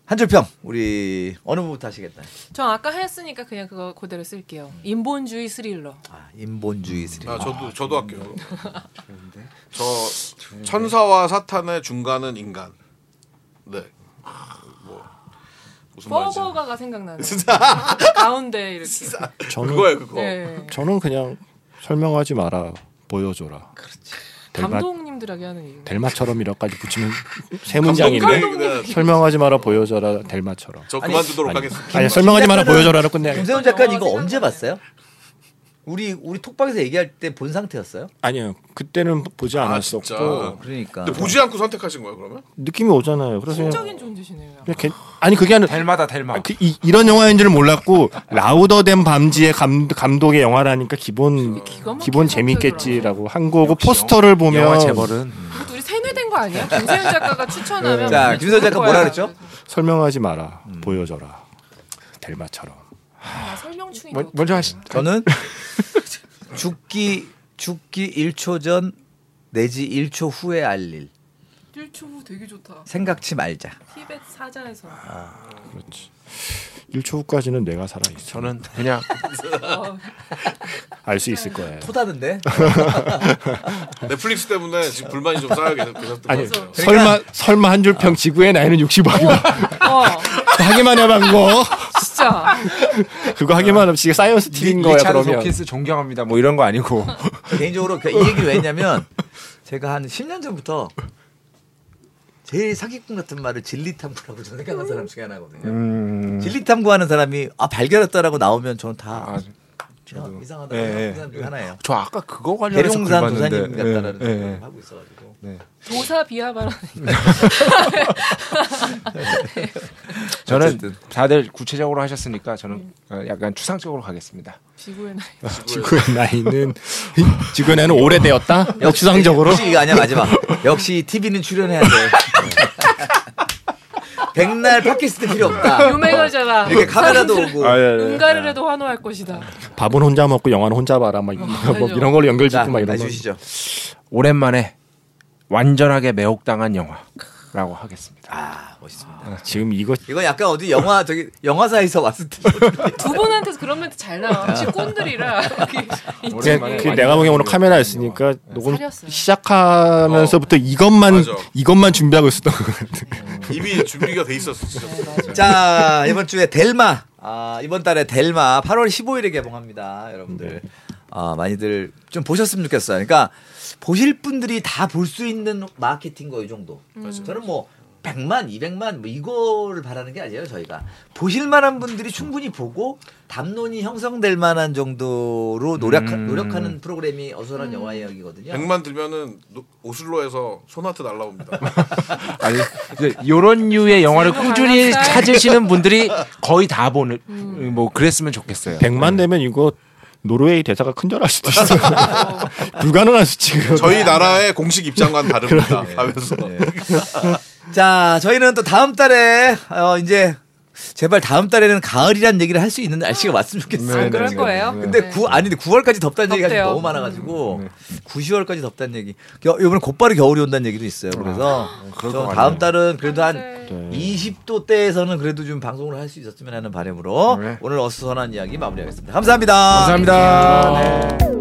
Speaker 1: 한줄평 우리 어느 부분부터 하시겠나요?
Speaker 4: 전 아까 했으니까 그냥 그거 그대로 쓸게요. 인본주의 스릴러.
Speaker 1: 아, 인본주의 스릴러.
Speaker 2: 아 저도 저도 할게요. 저 천사와 사탄의 중간은 인간. 네. 뭐 무슨 말이지?
Speaker 4: 버거가 생각나는. 가운데 이렇게.
Speaker 5: 저는
Speaker 2: 그거예요 그거.
Speaker 1: 어.
Speaker 4: 네.
Speaker 5: 저는 그냥 설명하지 마라 보여줘라.
Speaker 1: 그렇죠.
Speaker 5: 델마
Speaker 4: 감독님들에게 하는 얘기.
Speaker 5: 델마처럼 이렇게까지 붙이면 세
Speaker 2: 감독님의
Speaker 5: 문장인데
Speaker 2: 얘기는
Speaker 5: 설명하지 마라 보여줘라 델마처럼.
Speaker 2: 저
Speaker 1: 아니,
Speaker 2: 그만두도록
Speaker 5: 아니,
Speaker 2: 하겠습니다.
Speaker 5: 아니 설명하지 마라
Speaker 1: 작가는-
Speaker 5: 보여줘라로 끝내.
Speaker 1: 음. 김세훈 작가님 이거
Speaker 4: 영화
Speaker 1: 언제
Speaker 4: 생각나요?
Speaker 1: 봤어요? 우리 우리 톡방에서 얘기할 때 본 상태였어요?
Speaker 5: 아니요 그때는 보지 않았었고
Speaker 2: 아, 진짜.
Speaker 1: 그러니까.
Speaker 3: 뭐-
Speaker 2: 근데 보지 않고 선택하신 거예요 그러면?
Speaker 5: 느낌이 오잖아요. 그래서 그냥
Speaker 4: 심적인 존재시네요.
Speaker 5: 그냥 괜- 아니 그게 아니라
Speaker 3: 델마다 델마.
Speaker 5: 아, 그 이, 이런 영화인 줄 몰랐고 라우더된 밤지의 감, 감독의 영화라니까 기본
Speaker 4: 기가 막힌
Speaker 5: 기본 재밌겠지라고 한 거고 포스터를 보면
Speaker 3: 영화 재벌은
Speaker 4: 그것도 우리 세뇌된 거 아니야? 김세현 작가가 추천하면.
Speaker 1: 네. 자,
Speaker 4: 무슨
Speaker 1: 김세현 작가
Speaker 4: 거야.
Speaker 1: 뭐라 그랬죠?
Speaker 5: 설명하지 마라 보여줘라 델마처럼
Speaker 4: 아, 설명충이
Speaker 1: 뭐,
Speaker 3: 먼- 먼저 하시.
Speaker 1: 저는 죽기 죽기 1초 전 내지 1초 후에 알릴
Speaker 4: 일초후 되게 좋다.
Speaker 1: 생각치 말자.
Speaker 4: 티벳 사자에서.
Speaker 5: 그렇지 1초 후까지는 내가 살아있어
Speaker 3: 저는 그냥
Speaker 5: 알 수 있을
Speaker 3: 네.
Speaker 5: 거예요
Speaker 1: 토다는데
Speaker 2: 넷플릭스 때문에 지금 불만이 좀 쌓여 계셨- 계셨던 것
Speaker 5: 아니
Speaker 2: 같아요.
Speaker 5: 설마 설마 한 줄 평 지구의 나이는 60억이다
Speaker 4: 어,
Speaker 5: 하기만 해봐 그거
Speaker 4: 진짜.
Speaker 5: 그거 하기만 없이 사이언스 TV인 거야
Speaker 3: 리차드
Speaker 5: 그러면
Speaker 3: 소킨스 존경합니다. 뭐 이런 거 아니고
Speaker 1: 개인적으로 그러니까 그이 얘기를 왜 했냐면 제가 한 10년 전부터 제일 사기꾼 같은 말을 진리탐구라고 저는 생각한 사람 중에 하나거든요. 진리탐구하는 사람이 아 발견했다라고 나오면 저는 다
Speaker 3: 음. 아,
Speaker 1: 저 이상하다
Speaker 3: 예, 예.
Speaker 1: 그 사람 중에 하나예요.
Speaker 3: 저 아까 그거 관련해서 글
Speaker 1: 대룡산
Speaker 3: 봤는데
Speaker 1: 도사님 같다라는
Speaker 3: 예, 예,
Speaker 1: 생각을
Speaker 3: 예.
Speaker 1: 하고 있어가지고
Speaker 4: 도사 비하바라.
Speaker 3: 저는
Speaker 1: 어쨌든.
Speaker 3: 다들 구체적으로 하셨으니까 저는 어, 약간 추상적으로 가겠습니다.
Speaker 4: 지구의 나이.
Speaker 5: 지구의 나이는 지구의 나이는 오래되었다 역수상적으로
Speaker 1: 역시 이거 아니야 마지막 역시 TV는 출연해야 돼 백날 팟캐스트 필요 없다
Speaker 4: 유명하잖아.
Speaker 1: 이렇게 카메라도 오고
Speaker 5: 네, 예,
Speaker 4: 응가를 해도 환호할 것이다.
Speaker 5: 밥은 혼자 먹고 영화는 혼자 봐라 막, 뭐
Speaker 4: 맞아요.
Speaker 5: 이런 걸로 연결
Speaker 1: 자
Speaker 5: 짓고 막 이런 거
Speaker 1: 해주시죠
Speaker 3: 오랜만에 완전하게 매혹당한 영화라고 하겠습니다.
Speaker 1: 아 멋있습니다
Speaker 5: 지금 이거
Speaker 1: 이건 약간 어디 영화 저기 영화사에서 왔을 때
Speaker 4: 두 분한테서 그런 멘트 잘 나와. 혹시 꼰들이라. 아,
Speaker 5: 그냥
Speaker 3: 오랜만에
Speaker 5: 그
Speaker 3: 많이
Speaker 5: 내가 보기엔
Speaker 3: 보여드리려고
Speaker 5: 오늘 카메라 있으니까 녹음
Speaker 4: 사렸어요.
Speaker 5: 시작하면서부터 이것만
Speaker 2: 맞아.
Speaker 5: 이것만 준비하고 있었던 것 같아.
Speaker 2: 이미 준비가 돼 있었어 진짜.
Speaker 1: 자 이번 주에 델마 아 이번 달에 델마 8월 15일에 개봉합니다 여러분들 아 많이들 좀 보셨으면 좋겠어요 그러니까 보실 분들이 다 볼 수 있는 마케팅 거 이 정도 저는 뭐 100만 200만 뭐 이거를 바라는 게 아니에요 저희가 보실 만한 분들이 충분히 보고 담론이 형성될 만한 정도로 노력 노력하는 프로그램이 어수선한 영화 이야기거든요
Speaker 2: 100만 들면은 노- 오슬로에서 소나트 날라옵니다.
Speaker 3: 아니 이런 류의 영화를 꾸준히
Speaker 4: 강한 스타일.
Speaker 3: 찾으시는 분들이 거의 다 보는 뭐 그랬으면 좋겠어요.
Speaker 1: 네,
Speaker 5: 100만 되면 이거 노르웨이 대사가 큰절할 수도 있어. 그렇죠. 불가능한 수치가.
Speaker 2: 저희 나라의 공식 입장과는 다릅니다. 하면서
Speaker 1: 예. 자, 저희는 또 다음 달에 어 이제 제발 다음 달에는 가을이란 얘기를 할 수 있는 날씨가
Speaker 3: 음.
Speaker 1: 왔으면 좋겠어요.
Speaker 3: 네,
Speaker 4: 안 아, 그럴 거예요.
Speaker 1: 근데
Speaker 4: 네.
Speaker 1: 구 아니 근데 9월까지 덥다는 얘기가 지금
Speaker 4: 덥대요.
Speaker 1: 너무 많아가지고
Speaker 3: 음. 네.
Speaker 1: 9, 10월까지 덥다는 얘기. 겨, 이번에 곧바로 겨울이 온다는 얘기도 있어요. 그래서
Speaker 3: 아, 그럴
Speaker 1: 저
Speaker 3: 것
Speaker 1: 다음
Speaker 3: 같네요.
Speaker 1: 달은 그래도 한
Speaker 4: 네.
Speaker 1: 20도 대에서는 그래도 좀 방송을 할 수 있었으면 하는 바람으로
Speaker 3: 네.
Speaker 1: 오늘 어수선한 이야기 마무리하겠습니다. 감사합니다.
Speaker 3: 감사합니다. 네.